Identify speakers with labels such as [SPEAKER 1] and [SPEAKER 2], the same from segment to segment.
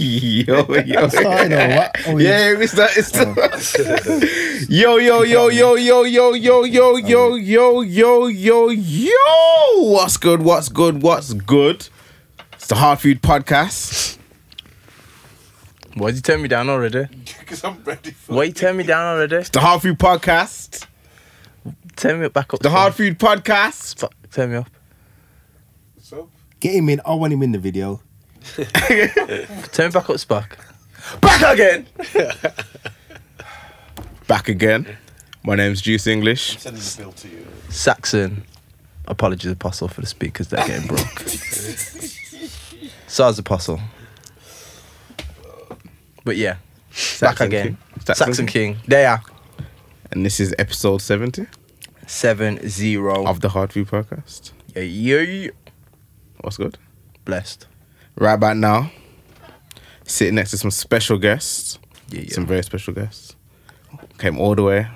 [SPEAKER 1] yo, yo.
[SPEAKER 2] started all right. Oh,
[SPEAKER 1] Yeah, we start. It's yo, yo, yo, yo, yo, yo, yo, yo, yo, yo, yo, yo, yo. What's good? What's good? What's good? It's the Hard Food Podcast.
[SPEAKER 3] Why'd you turn me down already?
[SPEAKER 4] Because I'm ready for
[SPEAKER 3] Why you turn me down already?
[SPEAKER 1] The Hard Food Podcast.
[SPEAKER 3] Turn me up back up.
[SPEAKER 1] The Hard Food Podcast.
[SPEAKER 3] Fuck, turn me up.
[SPEAKER 4] so
[SPEAKER 2] Get him in. I want him in the video.
[SPEAKER 3] Turn me back up, Spock. Back again.
[SPEAKER 1] Back again. My name's Juice English.
[SPEAKER 4] sending the bill to you.
[SPEAKER 3] Saxon. Apologies, Apostle, for the speakers. They're getting broke. Sars Apostle. But yeah, back
[SPEAKER 1] Saxon
[SPEAKER 3] again.
[SPEAKER 1] King. Saxon
[SPEAKER 3] Saxon, King. They are
[SPEAKER 1] And this is episode 70
[SPEAKER 3] seven zero.
[SPEAKER 1] of the Hard Food Podcast.
[SPEAKER 3] yeah, yeah, yeah.
[SPEAKER 1] What's good?
[SPEAKER 3] Blessed.
[SPEAKER 1] Right about now, sitting next to some special guests.
[SPEAKER 3] Yeah, yeah.
[SPEAKER 1] some very special guests. Came all the way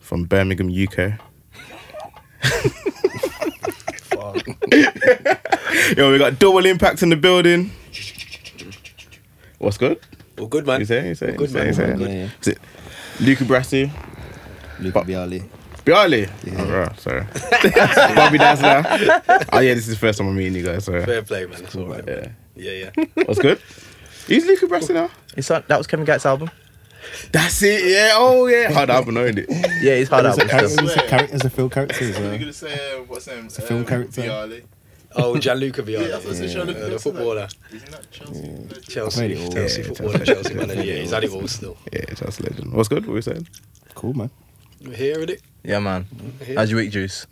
[SPEAKER 1] from Birmingham, UK. Yo, we got double impact in the building. What's good?
[SPEAKER 4] Well, good man.
[SPEAKER 1] You say, you say, you
[SPEAKER 4] Good
[SPEAKER 1] say,
[SPEAKER 4] man,
[SPEAKER 1] you say.
[SPEAKER 2] good man, yeah, yeah.
[SPEAKER 1] Is it Luca Brassi?
[SPEAKER 2] Luke
[SPEAKER 1] But-
[SPEAKER 2] Bialy.
[SPEAKER 1] Bialy? Oh, right, sorry. Bobby Dazzler. Oh, yeah, this is the first time I'm meeting you guys, sorry.
[SPEAKER 4] Fair play, man. It's all right.
[SPEAKER 1] Yeah.
[SPEAKER 4] Yeah, yeah.
[SPEAKER 1] What's good? He's Luca Brassi now.
[SPEAKER 3] It's on, that was Kevin Gates' album.
[SPEAKER 1] That's it, yeah. Oh, yeah. Hard, I haven't known it.
[SPEAKER 3] Yeah, it's hard album.
[SPEAKER 2] Character,
[SPEAKER 3] still.
[SPEAKER 2] it's a character, it's a film character as
[SPEAKER 5] You're
[SPEAKER 2] well.
[SPEAKER 5] gonna say uh, what's him? It's
[SPEAKER 2] a film character.
[SPEAKER 5] Vialli.
[SPEAKER 4] Oh, Gianluca Vialli.
[SPEAKER 5] Yeah, I was
[SPEAKER 4] Yeah.
[SPEAKER 5] gonna say,
[SPEAKER 4] Uh, the
[SPEAKER 5] Gianluca
[SPEAKER 4] footballer.
[SPEAKER 5] Isn't that Chelsea?
[SPEAKER 4] Chelsea.
[SPEAKER 2] Played it all.
[SPEAKER 4] Chelsea
[SPEAKER 1] Yeah,
[SPEAKER 4] footballer,
[SPEAKER 1] Chelsea.
[SPEAKER 4] Chelsea manager. Yeah, he's had it all still.
[SPEAKER 1] Yeah, that's legend. What's good? What were you saying?
[SPEAKER 2] Cool man.
[SPEAKER 4] We're here at it.
[SPEAKER 3] Yeah, man. How's your week, Juice?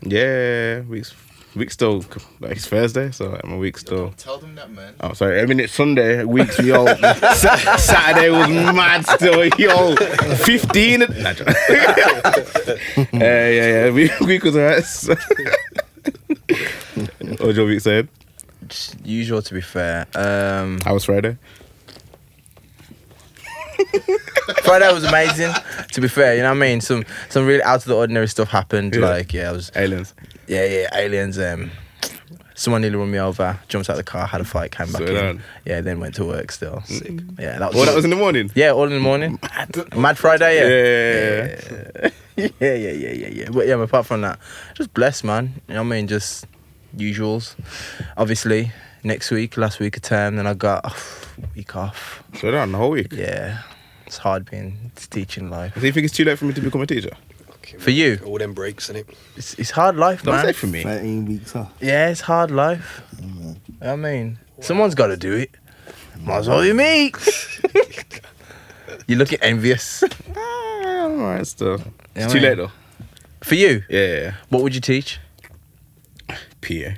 [SPEAKER 1] Yeah, weeks weeks still like it's Thursday, so like, my week's still.
[SPEAKER 5] Don't tell them that, man.
[SPEAKER 1] Oh, sorry. I mean, it's Sunday. Weeks, yo. Sa- Saturday was mad still, yo. 15. Nah, joke. uh, yeah, yeah. Week, week was alright. what was your week saying?
[SPEAKER 3] Just usual, to be fair. Um,
[SPEAKER 1] How was Friday?
[SPEAKER 3] Friday was amazing. To be fair, you know what I mean. Some some really out of the ordinary stuff happened.
[SPEAKER 1] Yeah.
[SPEAKER 3] Like yeah, I was
[SPEAKER 1] Aliens.
[SPEAKER 3] yeah yeah aliens. Um, someone nearly run me over. Jumped out of the car, had a fight, came back
[SPEAKER 1] So
[SPEAKER 3] in.
[SPEAKER 1] done.
[SPEAKER 3] Yeah, then went to work still. Sick. Yeah, that
[SPEAKER 1] Oh,
[SPEAKER 3] was.
[SPEAKER 1] Mm. that was in the morning.
[SPEAKER 3] yeah, all in the morning. Mad, Friday,
[SPEAKER 1] Yeah.
[SPEAKER 3] yeah. Yeah, yeah, yeah, yeah, yeah. But yeah, apart from that, just blessed, man. You know what I mean? Just usuals. Obviously, next week, last week of term, then I got a week off.
[SPEAKER 1] So done the whole week.
[SPEAKER 3] Yeah, it's hard being it's teaching life.
[SPEAKER 1] Do you think it's too late for me to become a teacher?
[SPEAKER 4] Okay,
[SPEAKER 3] For you?
[SPEAKER 4] All them breaks, innit?
[SPEAKER 3] It's, it's hard life,
[SPEAKER 1] Don't
[SPEAKER 3] man.
[SPEAKER 1] say for me.
[SPEAKER 2] Thirteen weeks off.
[SPEAKER 3] Yeah, it's hard life. I mean, someone's got to do it. Might as well be me. You're looking envious.
[SPEAKER 1] Ah, I'm alright still.
[SPEAKER 3] Yeah,
[SPEAKER 1] it's too
[SPEAKER 3] man.
[SPEAKER 1] late though.
[SPEAKER 3] For you,
[SPEAKER 1] Yeah, yeah, yeah.
[SPEAKER 3] what would you teach?
[SPEAKER 1] PA.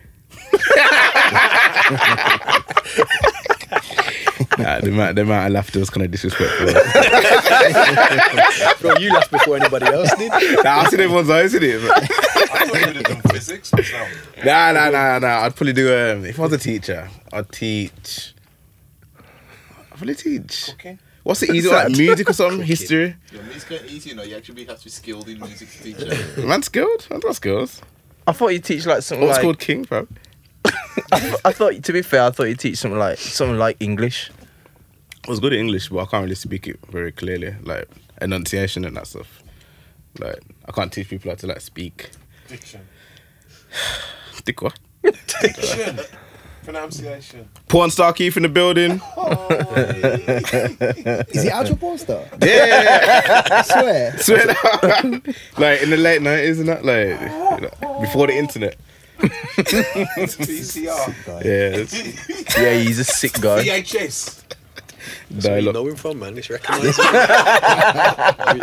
[SPEAKER 1] nah, the amount, the amount of laughter was kind of disrespectful. nah,
[SPEAKER 4] Bro, you left before anybody else did.
[SPEAKER 1] I seen everyone's eyes, isn't it? But-
[SPEAKER 5] I thought you would have done physics or something.
[SPEAKER 1] Nah, nah, nah, nah. I'd probably do, um, if I was a teacher, I'd teach. I'd probably teach.
[SPEAKER 5] Cooking.
[SPEAKER 1] What's the easy one? Like music or something? History?
[SPEAKER 5] Your music's getting easy, you know. You actually have to be skilled in music to teach it.
[SPEAKER 1] Man, skilled. Man's got skills.
[SPEAKER 3] I thought you teach like something
[SPEAKER 1] What's
[SPEAKER 3] like.
[SPEAKER 1] called King, bro?
[SPEAKER 3] I thought, to be fair, I thought you teach something like something like English.
[SPEAKER 1] I was good at English, but I can't really speak it very clearly, like enunciation and that stuff. Like, I can't teach people how to like speak.
[SPEAKER 5] Diction.
[SPEAKER 1] Dick what?
[SPEAKER 5] Diction. Pronunciation.
[SPEAKER 1] Porn star Keith in the building.
[SPEAKER 2] Is he actual porn star?
[SPEAKER 1] Yeah.
[SPEAKER 2] I swear.
[SPEAKER 1] Swear down. like in the late nineties and that, like you know, before the internet.
[SPEAKER 5] PCR.
[SPEAKER 1] Yeah, it's
[SPEAKER 3] Yeah, he's a sick guy.
[SPEAKER 5] VHS.
[SPEAKER 4] Where you
[SPEAKER 1] dialogue.
[SPEAKER 4] know him from, man. It's recognised.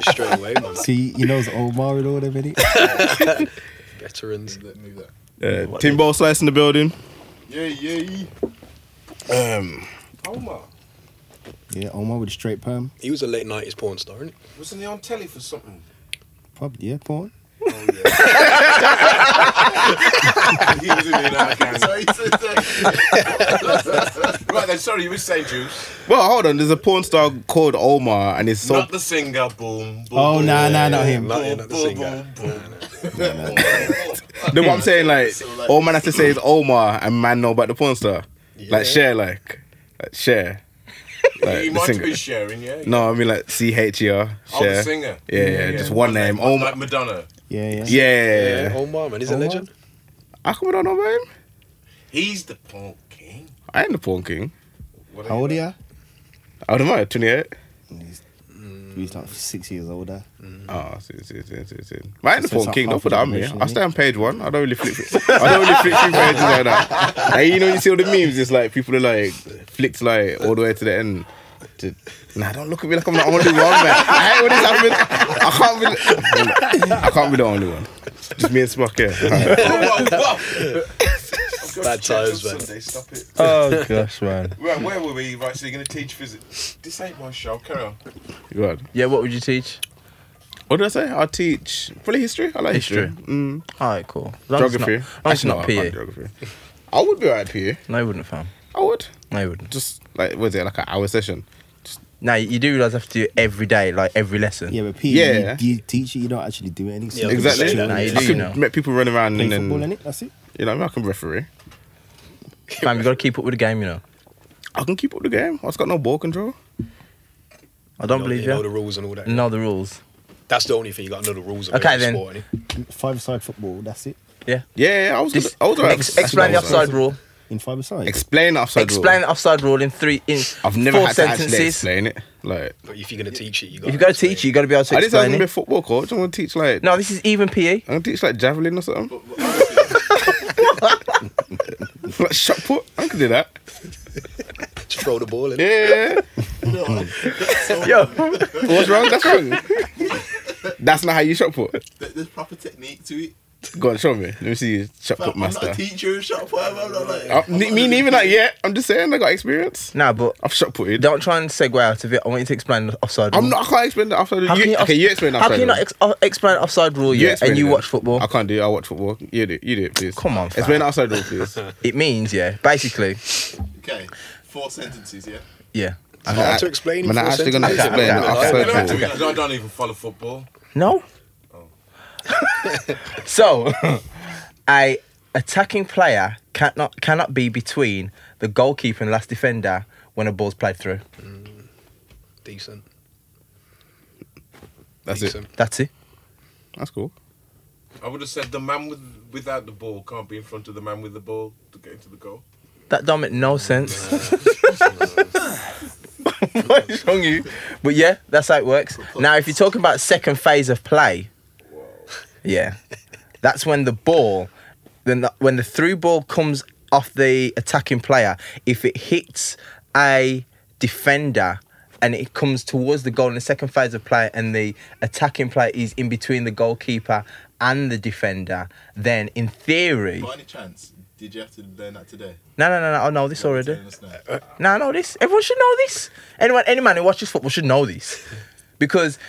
[SPEAKER 4] straight away, man.
[SPEAKER 2] See, he knows Omar and all them innit?
[SPEAKER 4] Veterans.
[SPEAKER 5] Let me that.
[SPEAKER 1] Uh, Timbo Slice in the building.
[SPEAKER 5] Yeah, yeah.
[SPEAKER 1] Um,
[SPEAKER 5] Homer.
[SPEAKER 2] Yeah, Omar with a straight perm.
[SPEAKER 4] He was a late 90s porn star, innit?
[SPEAKER 5] Wasn't he on telly for something?
[SPEAKER 2] Probably yeah, porn.
[SPEAKER 5] Oh, yeah. he was in it now, can Sorry, Right then, sorry, you were saying Juice.
[SPEAKER 1] well, hold on. There's a porn star called Omar, and his song.
[SPEAKER 5] Not the singer, boom. boom
[SPEAKER 2] Oh
[SPEAKER 5] boom.
[SPEAKER 2] nah, nah, not him.
[SPEAKER 4] Not, yeah, not the
[SPEAKER 5] Boom,
[SPEAKER 4] singer.
[SPEAKER 5] boom, boom.
[SPEAKER 1] No, what I'm saying, like,
[SPEAKER 5] So, like-
[SPEAKER 1] all man has to say is Omar, and man know about the porn star.
[SPEAKER 4] Yeah.
[SPEAKER 1] Like, share, like, Like, share. Like,
[SPEAKER 6] you
[SPEAKER 1] the
[SPEAKER 6] might
[SPEAKER 1] singer.
[SPEAKER 6] be sharing, yeah.
[SPEAKER 1] No, I mean like C H E R.
[SPEAKER 6] Oh, the
[SPEAKER 1] Cher.
[SPEAKER 6] singer.
[SPEAKER 1] Yeah, yeah, just one name.
[SPEAKER 6] Oh,
[SPEAKER 1] Oh,
[SPEAKER 6] like
[SPEAKER 1] my,
[SPEAKER 6] Madonna.
[SPEAKER 2] Yeah, yeah.
[SPEAKER 1] yeah.
[SPEAKER 4] Yeah, Omar, man, he's a
[SPEAKER 2] Omar?
[SPEAKER 4] legend.
[SPEAKER 1] How come I don't know about him?
[SPEAKER 6] He's the porn king.
[SPEAKER 1] I am the porn king. Oh,
[SPEAKER 6] What
[SPEAKER 2] How old are
[SPEAKER 6] you?
[SPEAKER 2] you?
[SPEAKER 1] I don't know. Twenty eight.
[SPEAKER 2] He's, he's like six years older.
[SPEAKER 1] Oh, sin, sin, sin, sin, sin. But I ain't the
[SPEAKER 2] So
[SPEAKER 1] porn
[SPEAKER 2] it's like
[SPEAKER 1] king, not
[SPEAKER 2] half
[SPEAKER 1] for
[SPEAKER 2] a
[SPEAKER 1] that. I'm here.
[SPEAKER 2] generation,
[SPEAKER 1] I stay on page one. I don't really flip. I don't really flip through pages like that. Like, you know, you see all the memes. It's like people are like flicked like all the way to the end. To, nah, don't look at me like I'm the only one, man. I hate when this happens. I can't be. I can't be the only one. Just me and Spock here.
[SPEAKER 4] Bad times, man.
[SPEAKER 6] Sunday, stop it.
[SPEAKER 3] Oh gosh, man.
[SPEAKER 6] Right, where were we? Right, so you're going to teach physics. This ain't my show, carry on.
[SPEAKER 1] Go on.
[SPEAKER 3] Yeah, what would you teach?
[SPEAKER 1] What did I say? I teach probably history. I like history.
[SPEAKER 3] History.
[SPEAKER 1] Mm.
[SPEAKER 3] All right, cool. As long as it's
[SPEAKER 1] Geography.
[SPEAKER 3] not- as long as
[SPEAKER 1] Actually, no, I can't
[SPEAKER 3] it's not PA.
[SPEAKER 1] do Geography. I would be alright at
[SPEAKER 3] No, you wouldn't, fam.
[SPEAKER 1] PA. I would.
[SPEAKER 3] No, you wouldn't.
[SPEAKER 1] Just like was it like an hour session?
[SPEAKER 3] Now you do realize I have to do it every day, like every lesson.
[SPEAKER 2] Yeah, but Pete,
[SPEAKER 1] Yeah.
[SPEAKER 2] you, you teach it, you don't actually do anything.
[SPEAKER 4] Yeah,
[SPEAKER 2] you just
[SPEAKER 1] Exactly.
[SPEAKER 2] chill
[SPEAKER 4] Nah,
[SPEAKER 2] and
[SPEAKER 3] you
[SPEAKER 1] I
[SPEAKER 3] do,
[SPEAKER 1] could
[SPEAKER 3] you know.
[SPEAKER 1] make people run around
[SPEAKER 2] Play
[SPEAKER 1] and then
[SPEAKER 2] football, innit? That's it.
[SPEAKER 1] you know I, mean, I can referee.
[SPEAKER 3] Fam, you gotta keep up with the game, you know.
[SPEAKER 1] I can keep up the game. I've got no ball control.
[SPEAKER 3] I don't
[SPEAKER 4] know,
[SPEAKER 3] believe
[SPEAKER 4] know the
[SPEAKER 3] you.
[SPEAKER 4] rules and all that.
[SPEAKER 3] Know the rules.
[SPEAKER 4] That's the only thing you got to know the rules of
[SPEAKER 3] Okay,
[SPEAKER 4] every
[SPEAKER 3] then.
[SPEAKER 4] sport. innit?
[SPEAKER 2] Five side football, that's it.
[SPEAKER 3] Yeah.
[SPEAKER 1] Yeah, yeah I was.
[SPEAKER 3] This,
[SPEAKER 1] good- I was alright.
[SPEAKER 3] ex- explain the
[SPEAKER 1] I was alright.
[SPEAKER 3] offside rule.
[SPEAKER 2] In five side.
[SPEAKER 1] Explain the offside. rule.
[SPEAKER 3] Explain the offside rule in three in
[SPEAKER 1] I've never
[SPEAKER 3] four
[SPEAKER 1] had to actually
[SPEAKER 3] sentences.
[SPEAKER 1] explain it. Like
[SPEAKER 4] But if you're going to teach it, you got
[SPEAKER 3] if you gotta teach, you gotta be able to
[SPEAKER 1] I just haven't
[SPEAKER 3] explain
[SPEAKER 1] been a
[SPEAKER 3] it.
[SPEAKER 1] football coach. I want to teach like.
[SPEAKER 3] No, this is even PE.
[SPEAKER 1] I'm gonna teach like javelin or something.
[SPEAKER 5] But, but honestly,
[SPEAKER 1] like shot put. I can do that.
[SPEAKER 4] throw the ball. innit?
[SPEAKER 1] Yeah.
[SPEAKER 3] Yo,
[SPEAKER 1] What's wrong? That's wrong. That's not how you shot put.
[SPEAKER 5] there- there's proper technique to it.
[SPEAKER 1] Go on, show me. Let me see you shot
[SPEAKER 5] Like,
[SPEAKER 1] put
[SPEAKER 5] I'm not
[SPEAKER 1] master.
[SPEAKER 5] a teacher in shot put. I'm not like.
[SPEAKER 1] Uh, ne- me neither, like, yeah. I'm just saying, I got experience.
[SPEAKER 3] nah, but
[SPEAKER 1] I've shot putted.
[SPEAKER 3] don't try and segue out of it. I want you to explain the offside rule.
[SPEAKER 1] I'm not, I can't explain the offside rule.
[SPEAKER 3] How
[SPEAKER 1] You,
[SPEAKER 3] can you, off-
[SPEAKER 1] okay, you explain the
[SPEAKER 3] How
[SPEAKER 1] offside
[SPEAKER 3] can you not
[SPEAKER 1] rule.
[SPEAKER 3] ex- uh, explain offside rule?
[SPEAKER 1] You
[SPEAKER 3] Yeah,
[SPEAKER 1] explain
[SPEAKER 3] and you
[SPEAKER 1] it
[SPEAKER 3] watch
[SPEAKER 1] then.
[SPEAKER 3] football.
[SPEAKER 1] I can't do it. I watch football. You do, you do it, please.
[SPEAKER 3] Come on, fam.
[SPEAKER 1] Explain the offside rule, please.
[SPEAKER 3] It means yeah, basically
[SPEAKER 5] Okay, four sentences. Yeah.
[SPEAKER 3] yeah.
[SPEAKER 4] It's hard to explain.
[SPEAKER 1] Man,
[SPEAKER 4] in
[SPEAKER 1] I'm
[SPEAKER 4] four
[SPEAKER 1] actually going to
[SPEAKER 4] sentences.
[SPEAKER 1] explain the
[SPEAKER 6] I
[SPEAKER 1] offside
[SPEAKER 6] don't, have
[SPEAKER 1] rule.
[SPEAKER 6] to, because I don't even follow football.
[SPEAKER 3] No.
[SPEAKER 1] Oh.
[SPEAKER 3] so, a attacking player cannot cannot be between the goalkeeper and last defender when a ball's played through.
[SPEAKER 4] Decent.
[SPEAKER 1] That's it.
[SPEAKER 4] decent.
[SPEAKER 3] That's it.
[SPEAKER 1] That's cool.
[SPEAKER 6] I would have said the man with, without the ball can't be in front of the man with the ball to get into the goal.
[SPEAKER 3] That don't make no sense. what is wrong with you? But yeah, that's how it works. Now, if you're talking about second phase of play, yeah, that's when the ball, then the, when the through ball comes off the attacking player, if it hits a defender and it comes towards the goal in the second phase of play, and the attacking player is in between the goalkeeper and the defender, then in theory,
[SPEAKER 5] By any chance, did you have to learn that today?
[SPEAKER 3] no, no, no, no, I know this
[SPEAKER 5] You're
[SPEAKER 3] already.
[SPEAKER 5] telling us now.
[SPEAKER 3] Now I know this. Everyone should know this. Anyone, any man who watches football should know this, because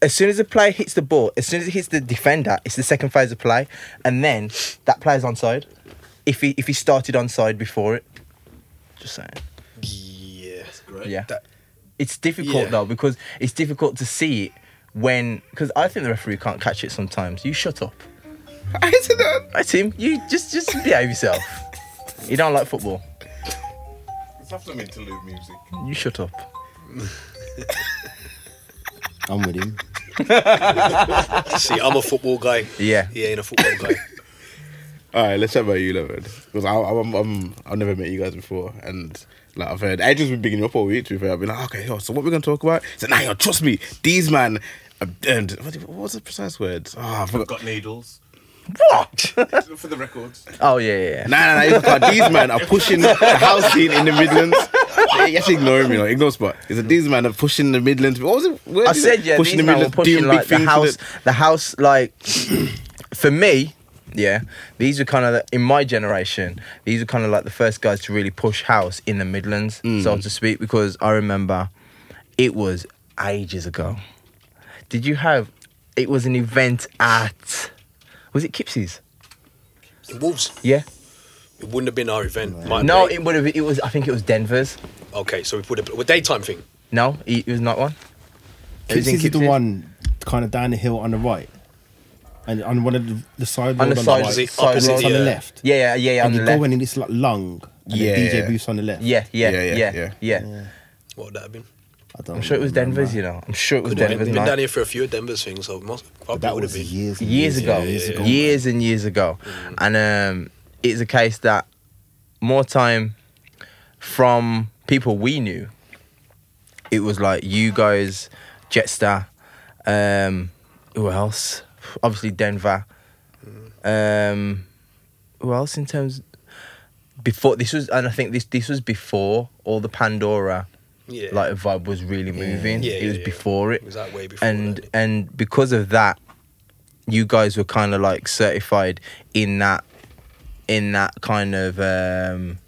[SPEAKER 3] as soon as the player hits the ball, as soon as it hits the defender, it's the second phase of play, and then that player's onside. If he if he started onside before it, just saying.
[SPEAKER 4] Yeah.
[SPEAKER 5] That's great.
[SPEAKER 3] Yeah,
[SPEAKER 4] That-
[SPEAKER 3] it's difficult
[SPEAKER 4] Yeah.
[SPEAKER 3] though because it's difficult to see it when because I think the referee can't catch it sometimes. You shut up.
[SPEAKER 1] I said that.
[SPEAKER 3] Hey Tim, you just just behave yourself. You don't like football.
[SPEAKER 6] Let's have some interlude music.
[SPEAKER 3] You shut up.
[SPEAKER 2] I'm with him.
[SPEAKER 4] See, I'm a football guy.
[SPEAKER 3] Yeah.
[SPEAKER 4] He ain't a football guy.
[SPEAKER 1] All right, let's chat about you, Levin. Because I, I, I'm, I'm, I've never met you guys before. And like I've heard, Adrian's been bigging you up all week, to be fair. I've been like, okay, yo, so what we going to talk about? He said, nah, yo, trust me, these man. uh, And what what was the precise word? Oh, I forgot.
[SPEAKER 6] Got needles.
[SPEAKER 3] What?
[SPEAKER 6] For the records.
[SPEAKER 3] Oh yeah, yeah, yeah.
[SPEAKER 1] Nah, nah, nah. He's like, these men are pushing the house scene in the Midlands. You actually ignore me, you know, ignore spot. It's like, these men are pushing the Midlands. What was it? Where
[SPEAKER 3] I
[SPEAKER 1] did it-
[SPEAKER 3] said yeah, pushing these the man were pushing like the
[SPEAKER 1] things to
[SPEAKER 3] house, the... house like for me, yeah. These were kind of the, in my generation. These were kind of like the first guys to really push house in the Midlands, so to speak. Because I remember it was ages ago. Did you have? It was an event at was it Kipsies?
[SPEAKER 4] Wolves.
[SPEAKER 3] Yeah.
[SPEAKER 4] It wouldn't have been our event. Might
[SPEAKER 3] no,
[SPEAKER 4] be.
[SPEAKER 3] it would have. It was. I think it was Denver's.
[SPEAKER 4] Okay, so we put a, a daytime thing.
[SPEAKER 3] No, it, it was not one. It was
[SPEAKER 2] This
[SPEAKER 3] in
[SPEAKER 2] is the
[SPEAKER 3] Kipsies.
[SPEAKER 2] one kind of down the hill on the right. And on one of the, the side road
[SPEAKER 3] on the side,
[SPEAKER 2] right.
[SPEAKER 4] Opposite-
[SPEAKER 3] side
[SPEAKER 4] opposite,
[SPEAKER 3] road.
[SPEAKER 2] It's on the
[SPEAKER 4] yeah.
[SPEAKER 2] left.
[SPEAKER 3] Yeah, yeah, yeah, yeah.
[SPEAKER 2] and
[SPEAKER 3] On
[SPEAKER 2] you
[SPEAKER 3] the
[SPEAKER 2] go
[SPEAKER 3] left.
[SPEAKER 2] in and it's like long. and
[SPEAKER 1] Yeah,
[SPEAKER 2] the DJ
[SPEAKER 1] yeah.
[SPEAKER 2] booths on the left.
[SPEAKER 3] Yeah, yeah,
[SPEAKER 1] Yeah,
[SPEAKER 3] yeah,
[SPEAKER 1] yeah,
[SPEAKER 3] yeah,
[SPEAKER 1] yeah.
[SPEAKER 4] What would that have been?
[SPEAKER 2] I don't
[SPEAKER 3] I'm sure it was
[SPEAKER 2] remember.
[SPEAKER 3] Denver's, you know. I'm sure it was
[SPEAKER 4] Could have
[SPEAKER 3] Denver's.
[SPEAKER 4] been down
[SPEAKER 3] night.
[SPEAKER 4] here for a few of Denver's things, so most, probably
[SPEAKER 2] That
[SPEAKER 4] would have
[SPEAKER 2] was
[SPEAKER 4] been.
[SPEAKER 2] years, and
[SPEAKER 3] years ago,
[SPEAKER 2] Years ago.
[SPEAKER 3] years and years ago,
[SPEAKER 4] Mm.
[SPEAKER 3] and um, it's a case that more time from people we knew, it was like you guys, Jetstar, um, who else? Obviously Denver.
[SPEAKER 4] Mm.
[SPEAKER 3] Um, who else in terms? Before this was, and I think this this was before all the Pandora
[SPEAKER 4] Yeah.
[SPEAKER 3] like vibe was really moving.
[SPEAKER 4] Yeah,
[SPEAKER 3] it
[SPEAKER 4] yeah,
[SPEAKER 3] was
[SPEAKER 4] yeah.
[SPEAKER 3] before it
[SPEAKER 4] It was that way before
[SPEAKER 3] and
[SPEAKER 4] that.
[SPEAKER 3] and because of that you guys were kind of like certified in that in that kind of um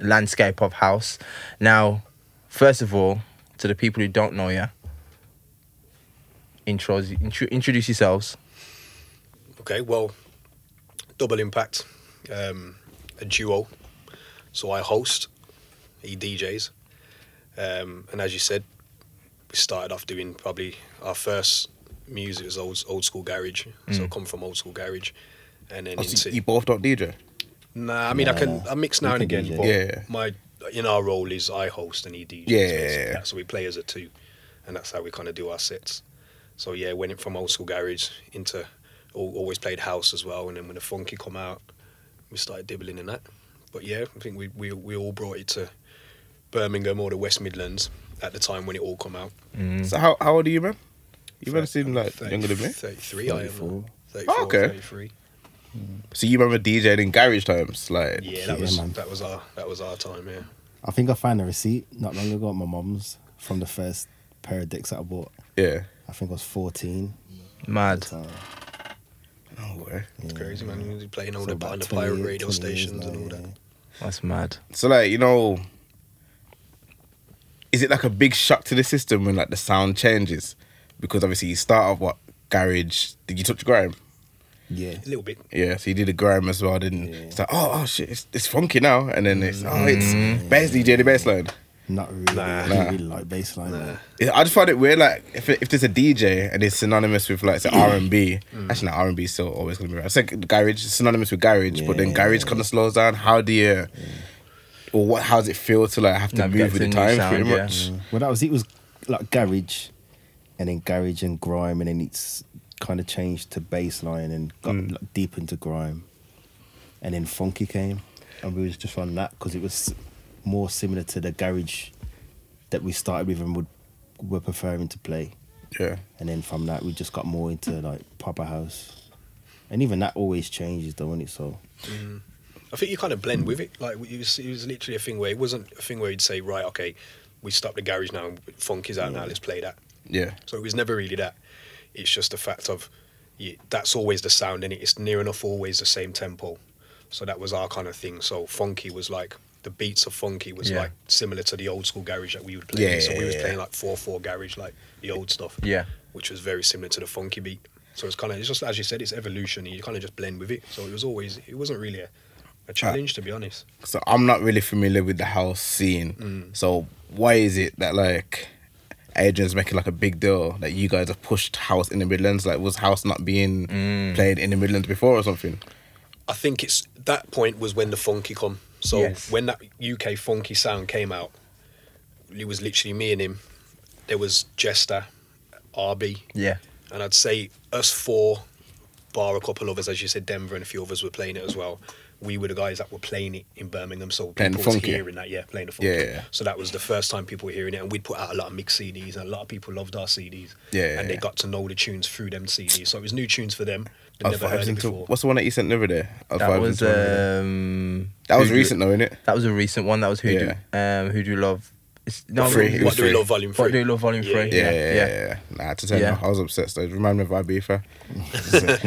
[SPEAKER 3] landscape of house now first of all to the people who don't know you intros intro, introduce yourselves
[SPEAKER 4] Okay, well, double impact, um, a duo. So I host, he DJs, um, and as you said, we started off doing probably our first music was old old school garage. So
[SPEAKER 3] Mm.
[SPEAKER 4] come from old school garage, and then
[SPEAKER 1] Oh, so
[SPEAKER 4] into
[SPEAKER 1] you both don't DJ.
[SPEAKER 4] nah. I mean, I
[SPEAKER 2] Nah,
[SPEAKER 4] can
[SPEAKER 2] nah.
[SPEAKER 4] I mix
[SPEAKER 2] You
[SPEAKER 4] now and
[SPEAKER 2] can
[SPEAKER 4] again,
[SPEAKER 2] DJ.
[SPEAKER 4] but
[SPEAKER 1] Yeah.
[SPEAKER 4] my in our role is I host and he DJs.
[SPEAKER 1] Yeah.
[SPEAKER 4] basically. so we play as a two, and that's how we kind of do our sets. So yeah, went in from old school garage into al- always played house as well, and then when the funky come out, we started dibbling in that. But yeah, I think we we, we all brought it to Birmingham or the West Midlands at the time when it all come out.
[SPEAKER 3] Mm,
[SPEAKER 1] So how, how old are you, man? You better seem like younger than me.
[SPEAKER 4] Thirty-three, I am.
[SPEAKER 2] 34.
[SPEAKER 4] 34,
[SPEAKER 1] Oh, okay.
[SPEAKER 4] 33.
[SPEAKER 1] So you remember DJing in garage times, like
[SPEAKER 4] Yeah, that
[SPEAKER 2] Yeah,
[SPEAKER 4] was
[SPEAKER 2] man.
[SPEAKER 4] that was our that was our time. Yeah.
[SPEAKER 2] I think I found a receipt not long ago at my mum's from the first pair of dicks that I bought.
[SPEAKER 1] yeah.
[SPEAKER 2] I think I was 14.
[SPEAKER 3] mad
[SPEAKER 2] So,
[SPEAKER 1] No way.
[SPEAKER 4] It's crazy, man. You're playing all
[SPEAKER 2] so
[SPEAKER 4] the,
[SPEAKER 2] about
[SPEAKER 4] on the pirate
[SPEAKER 2] 28,
[SPEAKER 4] radio
[SPEAKER 2] 20 years
[SPEAKER 4] stations and all
[SPEAKER 2] now,
[SPEAKER 4] that.
[SPEAKER 2] yeah.
[SPEAKER 3] that's mad
[SPEAKER 1] So like you know, is it like a big shock to the system when like the sound changes? Because obviously you start off what garage. Did you touch grime?
[SPEAKER 2] Yeah.
[SPEAKER 4] A little bit.
[SPEAKER 1] Yeah, so you did a grime as well, didn't?
[SPEAKER 2] Yeah.
[SPEAKER 1] It's like oh, oh shit, it's, it's funky now, and then it's oh it's bass DJ the bass line.
[SPEAKER 2] Not really. I
[SPEAKER 1] Nah.
[SPEAKER 2] didn't really like baseline. man.
[SPEAKER 1] Yeah, I just find it weird. Like if if there's a DJ and it's synonymous with like say R and B,
[SPEAKER 3] Mm.
[SPEAKER 1] actually no, R and B still always gonna be right. It's like garage it's synonymous with garage, but then
[SPEAKER 2] Yeah.
[SPEAKER 1] garage kind of slows down. How do you? Or what? How does it feel to like have to
[SPEAKER 3] Mm. Navigate
[SPEAKER 1] move with the
[SPEAKER 3] to new
[SPEAKER 1] time?
[SPEAKER 3] sound,
[SPEAKER 1] pretty
[SPEAKER 3] yeah. Mm.
[SPEAKER 1] much.
[SPEAKER 2] Well, that was it was like garage, and then garage and grime, and then it's kind of changed to baseline and got like, deep into grime, and then funky came, and we was just on that because it was more similar to the garage that we started with and would were preferring to play,
[SPEAKER 1] Yeah.
[SPEAKER 2] and then from that we just got more into like proper house, and even that always changes though, isn't it? So
[SPEAKER 4] I think you kind of blend with it. Like it was, it was literally a thing where it wasn't a thing where you'd say, right, okay, we stop the garage now. Funk is out now. Let's play that.
[SPEAKER 1] Yeah.
[SPEAKER 4] So it was never really that. It's just the fact of y that's always the sound in it. It's near enough always the same tempo. So that was our kind of thing. So funky was like the beats of funky was
[SPEAKER 3] Yeah.
[SPEAKER 4] like similar to the old school garage that we would play.
[SPEAKER 1] Yeah,
[SPEAKER 4] so we
[SPEAKER 1] yeah,
[SPEAKER 4] was
[SPEAKER 1] yeah.
[SPEAKER 4] playing like four four garage, like the old stuff.
[SPEAKER 3] Yeah.
[SPEAKER 4] which was very similar to the funky beat. So it's kind of it's just as you said, it's evolution. You kind of just blend with it. So it was always it wasn't really a,
[SPEAKER 1] Uh,
[SPEAKER 4] a challenge to be honest.
[SPEAKER 1] So I'm not really familiar with the house scene.
[SPEAKER 3] Mm.
[SPEAKER 1] So why is it that like Adrian's making like a big deal that you guys have pushed house in the Midlands? Like was house not being
[SPEAKER 3] Mm.
[SPEAKER 1] played in the Midlands before or something?
[SPEAKER 4] I think it's that point was when the funky come. So
[SPEAKER 3] Yes.
[SPEAKER 4] when that UK funky sound came out, it was literally me and him. There was Jester, RB,
[SPEAKER 3] yeah
[SPEAKER 4] and I'd say us four, bar a couple others, as you said, Denver and a few others were playing it as well. We were the guys that were playing it in Birmingham, so
[SPEAKER 1] Playing the
[SPEAKER 4] people was
[SPEAKER 1] funky.
[SPEAKER 4] hearing that, yeah, playing the funky.
[SPEAKER 1] Yeah, yeah.
[SPEAKER 4] So that was the first time people were hearing it, and we'd put out a lot of mixed CDs, and a lot of people loved our CDs.
[SPEAKER 1] Yeah, yeah,
[SPEAKER 4] and they
[SPEAKER 1] yeah.
[SPEAKER 4] got to know the tunes through them CDs, so it was new tunes for them. They'd
[SPEAKER 1] I was
[SPEAKER 4] never heard
[SPEAKER 1] vibes
[SPEAKER 4] it
[SPEAKER 1] into
[SPEAKER 4] before.
[SPEAKER 1] what's the one that you sent the other day? I was
[SPEAKER 3] that
[SPEAKER 1] vibes
[SPEAKER 3] was
[SPEAKER 1] into one of them.
[SPEAKER 3] um
[SPEAKER 1] that was
[SPEAKER 3] Who Do-
[SPEAKER 1] recent though, innit?
[SPEAKER 3] that was a recent one that was who do um who do you love it's no,
[SPEAKER 1] Free, it was
[SPEAKER 4] What do we
[SPEAKER 1] free.
[SPEAKER 4] love, volume three?
[SPEAKER 3] what do you love volume
[SPEAKER 4] Yeah,
[SPEAKER 3] three
[SPEAKER 1] Yeah, yeah, yeah. yeah. Nah, to tell
[SPEAKER 3] Yeah.
[SPEAKER 1] you, I was upset. So it reminded me of Ibiza. 'Cause I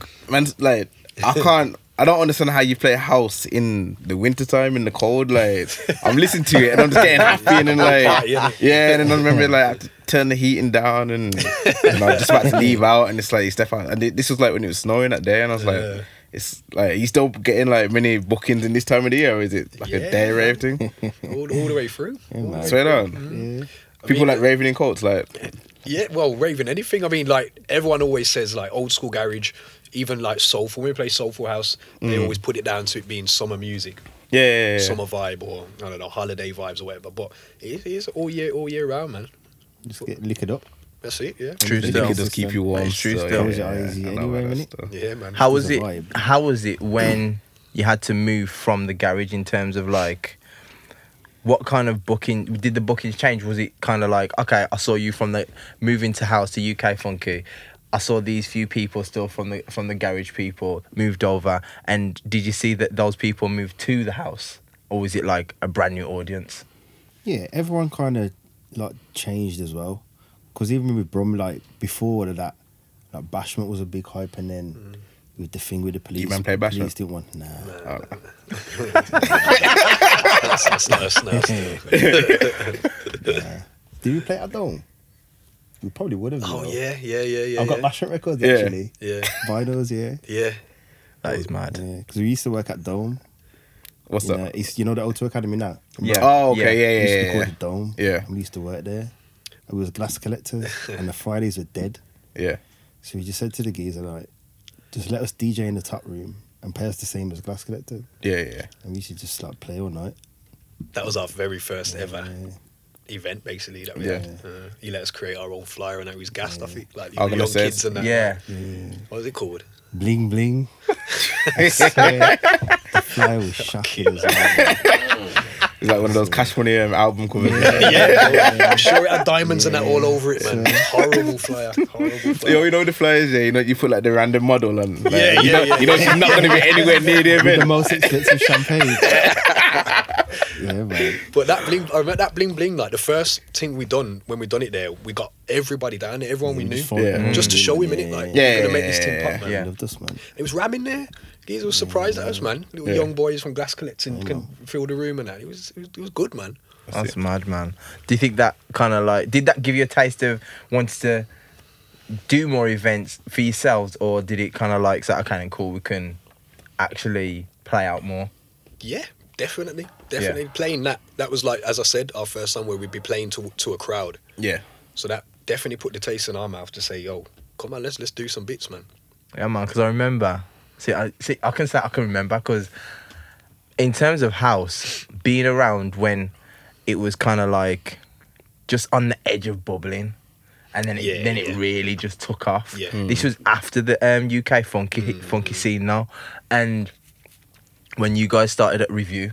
[SPEAKER 1] c- man, like I can't. I don't understand how you play house in the wintertime in the cold. Like I'm listening to it and I'm just getting happy and then like
[SPEAKER 4] Yeah.
[SPEAKER 1] yeah, and then I remember like I had to turn the heating down and, and I was just about to leave out and it's like you step out and it- this was like when it was snowing that day and I was like.
[SPEAKER 4] Yeah.
[SPEAKER 1] It's like you still getting like many bookings in this time of the year, or is it like a
[SPEAKER 4] Yeah,
[SPEAKER 1] day
[SPEAKER 4] man.
[SPEAKER 1] rave thing?
[SPEAKER 4] all, all the way through.
[SPEAKER 2] man.
[SPEAKER 1] Swear down. People
[SPEAKER 4] Mm. mean,
[SPEAKER 1] like raving in coats, like
[SPEAKER 4] Yeah, well, raving anything. I mean, like everyone always says, like old school garage, even like soulful. When we play soulful house, they always put it down to it being summer music.
[SPEAKER 1] Yeah, Mm. yeah, yeah.
[SPEAKER 4] summer vibe or I don't know holiday vibes or whatever. But it is, it is all year all year round, man.
[SPEAKER 2] Just get, lick it up.
[SPEAKER 4] That's it. Yeah.
[SPEAKER 3] True
[SPEAKER 1] It
[SPEAKER 3] still.
[SPEAKER 1] does keep you warm.
[SPEAKER 3] It's true
[SPEAKER 1] so,
[SPEAKER 3] still.
[SPEAKER 1] yeah, yeah,
[SPEAKER 2] Close your eyes,
[SPEAKER 1] I
[SPEAKER 2] yeah,
[SPEAKER 1] love
[SPEAKER 2] anywhere,
[SPEAKER 1] that
[SPEAKER 2] innit?
[SPEAKER 1] stuff.
[SPEAKER 4] Yeah, man.
[SPEAKER 3] How was
[SPEAKER 2] a
[SPEAKER 3] it?
[SPEAKER 2] vibe.
[SPEAKER 3] How was it when you had to move from the garage in terms of like what kind of booking did the bookings change? Was it kind of like okay, I saw you from the moving to house to UK Funky. I saw these few people still from the from the garage people moved over, and did you see that those people moved to the house, or was it like a brand new audience?
[SPEAKER 2] Yeah, everyone kind of like changed as well. Because even with Brom, like before all of that, like Bashment was a big hype, and then
[SPEAKER 4] Mm.
[SPEAKER 2] with the thing with the police,
[SPEAKER 1] man play Bashment?
[SPEAKER 2] police didn't want nah.
[SPEAKER 4] That's, that's nice. nice.
[SPEAKER 2] Did we play at Dome? We probably would have. you
[SPEAKER 4] Oh
[SPEAKER 2] know.
[SPEAKER 4] yeah, yeah, yeah, yeah.
[SPEAKER 2] I've got
[SPEAKER 4] yeah.
[SPEAKER 2] Bashment records
[SPEAKER 1] Yeah.
[SPEAKER 2] actually.
[SPEAKER 4] Yeah,
[SPEAKER 2] Vinyls, yeah,
[SPEAKER 4] yeah.
[SPEAKER 3] That is mad.
[SPEAKER 2] yeah. Because we used to work at Dome.
[SPEAKER 1] What's
[SPEAKER 2] you
[SPEAKER 1] up?
[SPEAKER 2] Know, it's, you know the Auto Academy now.
[SPEAKER 3] Yeah.
[SPEAKER 1] Oh, okay,
[SPEAKER 3] Yeah.
[SPEAKER 2] We
[SPEAKER 1] yeah,
[SPEAKER 2] used to be
[SPEAKER 1] yeah,
[SPEAKER 2] called
[SPEAKER 1] yeah,
[SPEAKER 2] the Dome.
[SPEAKER 1] Yeah.
[SPEAKER 2] And we used to work there. And we was glass collectors, and the Fridays were dead.
[SPEAKER 1] yeah. yeah.
[SPEAKER 2] So we just said to the geezer, like, just let us DJ in the top room and pay us the same as Glass Collector.
[SPEAKER 1] Yeah, yeah, yeah.
[SPEAKER 2] And we should just like play all night.
[SPEAKER 4] That was our very first ever
[SPEAKER 2] Yeah.
[SPEAKER 4] event, basically. That we
[SPEAKER 1] Yeah.
[SPEAKER 4] had. Uh, he let us create our own flyer, and I was gassed off it, like
[SPEAKER 1] I was
[SPEAKER 4] the
[SPEAKER 1] gonna
[SPEAKER 4] young
[SPEAKER 1] say,
[SPEAKER 4] kids and that.
[SPEAKER 3] Yeah,
[SPEAKER 4] What was it called?
[SPEAKER 2] Bling bling. I swear, the fly was shocking as well.
[SPEAKER 1] It's like one of those Cash Money um, album covers.
[SPEAKER 4] yeah, I'm sure it had diamonds and that all over it, man. Horrible flyer. Horrible
[SPEAKER 1] Yo,
[SPEAKER 4] flyer.
[SPEAKER 1] you know the flyers, yeah. You know you put like the random model and like,
[SPEAKER 4] Yeah,
[SPEAKER 1] you
[SPEAKER 4] yeah,
[SPEAKER 1] know,
[SPEAKER 4] yeah.
[SPEAKER 1] You know she's not gonna be anywhere near the
[SPEAKER 2] The
[SPEAKER 1] event.
[SPEAKER 2] most expensive champagne. yeah, man.
[SPEAKER 4] But that bling, I remember that bling bling. Like the first thing we done when we done it there, we got everybody down there, everyone we knew,
[SPEAKER 2] just followed them.
[SPEAKER 4] just to show him in it. Like,
[SPEAKER 1] Yeah,
[SPEAKER 4] we're gonna
[SPEAKER 1] yeah,
[SPEAKER 4] make this
[SPEAKER 1] yeah,
[SPEAKER 4] thing
[SPEAKER 1] yeah,
[SPEAKER 4] pop, man.
[SPEAKER 3] yeah.
[SPEAKER 2] I loved us, man.
[SPEAKER 4] It was ramming there. Geezer was surprised at us, man. Little
[SPEAKER 1] Yeah.
[SPEAKER 4] young boys from glass collecting can fill the room and that. It was, it was, it was good, man.
[SPEAKER 3] that's mad, man. Do you think that kind of like did that give you a taste of wants to do more events for yourselves, or did it kind of like say, okay, cool, we can actually play out more?
[SPEAKER 4] Yeah, definitely, definitely playing that. That was like, as I said, our first time where we'd be playing to to a crowd.
[SPEAKER 1] Yeah,
[SPEAKER 4] So that definitely put the taste in our mouth to say, yo, come on, let's let's do some bits, man.
[SPEAKER 3] Yeah, man. Because I remember. See, I see. I can say I can remember because, in terms of house, being around when it was kind of like, just on the edge of bubbling, and then it,
[SPEAKER 4] Yeah,
[SPEAKER 3] then it
[SPEAKER 4] yeah.
[SPEAKER 3] really just took off.
[SPEAKER 4] Yeah. Mm.
[SPEAKER 3] This was after the um, UK funky
[SPEAKER 1] Hmm.
[SPEAKER 3] funky scene now, and when you guys started at review,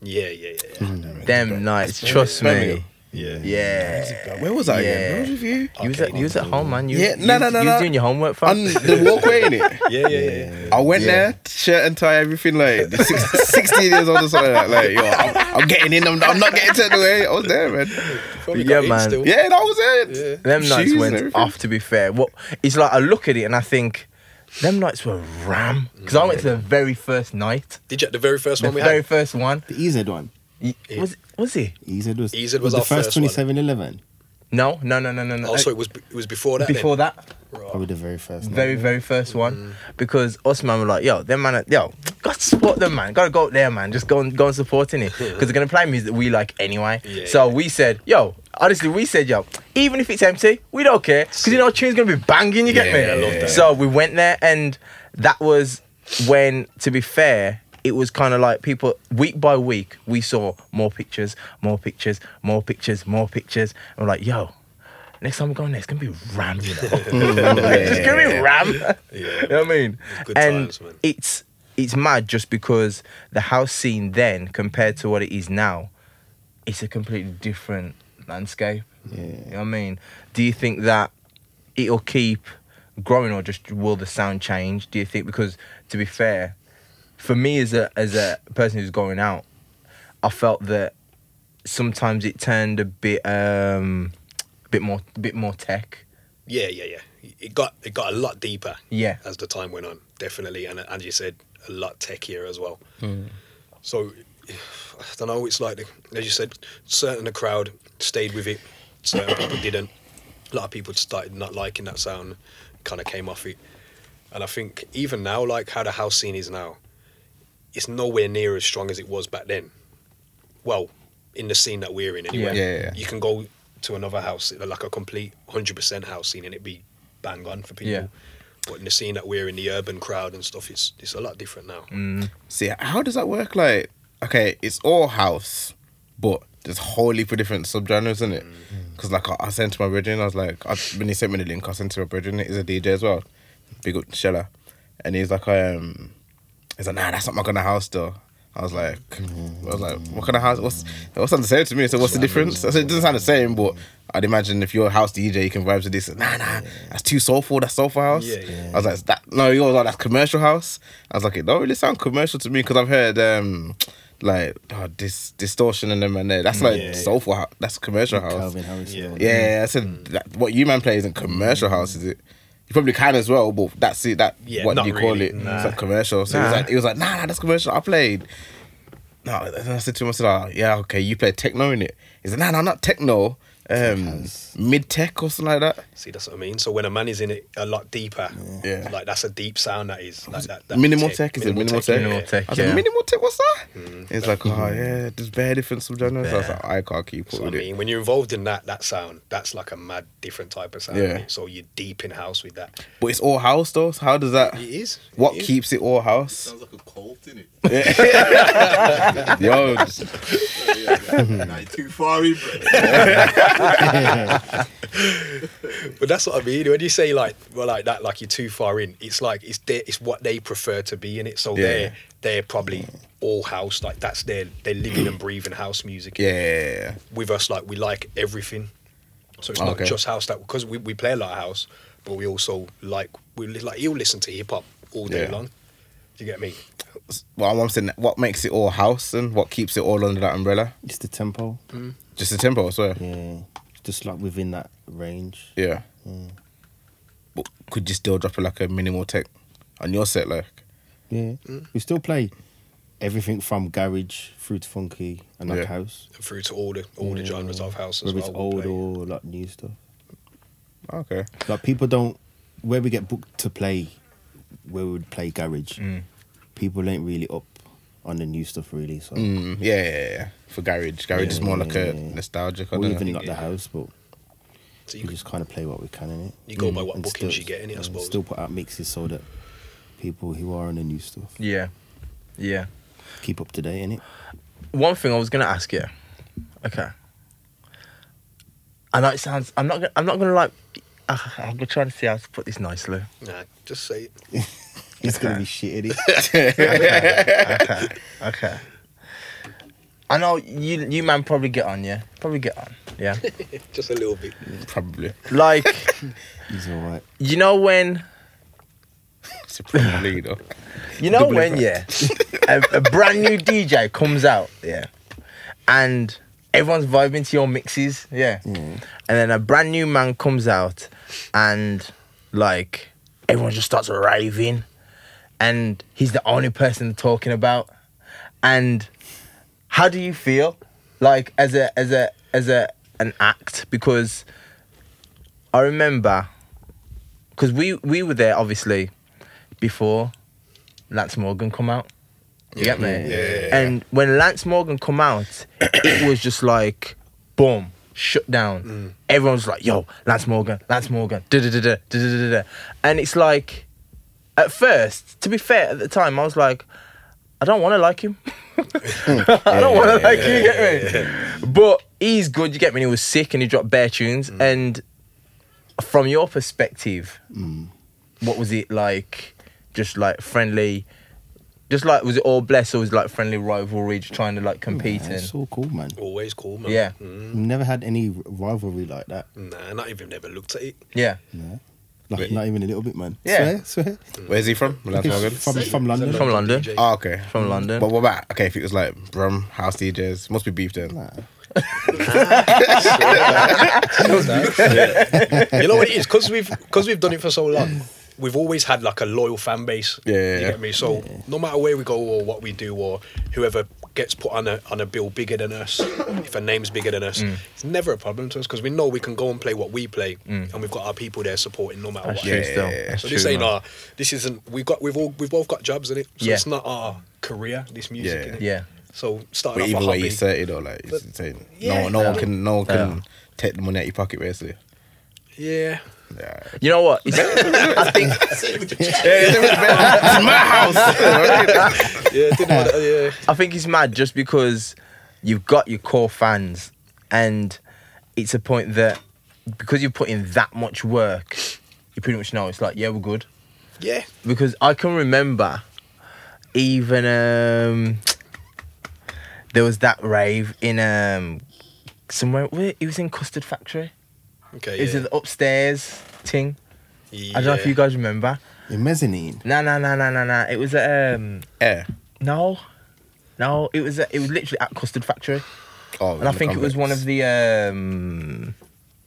[SPEAKER 4] Yeah, yeah, yeah, yeah.
[SPEAKER 3] them nights. Trust me.
[SPEAKER 1] Birmingham.
[SPEAKER 4] Yeah.
[SPEAKER 3] Mm. Yeah.
[SPEAKER 1] where was I again?
[SPEAKER 3] Yeah.
[SPEAKER 1] Where was it for you?
[SPEAKER 3] You was, at, you was at home, man. You,
[SPEAKER 1] Yeah,
[SPEAKER 3] you
[SPEAKER 1] no,
[SPEAKER 3] was-
[SPEAKER 1] no, no,
[SPEAKER 3] You
[SPEAKER 1] no.
[SPEAKER 3] was doing your homework, fam.
[SPEAKER 1] On the walkway in it.
[SPEAKER 4] Yeah, yeah, yeah.
[SPEAKER 1] I went there, shirt and tie, everything like six, 16 years old or something like that. Like, yo, I'm, I'm getting in, I'm, I'm not getting turned away. I was there, man.
[SPEAKER 4] Probably
[SPEAKER 3] Yeah,
[SPEAKER 4] got in
[SPEAKER 3] man.
[SPEAKER 4] still.
[SPEAKER 1] Yeah, that was it.
[SPEAKER 4] Yeah.
[SPEAKER 3] Them nights
[SPEAKER 1] Shoes and
[SPEAKER 3] went
[SPEAKER 1] everything.
[SPEAKER 3] off. To be fair, what it's like, I look at it and I think, them nights were ram. Because I went to the very first night,
[SPEAKER 4] Did you the very first
[SPEAKER 3] the
[SPEAKER 4] one we
[SPEAKER 3] very
[SPEAKER 4] had?
[SPEAKER 3] first one.
[SPEAKER 2] The EZ one.
[SPEAKER 3] Y- Was was he?
[SPEAKER 2] EZ was,
[SPEAKER 4] EZ E was
[SPEAKER 2] the
[SPEAKER 4] our
[SPEAKER 2] first
[SPEAKER 4] first one.
[SPEAKER 2] 2711.
[SPEAKER 3] No, no, no, no, no, no.
[SPEAKER 4] Also, Oh, it was it was before that.
[SPEAKER 3] before that,
[SPEAKER 4] that,
[SPEAKER 2] Probably the very first one.
[SPEAKER 1] Mm.
[SPEAKER 3] very very first one, because us man were like, yo, them man, are- yo, gotta support them man, gotta go up there man, just go and go and supporting it, because they're gonna play music that we like anyway.
[SPEAKER 4] Yeah,
[SPEAKER 3] so
[SPEAKER 4] yeah.
[SPEAKER 3] we said, yo, honestly, we said, yo, even if it's empty, we don't care, because you know, tune's gonna be banging. You get me?
[SPEAKER 1] Yeah, I love that.
[SPEAKER 3] So we went there, and that was when, to be fair, it was kind of like people week by week we saw more pictures, more pictures, more pictures, more pictures, and we're like, yo. Next time we go on there, it's gonna be ram, you know. it's gonna be ram. you know what I mean?
[SPEAKER 4] Good
[SPEAKER 3] and
[SPEAKER 4] times, man.
[SPEAKER 3] it's it's mad just because the house scene then compared to what it is now, it's a completely different landscape.
[SPEAKER 2] Yeah.
[SPEAKER 3] You know what I mean? Do you think that it'll keep growing or just will the sound change? Do you think because to be fair, for me as a as a person who's going out, I felt that sometimes it turned a bit um a bit more a bit more tech.
[SPEAKER 4] Yeah, yeah, yeah. It got it got a lot deeper.
[SPEAKER 3] Yeah.
[SPEAKER 4] As the time went on, definitely, and as you said, a lot techier as well.
[SPEAKER 1] Hmm.
[SPEAKER 4] So I don't know. It's like the- as you said, certain the crowd stayed with it, certain people didn't. A lot of people started not liking that sound, kind of came off it, and I think even now, like how the house scene is now, it's nowhere near as strong as it was back then. Well, in the scene that we're in, anyway,
[SPEAKER 1] Yeah. Yeah, yeah, yeah.
[SPEAKER 4] you can go to another house, like a complete hundred percent house scene, and it'd be bang on for people.
[SPEAKER 3] Yeah.
[SPEAKER 4] But in the
[SPEAKER 3] Mm.
[SPEAKER 4] scene that we're in, the urban crowd and stuff, it's it's a lot different now.
[SPEAKER 1] See, how does that work? Like, okay, it's all house, but there's a whole heap of different subgenres, isn't it?
[SPEAKER 4] Mm.
[SPEAKER 1] Because like I, I sent to my brethren, I was like, I, when he sent me the link, I sent to my brethren. He's a DJ as well, big up Shella, and he's like, um, he's like, nah, that's not my kind of house though. I was like, I was like, what kind of house? What's what's not the same to me? So what's the difference? I said it doesn't sound the same, but I'd imagine if you're a house DJ, you can vibe to this. Nah, nah, that's too soulful. That's soulful house.
[SPEAKER 4] Yeah, yeah.
[SPEAKER 1] I was like, that no, he was like, that's commercial house. I was like, it don't really sound commercial to me because I've heard um like oh, dis- distortion and them and there. That's like
[SPEAKER 4] Yeah.
[SPEAKER 1] soulful house. That's commercial house.
[SPEAKER 2] Calvin Harris. Mm.
[SPEAKER 4] Yeah.
[SPEAKER 1] Yeah, I said that, what you man play isn't commercial house, is it? You probably can as well, but that's it. That
[SPEAKER 4] Yeah,
[SPEAKER 1] what do
[SPEAKER 4] not
[SPEAKER 1] you call
[SPEAKER 4] really,
[SPEAKER 1] it?
[SPEAKER 4] nah.
[SPEAKER 1] It's like commercial. So he was
[SPEAKER 3] Nah.
[SPEAKER 1] like, he was like, nah, nah, that's commercial. I played. No, and I said to him, I said, oh, yeah, okay, you play techno in it. He said, nah, nah, not techno. Um,
[SPEAKER 2] house.
[SPEAKER 1] mid tech or something like that.
[SPEAKER 4] See, that's what I mean. So when a man is in it a lot deeper,
[SPEAKER 1] Yeah.
[SPEAKER 4] like that's a deep sound that is. Like, that, that
[SPEAKER 1] minimal tech, is it minimal tech?
[SPEAKER 4] yeah.
[SPEAKER 3] Minimal tech.
[SPEAKER 1] I was like,
[SPEAKER 3] yeah.
[SPEAKER 1] minimal tech, what's that? It's like, oh
[SPEAKER 2] Mm.
[SPEAKER 1] yeah, there's bare different subgenres. I was like, I can't keep up
[SPEAKER 4] So I
[SPEAKER 1] with it.
[SPEAKER 4] mean, when you're involved in that that sound, that's like a mad different type of sound.
[SPEAKER 1] Yeah.
[SPEAKER 4] So you're deep in house with that.
[SPEAKER 1] But it's all house though. So how does that?
[SPEAKER 4] It is. it
[SPEAKER 1] What
[SPEAKER 4] is.
[SPEAKER 1] keeps it all house?
[SPEAKER 5] Sounds like a cult, innit?
[SPEAKER 1] Yo,
[SPEAKER 5] it? nah, you're too far in, bro.
[SPEAKER 4] But that's what I mean. When you say like, well, like that, like you're too far in. It's like it's their, it's what they prefer to be in it. So
[SPEAKER 1] Yeah.
[SPEAKER 4] they're they're probably all house. Like that's their they're living and breathing house music.
[SPEAKER 1] yeah,
[SPEAKER 4] With us, like we like everything. So it's
[SPEAKER 1] Okay.
[SPEAKER 4] not just house that because we, we play a lot of house, but we also like we li- like you'll listen to hip hop all day
[SPEAKER 1] Yeah.
[SPEAKER 4] long. Do you get me?
[SPEAKER 1] well, I'm saying what makes it all house and what keeps it all under that umbrella?
[SPEAKER 2] It's the tempo.
[SPEAKER 1] Just the tempo, I swear.
[SPEAKER 2] Yeah. Just like within that range.
[SPEAKER 1] Yeah.
[SPEAKER 2] Mm.
[SPEAKER 1] But could you still drop it like a minimal tech on your set, like?
[SPEAKER 2] Yeah.
[SPEAKER 4] Mm.
[SPEAKER 2] We still play everything from garage through to funky and like
[SPEAKER 1] Yeah.
[SPEAKER 2] house.
[SPEAKER 4] And through to all the all the genres of house as
[SPEAKER 2] Whether
[SPEAKER 4] well.
[SPEAKER 2] it's
[SPEAKER 4] we
[SPEAKER 2] old
[SPEAKER 4] play.
[SPEAKER 2] or like new stuff.
[SPEAKER 1] Okay.
[SPEAKER 2] Like people don't where we get booked to play where we would play garage,
[SPEAKER 4] Mm.
[SPEAKER 2] people ain't really up on the new stuff really. So
[SPEAKER 1] Mm, yeah, yeah, yeah. For garage, garage is more like a
[SPEAKER 2] Yeah.
[SPEAKER 1] nostalgic. I
[SPEAKER 2] or
[SPEAKER 1] don't
[SPEAKER 2] even
[SPEAKER 1] know.
[SPEAKER 2] like the house, but
[SPEAKER 4] So
[SPEAKER 2] we
[SPEAKER 4] you,
[SPEAKER 2] just kinda play what we can in it.
[SPEAKER 4] you go by what
[SPEAKER 2] And
[SPEAKER 4] bookings
[SPEAKER 2] still-
[SPEAKER 4] you get in it, I
[SPEAKER 2] yeah,
[SPEAKER 4] suppose.
[SPEAKER 2] Still put out mixes so that people who are on the new stuff
[SPEAKER 3] Yeah. Yeah.
[SPEAKER 2] keep up to date in it.
[SPEAKER 3] One thing I was gonna ask you. Okay. I know it sounds. I'm not. Gonna, I'm not gonna like. Uh, I'm gonna try to see how to put this nicely.
[SPEAKER 4] nah, just say it.
[SPEAKER 2] It's gonna be shit in it.
[SPEAKER 3] okay. Okay. I know you. You man probably get on. Yeah. Probably get on. Yeah.
[SPEAKER 4] just a little bit.
[SPEAKER 1] Probably.
[SPEAKER 3] like
[SPEAKER 2] He's alright.
[SPEAKER 3] you know when.
[SPEAKER 1] It's a problem, you know.
[SPEAKER 3] You know when yeah, a, a brand new DJ comes out yeah, and everyone's vibing to your mixes yeah, and then a brand new man comes out, and like everyone just starts raving, and he's the only person they're talking about, and how do you feel like as a as a as a an act because I remember because we we were there obviously before Lance Morgan come out. You get me?
[SPEAKER 4] Yeah, yeah, yeah.
[SPEAKER 3] And when Lance Morgan come out, it was just like boom, shut down. Everyone was like, yo, Lance Morgan, Lance Morgan, da da da da da da da. And it's like at first, to be fair, at the time I was like, I don't wanna like him. I don't want to like you, get me? But he's good, you get me? And he was sick and he dropped bare tunes. And from your perspective, what was it like? Just like friendly, just like was it all blessed or was it like friendly rivalry, just trying to like compete
[SPEAKER 2] Yeah,
[SPEAKER 3] and
[SPEAKER 2] it's all cool, man.
[SPEAKER 4] Always cool, man.
[SPEAKER 3] yeah,
[SPEAKER 2] We've never had any r- rivalry like that.
[SPEAKER 4] Nah, not even never looked at it.
[SPEAKER 3] yeah,
[SPEAKER 2] No. Like, not even a little bit, man.
[SPEAKER 3] Yeah.
[SPEAKER 2] Swear, swear.
[SPEAKER 1] Where's he from? Lance
[SPEAKER 2] He's
[SPEAKER 1] Morgan.
[SPEAKER 2] From, from London.
[SPEAKER 3] from London,
[SPEAKER 4] DJ.
[SPEAKER 1] Oh, okay.
[SPEAKER 3] from London.
[SPEAKER 1] But what about okay? If it was like Brum House DJs, must be beef then.
[SPEAKER 2] Nah.
[SPEAKER 4] you know what it is? Because we've because we've done it for so long, we've always had like a loyal fan base.
[SPEAKER 1] Yeah, yeah,
[SPEAKER 4] you
[SPEAKER 1] yeah.
[SPEAKER 4] get me. So no matter where we go or what we do or whoever gets put on a on a bill bigger than us, if a name's bigger than us,
[SPEAKER 3] Mm.
[SPEAKER 4] it's never a problem to us because we know we can go and play what we play, and we've got our people there supporting no matter
[SPEAKER 3] Mm. That's
[SPEAKER 4] what.
[SPEAKER 3] true
[SPEAKER 1] Yeah,
[SPEAKER 3] still.
[SPEAKER 1] yeah, yeah.
[SPEAKER 3] That's
[SPEAKER 4] So
[SPEAKER 3] true,
[SPEAKER 4] this ain't
[SPEAKER 3] man.
[SPEAKER 4] our. This isn't. We've got. We've all. We've both got jobs in it. So
[SPEAKER 3] Yeah.
[SPEAKER 4] it's not our career. This music.
[SPEAKER 1] Yeah.
[SPEAKER 4] innit?
[SPEAKER 3] Yeah.
[SPEAKER 4] So
[SPEAKER 1] But
[SPEAKER 4] starting off
[SPEAKER 1] either
[SPEAKER 4] a
[SPEAKER 1] way,
[SPEAKER 4] hobby.
[SPEAKER 1] you say it or like it's
[SPEAKER 4] But-
[SPEAKER 1] saying
[SPEAKER 4] yeah,
[SPEAKER 1] no, no one
[SPEAKER 4] yeah.
[SPEAKER 1] can, no one
[SPEAKER 3] Yeah.
[SPEAKER 1] can take the money out your pocket basically.
[SPEAKER 4] Yeah.
[SPEAKER 3] You know what? It's, I think
[SPEAKER 5] Say it with your chest.
[SPEAKER 1] it's my house.
[SPEAKER 4] Yeah, it didn't matter. Yeah.
[SPEAKER 3] I think it's mad just because you've got your core fans, and it's a point that because you put in that much work, you pretty much know it's like yeah we're good.
[SPEAKER 4] Yeah.
[SPEAKER 3] because I can remember even um there was that rave in um somewhere where it was in Custard Factory.
[SPEAKER 4] Okay.
[SPEAKER 3] It was
[SPEAKER 4] yeah.
[SPEAKER 3] an upstairs thing. I don't know if
[SPEAKER 4] Yeah.
[SPEAKER 3] you guys remember.
[SPEAKER 2] Your mezzanine.
[SPEAKER 3] No no no no no no. It was at um
[SPEAKER 1] Air.
[SPEAKER 3] no. No, it was at, it was literally at Custard Factory.
[SPEAKER 1] Oh,
[SPEAKER 3] And I think it was one of the um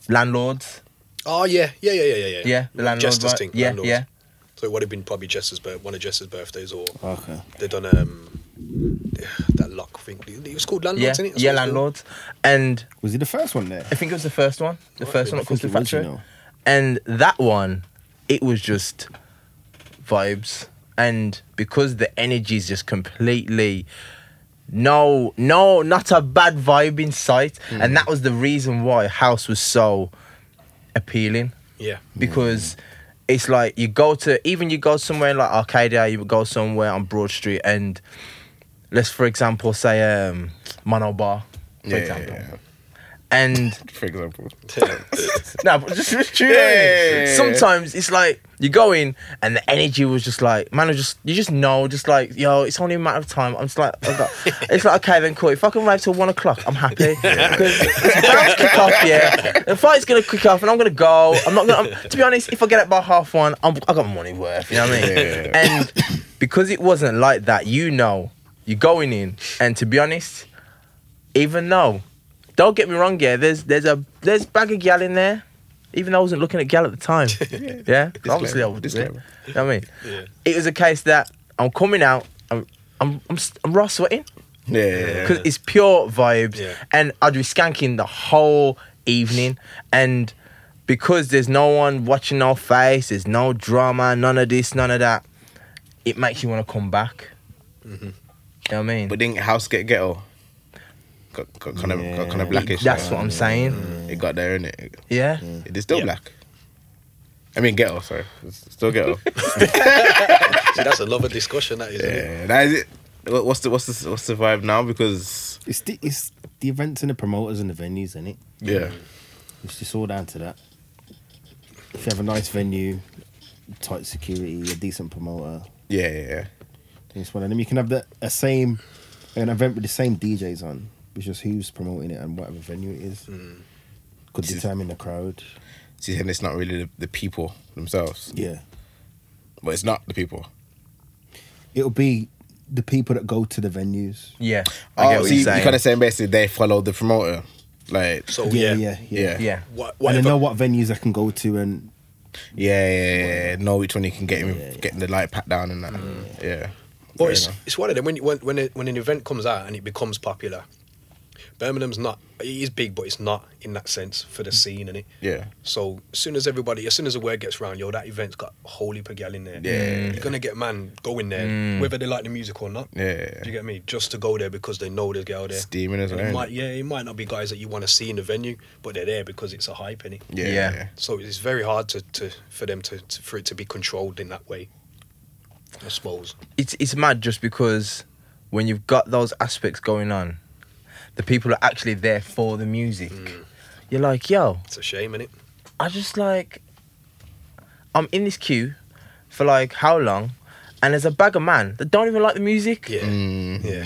[SPEAKER 3] landlords.
[SPEAKER 4] Oh yeah, yeah, yeah, yeah, yeah, yeah.
[SPEAKER 3] Yeah, the landlord.
[SPEAKER 4] Jester's
[SPEAKER 3] right?
[SPEAKER 4] thing.
[SPEAKER 3] Yeah,
[SPEAKER 4] landlords.
[SPEAKER 3] yeah.
[SPEAKER 4] So it would have been probably Jester's bir- one of Jester's birthdays, or
[SPEAKER 2] Okay.
[SPEAKER 4] they done um that lock thing. It was called landlords,
[SPEAKER 3] Yeah,
[SPEAKER 4] isn't it? That's
[SPEAKER 3] yeah,
[SPEAKER 4] what it's called.
[SPEAKER 3] landlords. And
[SPEAKER 2] Was he the first one there?
[SPEAKER 3] I think it was the first one. The
[SPEAKER 4] Right,
[SPEAKER 3] first one
[SPEAKER 4] I
[SPEAKER 3] at
[SPEAKER 2] think
[SPEAKER 3] Custard
[SPEAKER 2] it was,
[SPEAKER 3] Factory.
[SPEAKER 2] you know.
[SPEAKER 3] And that one, it was just vibes. And because the energy is just completely no, no, not a bad vibe in sight.
[SPEAKER 2] Hmm.
[SPEAKER 3] And that was the reason why House was so appealing
[SPEAKER 4] Yeah.
[SPEAKER 3] because it's like you go to even you go somewhere like Arcadia, you go somewhere on Broad Street, and let's for example say um Mono Bar, for
[SPEAKER 1] Yeah, yeah,
[SPEAKER 3] example,
[SPEAKER 1] yeah.
[SPEAKER 3] and
[SPEAKER 1] For example.
[SPEAKER 3] no, but just, just true.
[SPEAKER 1] Yeah, yeah, yeah,
[SPEAKER 3] Sometimes it's like you go in and the energy was just like, man, I just you just know, just like, yo, it's only a matter of time. I'm just like, I've got- it's like okay, then cool. If I can rave till one o'clock, I'm happy because it's about to kick off. Yeah, the fight's gonna kick off, and I'm gonna go. I'm not gonna. I'm, to be honest, if I get up by half one, I'm, I got my money worth. You know what I mean?
[SPEAKER 1] Yeah, yeah,
[SPEAKER 3] And because it wasn't like that, you know, you're going in, and to be honest, even though, don't get me wrong, yeah, there's there's a there's bag of gal in there. Even though I wasn't looking at gal at the time, yeah, obviously I was. Yeah.
[SPEAKER 1] Disclaimer.
[SPEAKER 3] You know what I mean,
[SPEAKER 4] Yeah.
[SPEAKER 3] it was a case that I'm coming out, I'm I'm I'm, s- I'm raw sweating
[SPEAKER 1] Yeah, yeah, yeah.
[SPEAKER 3] because it's pure vibes,
[SPEAKER 4] Yeah.
[SPEAKER 3] and I'd be skanking the whole evening, and because there's no one watching our face, there's no drama, none of this, none of that, it makes you want to come back.
[SPEAKER 4] Mm-hmm.
[SPEAKER 3] You know what I mean?
[SPEAKER 1] But didn't house get ghetto? Got, got kind of got kind of blackish.
[SPEAKER 3] That's
[SPEAKER 1] now.
[SPEAKER 3] what I'm saying.
[SPEAKER 1] It got there, innit? It,
[SPEAKER 3] Yeah.
[SPEAKER 1] it's still black. I mean ghetto, sorry. It's still ghetto.
[SPEAKER 4] See, that's a lovely discussion. That is. isn't it?
[SPEAKER 1] yeah, that is it. What- What's the what's the what's the vibe now? Because
[SPEAKER 2] It's the, it's the events and the promoters and the venues, isn't it?
[SPEAKER 1] yeah,
[SPEAKER 2] It's just all down to that. If you have a nice venue, tight security, a decent promoter,
[SPEAKER 1] yeah, yeah, yeah.
[SPEAKER 2] then it's one of them. You can have the a same an event with the same DJs on. It's just who's promoting it and whatever venue it is. Could
[SPEAKER 1] This is-
[SPEAKER 2] determine the crowd.
[SPEAKER 1] See, and it's not really the, the people themselves,
[SPEAKER 2] Yeah.
[SPEAKER 1] but it's not the people.
[SPEAKER 2] It'll be the people that go to the venues.
[SPEAKER 3] Yeah.
[SPEAKER 1] oh,
[SPEAKER 3] what
[SPEAKER 1] so
[SPEAKER 3] you're
[SPEAKER 1] you,
[SPEAKER 3] saying.
[SPEAKER 1] kind of saying basically they follow the promoter, like
[SPEAKER 4] So
[SPEAKER 2] yeah,
[SPEAKER 4] yeah.
[SPEAKER 2] yeah, yeah.
[SPEAKER 1] yeah, yeah,
[SPEAKER 3] Yeah.
[SPEAKER 4] What,
[SPEAKER 2] And
[SPEAKER 4] whatever.
[SPEAKER 2] they know what venues I can go to and
[SPEAKER 1] yeah, yeah, yeah. know which one you can get him,
[SPEAKER 2] Yeah, yeah.
[SPEAKER 1] getting the light pat down and that. Yeah, yeah.
[SPEAKER 4] Well,
[SPEAKER 1] Fair
[SPEAKER 4] it's,
[SPEAKER 1] enough.
[SPEAKER 4] it's one of them when you- when when, it, when an event comes out and it becomes popular. Birmingham's not it is big, but it's not in that sense for
[SPEAKER 2] Mm.
[SPEAKER 4] the scene, and it.
[SPEAKER 1] yeah.
[SPEAKER 4] So as soon as everybody, as soon as the word gets round, yo, that event's got a whole heap of gal in there.
[SPEAKER 1] Yeah. Mm.
[SPEAKER 4] you're gonna get man going there, whether they like the music or not.
[SPEAKER 1] Yeah.
[SPEAKER 4] do you get me? Just to go there because they know there's gal there.
[SPEAKER 1] Steaming as
[SPEAKER 4] And it
[SPEAKER 1] well, innit?
[SPEAKER 4] might- yeah, it might not be guys that you want to see in the venue, but they're there because it's a hype, innit?
[SPEAKER 1] Yeah.
[SPEAKER 3] Yeah.
[SPEAKER 1] yeah.
[SPEAKER 4] So it's very hard to, to for them to, to for it to be controlled in that way. I suppose.
[SPEAKER 3] it's it's mad just because when you've got those aspects going on, the people are actually there for the music.
[SPEAKER 4] Mm.
[SPEAKER 3] You're like, yo,
[SPEAKER 4] It's a shame, innit?
[SPEAKER 3] I just like I'm in this queue for like how long? And there's a bag of man that don't even like the music.
[SPEAKER 4] Yeah.
[SPEAKER 1] Mm.
[SPEAKER 4] Yeah.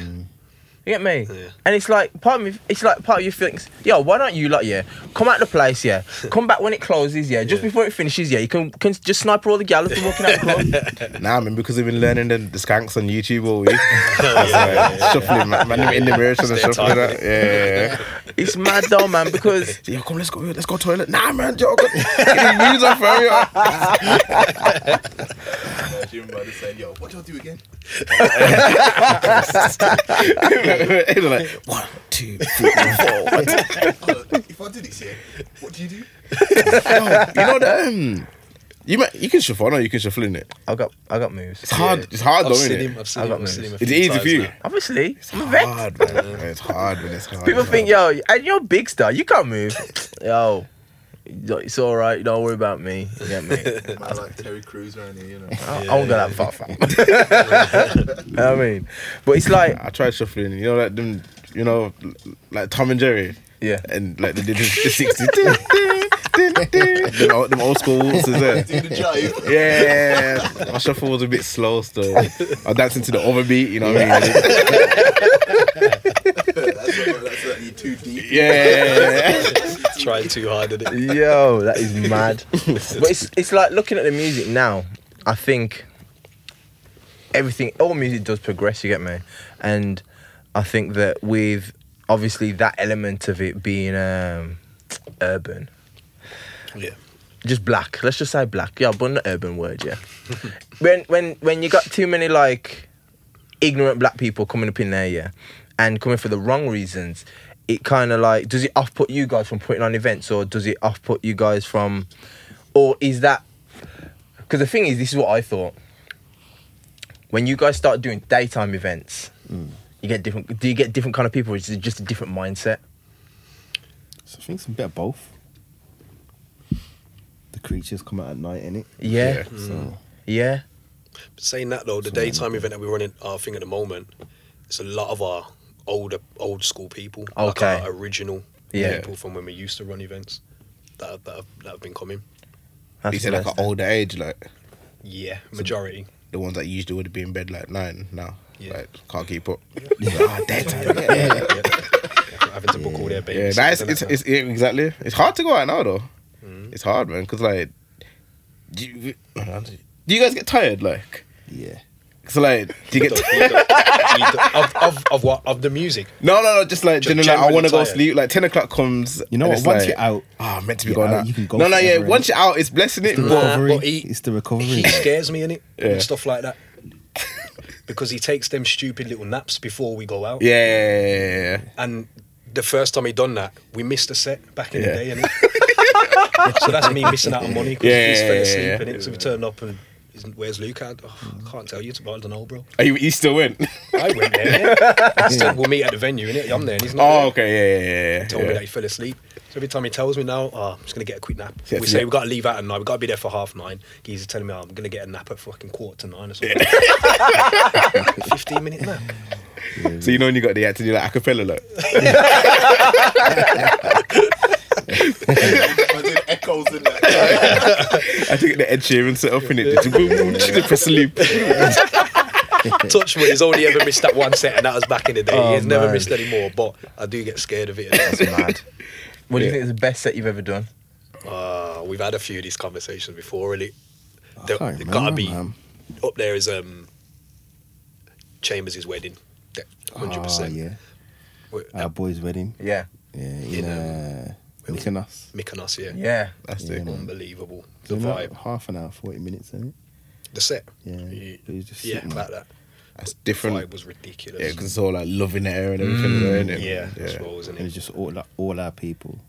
[SPEAKER 3] You get me?
[SPEAKER 4] Yeah.
[SPEAKER 3] And it's like part of me it's like part of you thinks, yo, why don't you like yeah, come out the place, yeah. Come back when it closes, yeah, just
[SPEAKER 4] Yeah.
[SPEAKER 3] before it finishes, yeah. You can, can just sniper all the gals from walking out the club.
[SPEAKER 1] Nah, man, because we've been learning the, the skanks on YouTube all week. That's right. Shuffling, man. man in the mirror trying to shuffle it out. Yeah, yeah, yeah.
[SPEAKER 3] It's mad though, man, because
[SPEAKER 1] So, yo, come, let's go, let's go toilet. Nah, man, yo, go. Get the music from you.
[SPEAKER 5] Nigerian brother said, yo, what y'all do again?
[SPEAKER 1] It was like, one, two, three, four. One, two.
[SPEAKER 5] Oh, if I do this here, what do you do?
[SPEAKER 1] You know that? Um, you ma- you can shuffle, no, you can shuffle in it.
[SPEAKER 3] I got I got moves.
[SPEAKER 1] It's hard. It's hard
[SPEAKER 4] I've
[SPEAKER 1] though,
[SPEAKER 4] seen
[SPEAKER 1] isn't
[SPEAKER 4] him.
[SPEAKER 1] it?
[SPEAKER 4] I've seen
[SPEAKER 3] I
[SPEAKER 4] him.
[SPEAKER 3] got
[SPEAKER 4] I've seen him. a
[SPEAKER 1] It's
[SPEAKER 4] few
[SPEAKER 1] easy
[SPEAKER 4] times
[SPEAKER 1] for you.
[SPEAKER 4] now.
[SPEAKER 3] Obviously, I'm a vet.
[SPEAKER 1] Hard, man. It's hard, man. It's hard.
[SPEAKER 3] People think, yo, and you're a big star, you can't move. yo, It's all right. Don't worry about me. You get me?
[SPEAKER 5] Man, like Terry Crews around here, you know.
[SPEAKER 3] I I won't go that far, fam. I mean, but it's like,
[SPEAKER 1] I tried shuffling. You know, like them. You know, like Tom and Jerry,
[SPEAKER 3] yeah,
[SPEAKER 1] and like they did the, the 60s. them, old, them old school waltzes there.
[SPEAKER 5] Do the jive.
[SPEAKER 1] Yeah, my shuffle was a bit slow still. I danced into the overbeat, you know what I mean?
[SPEAKER 5] That's
[SPEAKER 6] Oh,
[SPEAKER 5] not, that's not, you're too deep.
[SPEAKER 1] Yeah.
[SPEAKER 4] Trying too hard at it.
[SPEAKER 3] Yo, that is mad. but it's it's like looking at the music now. I think everything, all music does progress. You get me? And I think that with obviously that element of it being um, urban,
[SPEAKER 4] Yeah.
[SPEAKER 3] just black. Let's just say black. Yeah, but an urban word. Yeah. when when when you got too many like ignorant black people coming up in there, yeah, and coming for the wrong reasons, it kind of like does it off put you guys from putting on events, or does it off put you guys from, or is that? Because the thing is, this is what I thought. When you guys start doing daytime events, you get different. Do you get different kind of people? Or is it just a different mindset?
[SPEAKER 2] So I think it's a bit of both. The creatures come out at night, innit?
[SPEAKER 3] Yeah,
[SPEAKER 2] So
[SPEAKER 3] yeah.
[SPEAKER 4] Saying that though, the
[SPEAKER 2] Something like
[SPEAKER 4] daytime
[SPEAKER 2] that.
[SPEAKER 4] event that we're running, our thing at the moment, it's a lot of our older, old school people,
[SPEAKER 3] Okay.
[SPEAKER 4] like our original
[SPEAKER 3] Yeah.
[SPEAKER 4] people from when we used to run events that have, that have, that have been coming.
[SPEAKER 3] That's
[SPEAKER 1] You said like an
[SPEAKER 3] blessed.
[SPEAKER 1] older age, like
[SPEAKER 4] Yeah, majority.
[SPEAKER 1] the ones that usually would be in bed like nine now.
[SPEAKER 4] Yeah.
[SPEAKER 1] Like can't keep up. Ah, dead time. Yeah,
[SPEAKER 4] yeah. Having to book all their
[SPEAKER 1] yeah
[SPEAKER 4] babies.
[SPEAKER 1] nah, it's, it's, it's, yeah, exactly. It's hard to go out now though.
[SPEAKER 4] Mm.
[SPEAKER 1] It's hard, man, because like, do you, do you guys get tired? Like,
[SPEAKER 2] yeah.
[SPEAKER 1] so like, do you get
[SPEAKER 4] You don't- you don't- of, of, of what? Of the music.
[SPEAKER 1] no, no, no, just like,
[SPEAKER 4] Ge-
[SPEAKER 1] generally, like, I
[SPEAKER 4] generally
[SPEAKER 1] want to go
[SPEAKER 4] tired.
[SPEAKER 1] sleep. Like ten o'clock comes.
[SPEAKER 2] You know
[SPEAKER 1] and
[SPEAKER 2] what?
[SPEAKER 1] it's
[SPEAKER 2] Once
[SPEAKER 1] like,
[SPEAKER 2] you're out,
[SPEAKER 1] Ah, meant to be
[SPEAKER 2] you're
[SPEAKER 1] going
[SPEAKER 2] out,
[SPEAKER 1] out.
[SPEAKER 2] you can go
[SPEAKER 1] no, no, yeah.
[SPEAKER 2] forever,
[SPEAKER 1] Once you're out, it's blessing it.
[SPEAKER 4] Nah,
[SPEAKER 1] But
[SPEAKER 4] but he-
[SPEAKER 2] it's the recovery.
[SPEAKER 4] He scares me, innit?
[SPEAKER 1] Yeah.
[SPEAKER 4] And stuff like that. Because he takes them stupid little naps before we go out.
[SPEAKER 1] yeah,
[SPEAKER 4] And the first time he done that, we missed a set back in
[SPEAKER 1] Yeah.
[SPEAKER 4] the day, innit? so that's me missing out on money because
[SPEAKER 1] Yeah,
[SPEAKER 4] he's
[SPEAKER 1] yeah,
[SPEAKER 4] fell
[SPEAKER 1] yeah,
[SPEAKER 4] asleep,
[SPEAKER 1] yeah.
[SPEAKER 4] innit? So we turned up and, isn't- where's Luke? I, oh, I can't tell you, it's- I don't know, bro.
[SPEAKER 1] Are you, you still win?
[SPEAKER 4] I went there, innit? I said, we'll meet at the venue, innit? I'm there and he's not
[SPEAKER 1] oh,
[SPEAKER 4] there.
[SPEAKER 1] okay, yeah, yeah, yeah.
[SPEAKER 4] Told me
[SPEAKER 1] yeah.
[SPEAKER 4] that he fell asleep. So every time he tells me now, oh, I'm just gonna get a quick nap.
[SPEAKER 1] Yeah,
[SPEAKER 4] we
[SPEAKER 1] yeah.
[SPEAKER 4] say we've got to leave out at nine. We've got to be there for half nine. He's telling me oh, I'm gonna get a nap at fucking quarter to nine or something. Fifteen minute nap.
[SPEAKER 1] So you know when you got the act to do like acapella, like
[SPEAKER 5] I did echoes in that.
[SPEAKER 1] I took the Ed Sheeran set up in it. Did you boom, boom, just press sleep?
[SPEAKER 4] Touch wood. He's only ever missed that one set, and that was back in the day.
[SPEAKER 3] Oh,
[SPEAKER 4] he has never
[SPEAKER 3] man.
[SPEAKER 4] missed any more. But I do get scared of it.
[SPEAKER 3] That's mad. What do you
[SPEAKER 1] Yeah.
[SPEAKER 3] think is the best set you've ever done?
[SPEAKER 4] Uh, we've had a few of these conversations before, really. There,
[SPEAKER 2] can't
[SPEAKER 4] there gotta
[SPEAKER 2] remember,
[SPEAKER 4] be
[SPEAKER 2] man. Um,
[SPEAKER 4] up there is um, Chambers' wedding, hundred
[SPEAKER 2] Ah,
[SPEAKER 4] percent.
[SPEAKER 2] yeah. Our boy's wedding.
[SPEAKER 3] Yeah.
[SPEAKER 2] Yeah, in
[SPEAKER 4] In,
[SPEAKER 2] uh, Mykonos.
[SPEAKER 4] Mykonos, yeah,
[SPEAKER 3] Yeah.
[SPEAKER 1] That's
[SPEAKER 2] Yeah,
[SPEAKER 1] it.
[SPEAKER 2] man.
[SPEAKER 4] unbelievable. The
[SPEAKER 2] So about
[SPEAKER 4] vibe,
[SPEAKER 2] half an hour, forty minutes, isn't it?
[SPEAKER 4] the set,
[SPEAKER 2] Yeah. It was just
[SPEAKER 4] yeah,
[SPEAKER 2] sitting
[SPEAKER 4] about
[SPEAKER 2] there.
[SPEAKER 4] that.
[SPEAKER 1] That's
[SPEAKER 4] Vibe
[SPEAKER 1] different.
[SPEAKER 4] was ridiculous.
[SPEAKER 1] Yeah, because it's all like love in the air and everything, isn't it?
[SPEAKER 4] Yeah, that's
[SPEAKER 1] yeah.
[SPEAKER 4] what was in
[SPEAKER 2] It was
[SPEAKER 4] it.
[SPEAKER 2] just all like, all our people.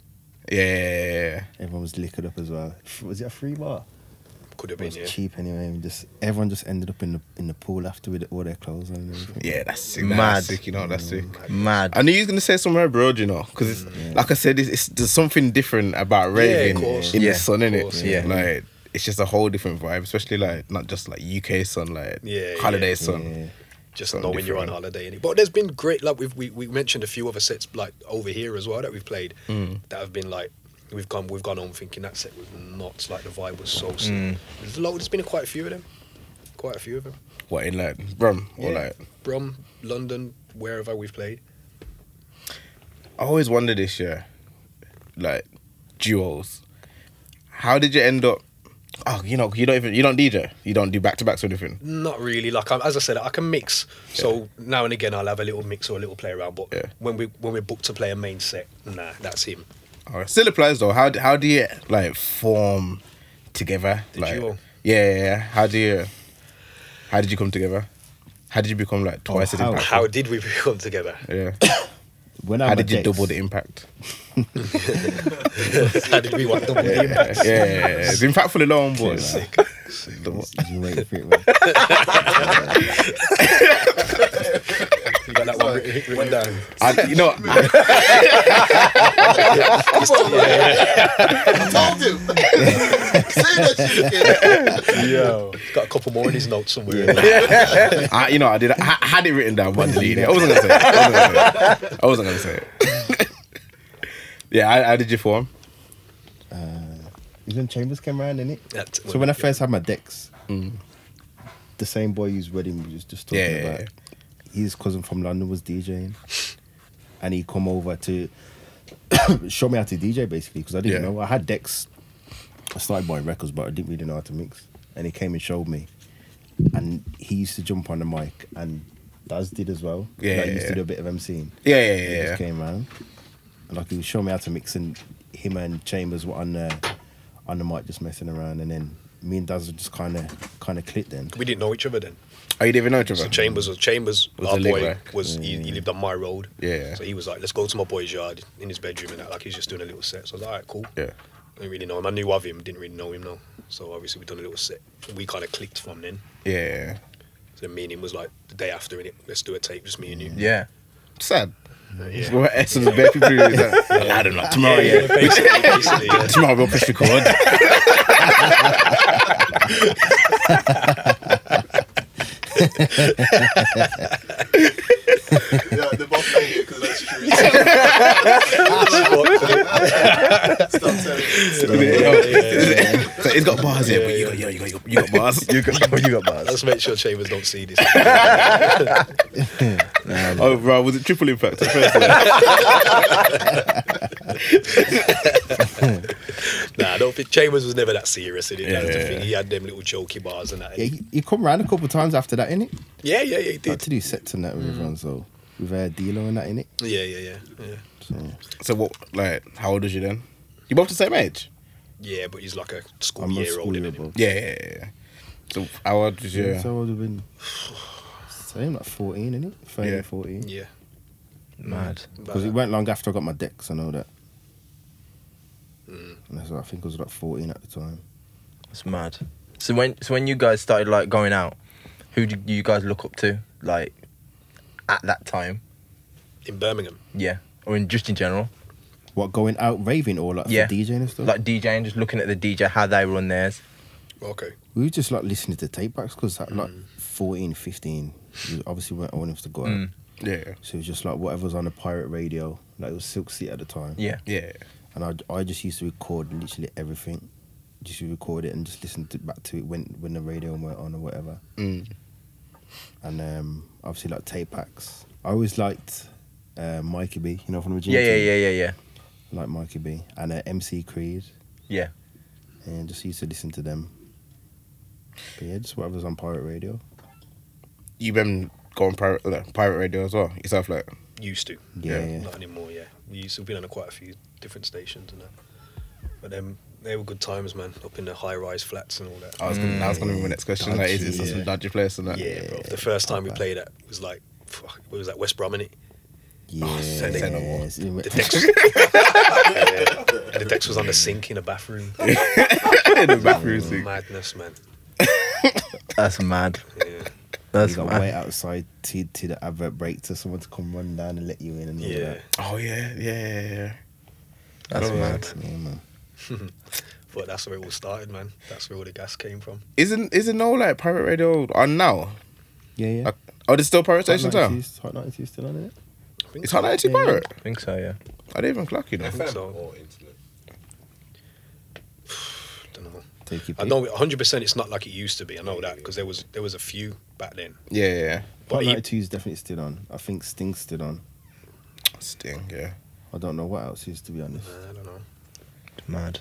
[SPEAKER 1] yeah.
[SPEAKER 2] Everyone was liquored up as well. Was it a free bar?
[SPEAKER 4] Could have
[SPEAKER 2] It
[SPEAKER 4] been,
[SPEAKER 2] was
[SPEAKER 4] yeah.
[SPEAKER 2] cheap anyway. And just everyone just ended up in the in the pool after with all their clothes on and everything.
[SPEAKER 1] Yeah, that's sick.
[SPEAKER 3] Mad.
[SPEAKER 1] That's sick, you know, that's sick.
[SPEAKER 4] Mm.
[SPEAKER 3] Mad.
[SPEAKER 1] I knew you was gonna say somewhere abroad, you know, because it's like I said, it's, it's there's something different about raving
[SPEAKER 4] course.
[SPEAKER 1] in
[SPEAKER 3] Yeah,
[SPEAKER 1] the sun, in
[SPEAKER 4] course,
[SPEAKER 1] it.
[SPEAKER 3] yeah.
[SPEAKER 1] like it's just a whole different vibe, especially like not just like UK sun, like
[SPEAKER 4] Yeah,
[SPEAKER 1] holiday
[SPEAKER 4] yeah.
[SPEAKER 1] sun.
[SPEAKER 2] Yeah.
[SPEAKER 4] Just
[SPEAKER 1] Something
[SPEAKER 4] knowing you're on
[SPEAKER 1] different.
[SPEAKER 4] holiday. innit? But there's been great, like, we've, we, we mentioned a few other sets, like, over here as well that we've played
[SPEAKER 1] Hmm.
[SPEAKER 4] that have been like, we've gone we've gone home thinking that set was nuts, like, the vibe was so sick.
[SPEAKER 1] Hmm.
[SPEAKER 4] There's, a lot, there's been quite a few of them. Quite a few of them.
[SPEAKER 1] What in like Brum or
[SPEAKER 4] Yeah.
[SPEAKER 1] like
[SPEAKER 4] Brom, London, wherever we've played.
[SPEAKER 1] I always wonder this year, like duos. How did you end up? Oh, you know, you don't even you don't DJ, you don't do back to backs or anything.
[SPEAKER 4] Not really. Like I'm, as I said, I can mix. So now and again, I'll have a little mix or a little play around. But
[SPEAKER 1] Yeah.
[SPEAKER 4] when we when we're booked to play a main set, nah, that's him.
[SPEAKER 1] All right. Oh, Still applies though. How d- how do you like form together?
[SPEAKER 4] The
[SPEAKER 1] like,
[SPEAKER 4] duo.
[SPEAKER 1] Yeah, yeah, yeah. How do you? How did you come together? How did you become like twice
[SPEAKER 2] how-
[SPEAKER 1] as impactful?
[SPEAKER 4] How did we come together?
[SPEAKER 1] yeah.
[SPEAKER 2] When
[SPEAKER 1] How
[SPEAKER 2] I'm
[SPEAKER 1] did
[SPEAKER 2] at
[SPEAKER 1] you
[SPEAKER 2] Dex-
[SPEAKER 1] double the impact?
[SPEAKER 4] How did we want double the impact?
[SPEAKER 1] Yeah, yeah, yeah. it's impactful alone, boys.
[SPEAKER 2] Just wait for it. man.
[SPEAKER 4] You got that one. Rick, Rick went down.
[SPEAKER 1] I, you know, I,
[SPEAKER 5] I told him. Say that shit again.
[SPEAKER 4] Yo, got a couple more in his notes somewhere. Yeah.
[SPEAKER 1] I, you know, I did. I ha- had it written down, but I deleted it. I wasn't gonna say it. I wasn't gonna say it. I wasn't gonna say it. yeah, I, I did your form.
[SPEAKER 2] Uh, Is when Chambers came around, innit? So when I first had my decks, the same boy whose wedding we was just talking
[SPEAKER 1] Mm. Yeah, yeah,
[SPEAKER 2] about, his cousin from London was DJing, and he come over to show me how to DJ basically because I didn't
[SPEAKER 1] Yeah.
[SPEAKER 2] know I had decks. I started buying records, but I didn't really know how to mix. And he came and showed me, and he used to jump on the mic, and Daz did as well.
[SPEAKER 1] Yeah,
[SPEAKER 2] like, he
[SPEAKER 1] yeah,
[SPEAKER 2] used
[SPEAKER 1] yeah.
[SPEAKER 2] to do a bit of MCing.
[SPEAKER 1] Yeah, yeah, yeah,
[SPEAKER 2] He
[SPEAKER 1] yeah.
[SPEAKER 2] just came around, and like he was showing me how to mix, and him and Chambers were on the on the mic just messing around, and then me and Daz were just kind of kind of clicked then.
[SPEAKER 4] We didn't know each other then.
[SPEAKER 1] Oh, you didn't even know each other.
[SPEAKER 4] So Chambers was Chambers.
[SPEAKER 1] Was
[SPEAKER 4] our
[SPEAKER 1] a
[SPEAKER 4] boy
[SPEAKER 1] Lickwick.
[SPEAKER 4] was he, he lived on my road.
[SPEAKER 1] Yeah.
[SPEAKER 4] So he was like, "Let's go to my boy's yard in his bedroom and that." Like he was just doing a little set. So I was like, "All right, cool."
[SPEAKER 1] Yeah.
[SPEAKER 4] I didn't really know him. I knew of him. Didn't really know him though. So obviously we done a little set. We kind of clicked from then.
[SPEAKER 1] Yeah.
[SPEAKER 4] So me and him was like the day after in it. Let's do a tape, just me and you.
[SPEAKER 3] Yeah.
[SPEAKER 1] Sad.
[SPEAKER 4] Yeah.
[SPEAKER 1] Well, Essence bare people who is like, I don't know. Tomorrow, yeah.
[SPEAKER 4] basically, basically, yeah.
[SPEAKER 1] Tomorrow we'll push record.
[SPEAKER 5] Yeah, they're both hate it because that's true. Stop telling it.
[SPEAKER 1] so it's got bars here, but you got, yo, you got, you got, you got bars.
[SPEAKER 3] You got, you got bars.
[SPEAKER 4] Let's make sure Chambers don't see this.
[SPEAKER 1] oh, bro, was it triple impact at first? Yeah.
[SPEAKER 4] nah, I don't think Chambers was never that serious. In it.
[SPEAKER 1] Yeah,
[SPEAKER 4] that was the
[SPEAKER 1] yeah,
[SPEAKER 4] thing. He had them little jokey bars and that.
[SPEAKER 2] Yeah, he, he come round a couple of times after that, innit?
[SPEAKER 4] yeah, yeah, yeah, he
[SPEAKER 2] Like
[SPEAKER 4] did.
[SPEAKER 2] to do sets and that with everyone, so with uh, D'Lo and that innit.
[SPEAKER 4] Yeah, yeah, yeah, yeah.
[SPEAKER 2] So
[SPEAKER 1] So what? Like, how old is you then? You both the same age?
[SPEAKER 4] Yeah, but he's like a school
[SPEAKER 2] I'm a
[SPEAKER 4] year
[SPEAKER 2] school
[SPEAKER 4] older
[SPEAKER 2] year
[SPEAKER 4] than him.
[SPEAKER 2] above.
[SPEAKER 1] Yeah, yeah, yeah. yeah. So how old was you?
[SPEAKER 2] So I would have been same like fourteen, innit? 13,
[SPEAKER 1] Yeah.
[SPEAKER 2] 14.
[SPEAKER 4] Yeah. uh,
[SPEAKER 3] Mad.
[SPEAKER 2] Because it went long after I got my decks, I know that. And that's what I think I was like 14 at the time.
[SPEAKER 3] It's mad. So when so when you guys started like going out, who did you guys look up to? Like at that time?
[SPEAKER 4] in Birmingham.
[SPEAKER 3] Yeah. Or in just in general?
[SPEAKER 2] What, going out raving or like for
[SPEAKER 3] Yeah.
[SPEAKER 2] DJing and stuff?
[SPEAKER 3] Like DJing, just looking at the DJ, how they run theirs.
[SPEAKER 4] Okay.
[SPEAKER 2] we were just like listening to tape backs because at like 14, 15, we obviously weren't old enough to go out.
[SPEAKER 3] Mm.
[SPEAKER 1] Yeah,
[SPEAKER 2] So it was just like whatever was on the pirate radio, like it was Silk Seat at the time.
[SPEAKER 3] Yeah.
[SPEAKER 1] yeah.
[SPEAKER 2] And I, I just used to record literally everything. Just record it and just listen to, back to it when, when the radio went on or whatever.
[SPEAKER 1] Mm.
[SPEAKER 2] and um, obviously like tape packs. I always liked uh, Mikey B, you know from the
[SPEAKER 3] Yeah,
[SPEAKER 2] Virginia.
[SPEAKER 3] yeah,
[SPEAKER 2] team.
[SPEAKER 3] yeah, yeah, yeah.
[SPEAKER 2] Like Mikey B and uh, MC Creed,
[SPEAKER 3] Yeah.
[SPEAKER 2] and just used to listen to them. But yeah, just whatever's on pirate radio.
[SPEAKER 1] You been going pirate, like, pirate radio as well yourself, like.
[SPEAKER 4] Used to.
[SPEAKER 2] Yeah,
[SPEAKER 1] Yeah.
[SPEAKER 2] yeah.
[SPEAKER 4] Not anymore, yeah. We used to be on quite a few different stations and that. But um, they were good times, man, up in the high rise flats and all that.
[SPEAKER 1] I was gonna, that was gonna be my next question. Like, is this
[SPEAKER 2] Dodgy,
[SPEAKER 1] some
[SPEAKER 2] yeah.
[SPEAKER 1] dodgy place and that?
[SPEAKER 4] yeah, bro. The first time we played that was like, fuck, it was at West Brom, innit?
[SPEAKER 2] Yeah,
[SPEAKER 1] say- say no more.
[SPEAKER 4] The decks, Yeah. the decks was on the sink in the bathroom.
[SPEAKER 1] in the bathroom sink.
[SPEAKER 4] Madness, man.
[SPEAKER 3] That's mad.
[SPEAKER 4] Yeah.
[SPEAKER 3] That's
[SPEAKER 2] you got to
[SPEAKER 3] mad.
[SPEAKER 2] wait outside to, to the advert break to someone to come run down and let you in and all
[SPEAKER 4] Yeah.
[SPEAKER 2] that.
[SPEAKER 1] Oh yeah, yeah, yeah, yeah.
[SPEAKER 3] That's
[SPEAKER 1] Oh, yeah.
[SPEAKER 3] mad.
[SPEAKER 2] Yeah, man.
[SPEAKER 4] But that's where it all started, man. That's where all the gas came from.
[SPEAKER 1] Isn't isn't no like pirate radio on now?
[SPEAKER 2] Yeah, yeah.
[SPEAKER 1] Like, oh, there's still pirate
[SPEAKER 2] Hot
[SPEAKER 1] stations now.
[SPEAKER 2] 90s Hot 90s still on it.
[SPEAKER 4] I think
[SPEAKER 1] It's
[SPEAKER 4] so.
[SPEAKER 1] hot eh? ninety
[SPEAKER 2] Yeah.
[SPEAKER 1] pirate.
[SPEAKER 3] I think so, yeah.
[SPEAKER 1] I didn't even clock you know.
[SPEAKER 6] FM
[SPEAKER 4] so.
[SPEAKER 6] or internet?
[SPEAKER 4] Don't know.
[SPEAKER 2] Take your
[SPEAKER 4] I
[SPEAKER 2] pick.
[SPEAKER 4] know 100% it's not like it used to be. I know that because there was there was a few back then.
[SPEAKER 1] Yeah, yeah, yeah.
[SPEAKER 2] Hot
[SPEAKER 4] But he-
[SPEAKER 2] 92 is definitely still on. I think Sting's still on.
[SPEAKER 1] Sting. Yeah.
[SPEAKER 2] I don't know what else is to be honest.
[SPEAKER 4] I don't know.
[SPEAKER 3] Mad.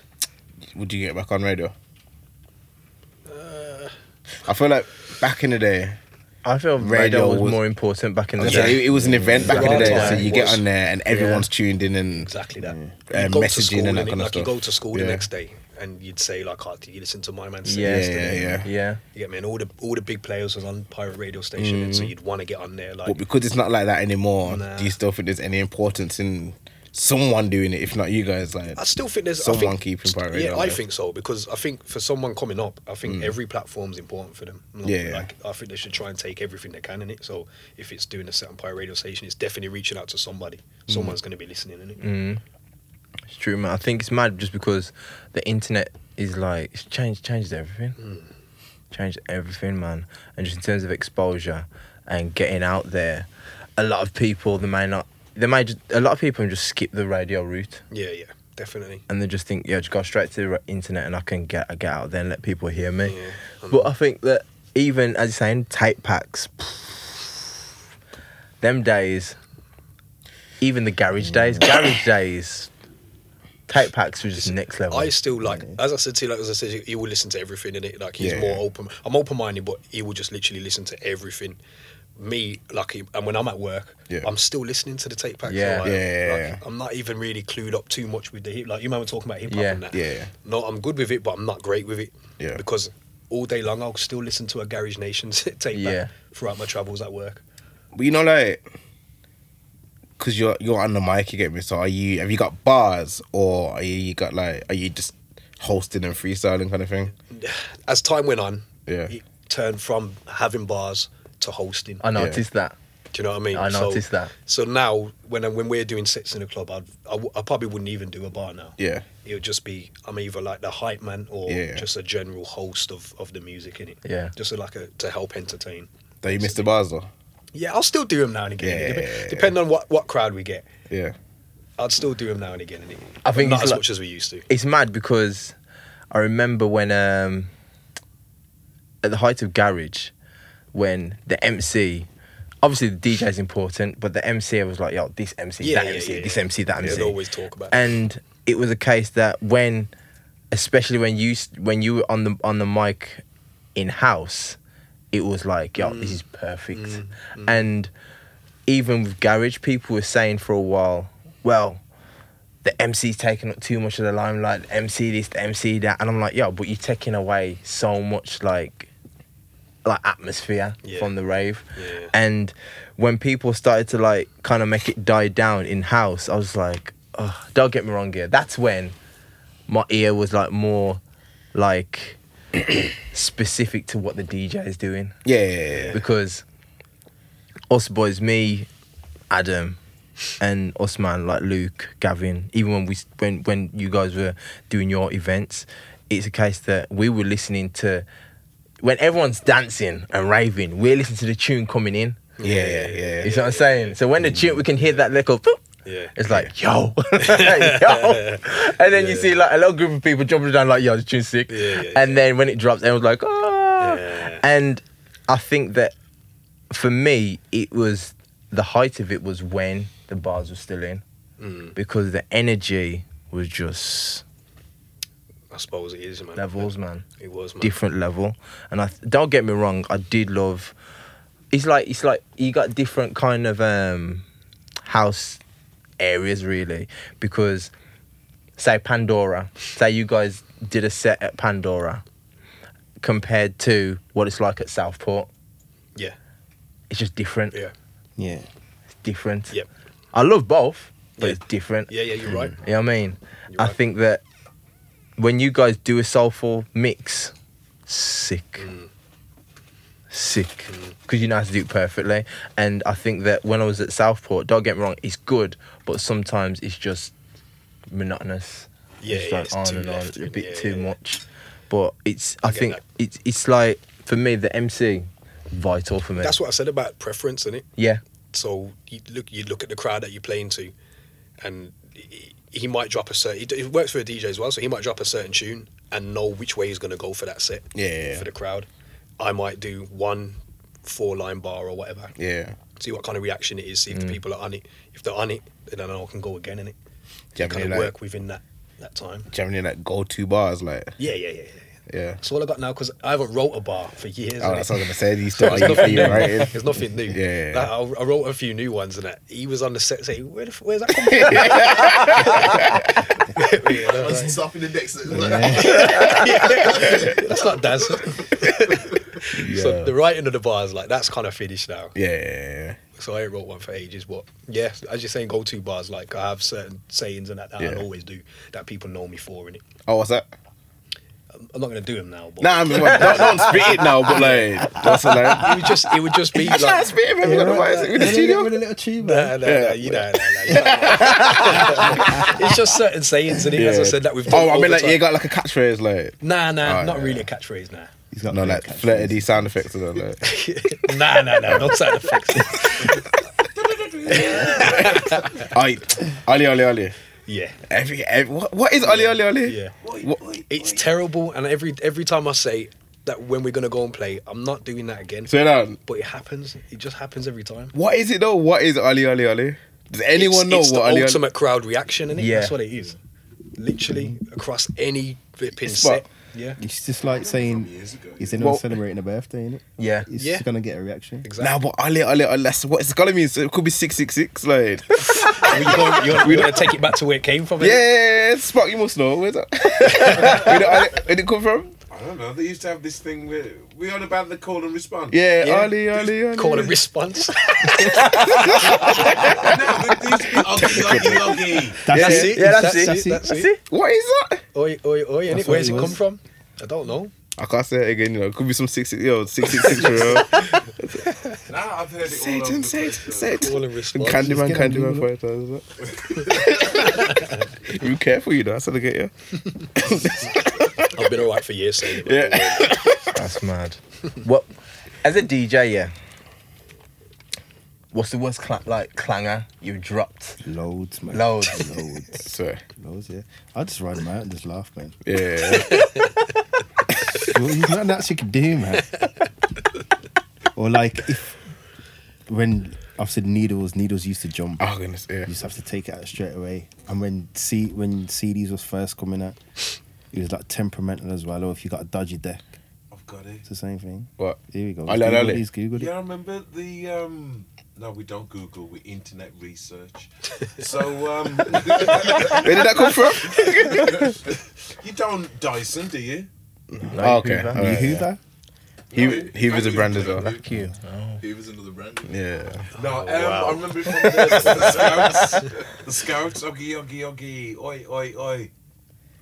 [SPEAKER 1] Would you get back on radio?
[SPEAKER 4] Uh,
[SPEAKER 1] I feel like back in the day,
[SPEAKER 3] I feel
[SPEAKER 1] Radio
[SPEAKER 3] radio, was,
[SPEAKER 1] was-
[SPEAKER 3] more important back in the
[SPEAKER 1] so
[SPEAKER 3] day.
[SPEAKER 1] it, it was an event back in the
[SPEAKER 4] Yeah.
[SPEAKER 1] day. So
[SPEAKER 4] Yeah.
[SPEAKER 1] you get on there and everyone's tuned in and
[SPEAKER 4] exactly that.
[SPEAKER 1] Uh,
[SPEAKER 4] You go to
[SPEAKER 1] messaging
[SPEAKER 4] school
[SPEAKER 1] and that
[SPEAKER 4] innit?
[SPEAKER 1] kind of
[SPEAKER 4] like you
[SPEAKER 1] stuff.
[SPEAKER 4] go to school
[SPEAKER 1] Yeah.
[SPEAKER 4] the next day and you'd say like, oh, did you listen to my man sing
[SPEAKER 3] Yeah,
[SPEAKER 4] yesterday?"
[SPEAKER 1] yeah, yeah.
[SPEAKER 3] yeah.
[SPEAKER 4] You get me? And all the all the big players was on pirate radio station,
[SPEAKER 1] Mm.
[SPEAKER 4] and so you'd want to get on there like
[SPEAKER 1] but because it's not like that anymore,
[SPEAKER 4] Nah.
[SPEAKER 1] do you still think there's any importance in someone doing it, if not you guys. Like,
[SPEAKER 4] I still think there's I
[SPEAKER 1] Someone
[SPEAKER 4] think,
[SPEAKER 1] keeping Pirate
[SPEAKER 4] Yeah,
[SPEAKER 1] Radio
[SPEAKER 4] I
[SPEAKER 1] alive.
[SPEAKER 4] think so because I think for someone coming up, I think every platform's important for them. Like,
[SPEAKER 1] Mm. Yeah, yeah.
[SPEAKER 4] like I think they should try and take everything they can in it. So if it's doing a set on pirate radio station, it's definitely reaching out to somebody.
[SPEAKER 1] Mm.
[SPEAKER 4] Someone's going to be listening in it.
[SPEAKER 3] Mm. It's true, man. I think it's mad just because the internet is like it's changed changed everything. Changed everything, man. And just in terms of exposure and getting out there, a lot of people they may not they may just a lot of people just skip the radio route
[SPEAKER 4] Yeah, yeah, definitely.
[SPEAKER 3] and they just think, yeah, just go straight to the re- internet and I can get I get out there and let people hear me.
[SPEAKER 4] Yeah, I
[SPEAKER 3] but I think that even as you're saying, tape packs them days even the garage days, garage days, tape packs were just next level.
[SPEAKER 4] I still like, as I said to you, like as I said, he- he will listen to everything in it. Like he's
[SPEAKER 1] Yeah,
[SPEAKER 4] more
[SPEAKER 1] yeah.
[SPEAKER 4] open. I'm open minded, but he will just literally listen to everything. Me, like, he- and when I'm at work,
[SPEAKER 1] Yeah.
[SPEAKER 4] I'm still listening to the tape packs.
[SPEAKER 3] Yeah.
[SPEAKER 4] like,
[SPEAKER 1] Yeah, yeah,
[SPEAKER 4] like,
[SPEAKER 1] yeah.
[SPEAKER 4] I'm not even really clued up too much with the hip. Like you man were talking about hip hop
[SPEAKER 3] Yeah.
[SPEAKER 4] and that.
[SPEAKER 1] Yeah, yeah.
[SPEAKER 4] No, I'm good with it, but I'm not great with it.
[SPEAKER 1] Yeah.
[SPEAKER 4] Because all day long, I'll still listen to a Garage Nations tape
[SPEAKER 3] Yeah.
[SPEAKER 4] back throughout my travels at work.
[SPEAKER 1] But you know, like, because you're you're on the mic, you get me. So are you? Have you got bars, or are you, you got like? Are you just hosting and freestyling kind of thing?
[SPEAKER 4] As time went on,
[SPEAKER 1] Yeah.
[SPEAKER 4] it turned from having bars to hosting.
[SPEAKER 3] I noticed that.
[SPEAKER 4] Do you know what I mean?
[SPEAKER 3] I noticed that.
[SPEAKER 4] So now, when I- when we're doing sets in the club, I'd, I, w- I probably wouldn't even do a bar now.
[SPEAKER 1] Yeah.
[SPEAKER 4] It would just be I'm either like the hype man or
[SPEAKER 1] Yeah.
[SPEAKER 4] just a general host of, of the music in it.
[SPEAKER 3] Yeah.
[SPEAKER 4] Just so like a, to help entertain.
[SPEAKER 1] That you missed the bars though.
[SPEAKER 4] Yeah, I'll still do them now and again.
[SPEAKER 1] Yeah,
[SPEAKER 4] Dep-
[SPEAKER 1] yeah, yeah,
[SPEAKER 4] Depending on what, what crowd we get,
[SPEAKER 1] Yeah.
[SPEAKER 4] I'd still do them now and again. innit?
[SPEAKER 3] I
[SPEAKER 4] But
[SPEAKER 3] think
[SPEAKER 4] not
[SPEAKER 3] it's
[SPEAKER 4] as
[SPEAKER 3] like-
[SPEAKER 4] much as we used to.
[SPEAKER 3] It's mad because I remember when um at the height of garage when the MC obviously the DJ is important, but the MC I was like, yo, this MC,
[SPEAKER 4] Yeah,
[SPEAKER 3] that
[SPEAKER 4] yeah,
[SPEAKER 3] MC,
[SPEAKER 4] yeah,
[SPEAKER 3] this
[SPEAKER 4] yeah.
[SPEAKER 3] MC, that
[SPEAKER 4] They'd
[SPEAKER 3] MC.
[SPEAKER 4] always talk about it.
[SPEAKER 3] And it was a case that when especially when you s- when you were on the on the mic in house, it was like, yo, this is perfect. And even with garage, people were saying for a while, well, the MC's taking up too much of the limelight, the MC this, the MC that, and I'm like, yo, but you're taking away so much like like atmosphere
[SPEAKER 4] Yeah.
[SPEAKER 3] from the rave.
[SPEAKER 4] Yeah.
[SPEAKER 3] And when people started to like kind of make it die down in house, I was like, Ugh, don't get me wrong here. That's when my ear was like more like specific to what the DJ is doing
[SPEAKER 1] Yeah. Yeah. yeah.
[SPEAKER 3] because us boys, me, Adam, and us man like Luke, Gavin. Even when we when when you guys were doing your events, it's a case that we were listening to when everyone's dancing and raving. We're listening to the tune coming in.
[SPEAKER 1] Yeah. Yeah. yeah.
[SPEAKER 3] You see what I'm saying? So when the tune, we can hear that little. boop,
[SPEAKER 4] Yeah.
[SPEAKER 3] It's like yo, yo, and then you see like a little group of people jumping down like yo, the tune's sick,
[SPEAKER 4] Yeah, yeah,
[SPEAKER 3] and then when it drops, everyone's like ah,
[SPEAKER 4] Yeah.
[SPEAKER 3] and I think that for me, it was the height of it was when the bars were still in
[SPEAKER 4] Mm,
[SPEAKER 3] because the energy was just
[SPEAKER 4] I suppose it is, man.
[SPEAKER 3] levels, man
[SPEAKER 4] It was, man.
[SPEAKER 3] different level. And I don't get me wrong, I did love. It's like it's like you got different kind of um house areas really because say Pandora, say you guys did a set at Pandora compared to what it's like at Southport.
[SPEAKER 4] Yeah.
[SPEAKER 3] It's just different.
[SPEAKER 4] Yeah.
[SPEAKER 2] Yeah.
[SPEAKER 3] It's different.
[SPEAKER 4] Yep.
[SPEAKER 3] I love both, but
[SPEAKER 4] Yeah.
[SPEAKER 3] it's different.
[SPEAKER 4] Yeah, yeah, you're right.
[SPEAKER 3] You know what I mean?
[SPEAKER 4] You're
[SPEAKER 3] I
[SPEAKER 4] right.
[SPEAKER 3] think that when you guys do a soulful mix, sick.
[SPEAKER 4] Mm.
[SPEAKER 3] Sick. Because you know how to do it perfectly. And I think that when I was at Southport, don't get me wrong, it's good, but sometimes it's just monotonous.
[SPEAKER 4] Yeah,
[SPEAKER 3] just
[SPEAKER 4] yeah,
[SPEAKER 3] like
[SPEAKER 4] it's
[SPEAKER 3] on
[SPEAKER 4] too
[SPEAKER 3] and
[SPEAKER 4] left,
[SPEAKER 3] on, a bit
[SPEAKER 4] yeah,
[SPEAKER 3] too
[SPEAKER 4] yeah.
[SPEAKER 3] much. But it's, I,
[SPEAKER 4] I get
[SPEAKER 3] think
[SPEAKER 4] that.
[SPEAKER 3] it's, it's like, for me, the MC, vital for me.
[SPEAKER 4] That's what I said about preference, innit?
[SPEAKER 3] yeah.
[SPEAKER 4] So you look, you look at the crowd that you're playing to, and he, he might drop a certain. It works for a DJ as well, so he might drop a certain tune and know which way he's going to go for that set.
[SPEAKER 1] Yeah, yeah, yeah.
[SPEAKER 4] For the crowd, I might do one four line bar or whatever.
[SPEAKER 1] Yeah. Mm.
[SPEAKER 4] See what kind of reaction it is. See if the people are on it. If they're on it, then I know I can go again in it.
[SPEAKER 1] Do you have
[SPEAKER 4] Kind
[SPEAKER 1] any
[SPEAKER 4] of
[SPEAKER 1] like,
[SPEAKER 4] work within that that time.
[SPEAKER 1] do you have any like go-to bars? Like,
[SPEAKER 4] Yeah, yeah, yeah. yeah.
[SPEAKER 1] yeah.
[SPEAKER 4] That's all I got now because I haven't wrote a bar for years.
[SPEAKER 1] Oh,
[SPEAKER 4] innit?
[SPEAKER 1] that's what I was gonna say. You still are you for your writing?
[SPEAKER 4] There's nothing new.
[SPEAKER 1] Yeah, yeah,
[SPEAKER 4] Like,
[SPEAKER 1] yeah.
[SPEAKER 4] I, I wrote a few new ones and that. He was on the set saying, Where the, f- where's that come from? Yeah,
[SPEAKER 5] I
[SPEAKER 4] that's
[SPEAKER 5] was
[SPEAKER 4] right.
[SPEAKER 5] stopping the next.
[SPEAKER 4] That's not Daz.
[SPEAKER 1] Yeah.
[SPEAKER 4] So the writing of the bars, like that's kind of finished now.
[SPEAKER 1] yeah.
[SPEAKER 4] So I ain't wrote one for ages, but yeah, as you're saying, go to bars. Like I have certain sayings and that, that
[SPEAKER 1] Yeah.
[SPEAKER 4] I always do that people know me for. And
[SPEAKER 1] Oh, what's that?
[SPEAKER 4] I'm not gonna do them now, but
[SPEAKER 1] Nah, I mean, well, don't, don't spit it now, but like, that's a like.
[SPEAKER 4] it would just it would just be
[SPEAKER 1] I can't
[SPEAKER 4] like.
[SPEAKER 1] spit it, man. Look at the way it's in the studio.
[SPEAKER 2] With a little tuba.
[SPEAKER 4] Nah, nah, nah, you know, nah, nah, you know. it's just certain sayings, and as I said, that we've done.
[SPEAKER 1] Oh, I
[SPEAKER 4] over
[SPEAKER 1] mean, like,
[SPEAKER 4] time.
[SPEAKER 1] you got like a catchphrase, like,
[SPEAKER 4] Nah, nah,
[SPEAKER 1] Oh,
[SPEAKER 4] not
[SPEAKER 1] yeah.
[SPEAKER 4] really a catchphrase, nah.
[SPEAKER 2] He's got
[SPEAKER 1] no,
[SPEAKER 2] no
[SPEAKER 1] like,
[SPEAKER 2] catch-
[SPEAKER 1] flirty sound effects and all that.
[SPEAKER 4] nah, nah, nah, not sound effects.
[SPEAKER 1] Aye, Ollie, Ollie, Ollie.
[SPEAKER 4] Yeah,
[SPEAKER 1] Every, every, what, what is Ollie, Ollie, Ollie?
[SPEAKER 4] yeah.
[SPEAKER 1] What,
[SPEAKER 4] It's terrible, and every every time I say that when we're gonna go and play, I'm not doing that again.
[SPEAKER 1] so now,
[SPEAKER 4] But it happens. It just happens every time.
[SPEAKER 1] what is it though? What is Ollie, Ollie, Ollie? Does anyone
[SPEAKER 4] it's,
[SPEAKER 1] know
[SPEAKER 4] it's
[SPEAKER 1] what
[SPEAKER 4] the
[SPEAKER 1] Ollie, Ollie?
[SPEAKER 4] ultimate crowd reaction, and
[SPEAKER 3] Yeah.
[SPEAKER 4] that's what it is. Literally across any flipping
[SPEAKER 1] It's what-
[SPEAKER 4] set. Yeah,
[SPEAKER 2] It's just like saying,
[SPEAKER 6] Years ago.
[SPEAKER 2] is anyone
[SPEAKER 1] Well-
[SPEAKER 2] celebrating a birthday, innit?
[SPEAKER 3] Yeah.
[SPEAKER 2] It's
[SPEAKER 4] Yeah.
[SPEAKER 2] just going to get a reaction.
[SPEAKER 4] exactly.
[SPEAKER 1] Now, but Ollie, Ollie, Ollie, that's what it's gonna mean. So it could be 666, like.
[SPEAKER 4] we go, you're, we're gonna take it back to where it came from. innit?
[SPEAKER 1] Yeah, Spock, you must know. Where's that? where, did, Ali- where did it come from?
[SPEAKER 6] I don't know. They used to have this thing where we on about the call and response.
[SPEAKER 1] Yeah,
[SPEAKER 4] Yeah.
[SPEAKER 1] Ali, Ali, Ali.
[SPEAKER 4] Call and response.
[SPEAKER 6] no, they used to be oggy, oggy, oggy.
[SPEAKER 2] That's
[SPEAKER 1] Yeah,
[SPEAKER 2] it.
[SPEAKER 1] it.
[SPEAKER 3] Yeah, that's, it.
[SPEAKER 4] That's it.
[SPEAKER 3] That's it.
[SPEAKER 1] What is that?
[SPEAKER 4] Oi, oi, oi! innit?
[SPEAKER 2] That's what
[SPEAKER 4] Where's
[SPEAKER 2] it
[SPEAKER 4] it come
[SPEAKER 2] was.
[SPEAKER 4] from? I don't know.
[SPEAKER 1] I can't say it again. You know, it could be some six six yo six six six year old.
[SPEAKER 6] Now I've heard it all over
[SPEAKER 1] Satan,
[SPEAKER 6] the place,
[SPEAKER 1] Satan,
[SPEAKER 6] though.
[SPEAKER 1] Satan.
[SPEAKER 4] Call and response.
[SPEAKER 1] Candyman,
[SPEAKER 2] Just get
[SPEAKER 1] Candyman, fighters. you careful, you know. That's how they get you.
[SPEAKER 4] I've been alright for years saying it. but
[SPEAKER 1] Yeah.
[SPEAKER 3] That's mad. what? As a DJ, yeah. What's the worst cla- like clanger you've dropped?
[SPEAKER 2] Loads, man.
[SPEAKER 3] Loads.
[SPEAKER 2] Loads.
[SPEAKER 1] Sorry.
[SPEAKER 2] Loads, yeah. I just ride them out and just laugh, man.
[SPEAKER 1] Yeah.
[SPEAKER 2] Well, There's nothing else you can do, man. or like if when I've said needles, needles used to jump.
[SPEAKER 1] Oh goodness. Yeah.
[SPEAKER 2] You just have to take it out straight away. And when C when CDs was first coming out, it was like temperamental as well. Or if you got a dodgy deck,
[SPEAKER 6] I've got it.
[SPEAKER 2] it's the same thing.
[SPEAKER 1] What?
[SPEAKER 2] Here we go.
[SPEAKER 1] I learned
[SPEAKER 2] Googled
[SPEAKER 1] early.
[SPEAKER 2] these, Googled it.
[SPEAKER 6] Yeah, I remember the. Um, no, we don't Google. We internet research. So um,
[SPEAKER 1] Where did that come from?
[SPEAKER 6] you don't Dyson, do you?
[SPEAKER 1] Oh, okay.
[SPEAKER 3] Hoover.
[SPEAKER 1] All right,
[SPEAKER 2] you
[SPEAKER 1] yeah.
[SPEAKER 2] Hoover?
[SPEAKER 1] He he was a brand as well.
[SPEAKER 3] Fuck you. Oh.
[SPEAKER 5] He was another brand.
[SPEAKER 1] Yeah.
[SPEAKER 6] No, um,
[SPEAKER 4] wow.
[SPEAKER 6] I remember it from the, the Scouts. The Scouts, oggy, oggy, oggy, oi, oi, oi.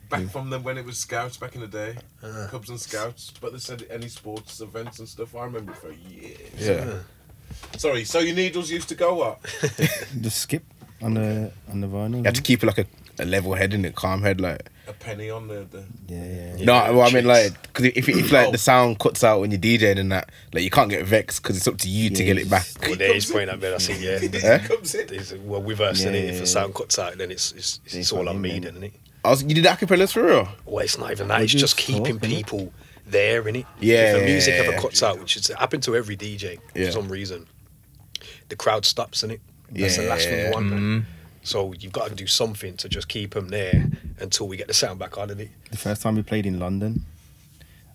[SPEAKER 6] Back from them when it was Scouts back in the day, Cubs and Scouts. But they said any sports events and stuff. I remember it for years.
[SPEAKER 1] Yeah.
[SPEAKER 6] Sorry. So your needles used to go up.
[SPEAKER 2] Just skip on the on the vinyl.
[SPEAKER 1] You have to keep like a, a level head in it, calm head, like.
[SPEAKER 6] A penny on the. the
[SPEAKER 2] Yeah, yeah. yeah.
[SPEAKER 1] No, well, I mean,
[SPEAKER 4] chicks.
[SPEAKER 1] like, because if, if like the sound cuts out when you're DJing and that, like, you can't get vexed because it's up to you to get it back.
[SPEAKER 4] Well, there is point that bit. I see. Yeah.
[SPEAKER 1] Eh?
[SPEAKER 6] comes in.
[SPEAKER 4] There's- well, with us,
[SPEAKER 2] Yeah,
[SPEAKER 4] innit?
[SPEAKER 2] yeah,
[SPEAKER 4] If
[SPEAKER 2] yeah.
[SPEAKER 4] a sound cuts out, then it's it's, it's,
[SPEAKER 2] It's
[SPEAKER 4] all
[SPEAKER 2] on
[SPEAKER 4] on
[SPEAKER 2] him,
[SPEAKER 4] me,
[SPEAKER 2] innit?
[SPEAKER 4] then, innit?
[SPEAKER 1] I was, you did acapellas for real?
[SPEAKER 4] Well, it's not even that.
[SPEAKER 2] Well,
[SPEAKER 4] It's
[SPEAKER 2] you
[SPEAKER 4] just
[SPEAKER 2] just
[SPEAKER 4] keeping
[SPEAKER 2] talk, innit?
[SPEAKER 4] people there, innit?
[SPEAKER 1] Yeah,
[SPEAKER 4] If
[SPEAKER 1] yeah,
[SPEAKER 4] the music
[SPEAKER 1] yeah,
[SPEAKER 4] ever
[SPEAKER 1] yeah.
[SPEAKER 4] cuts out, which has happened to every DJ
[SPEAKER 1] Yeah.
[SPEAKER 4] for some reason, the crowd stops, innit? That's the last thing
[SPEAKER 1] Yeah.
[SPEAKER 4] you want,
[SPEAKER 3] Mm-hmm.
[SPEAKER 4] man. So you've got to do something to just keep them there until we get the sound back on, innit?
[SPEAKER 2] The first time we played in London,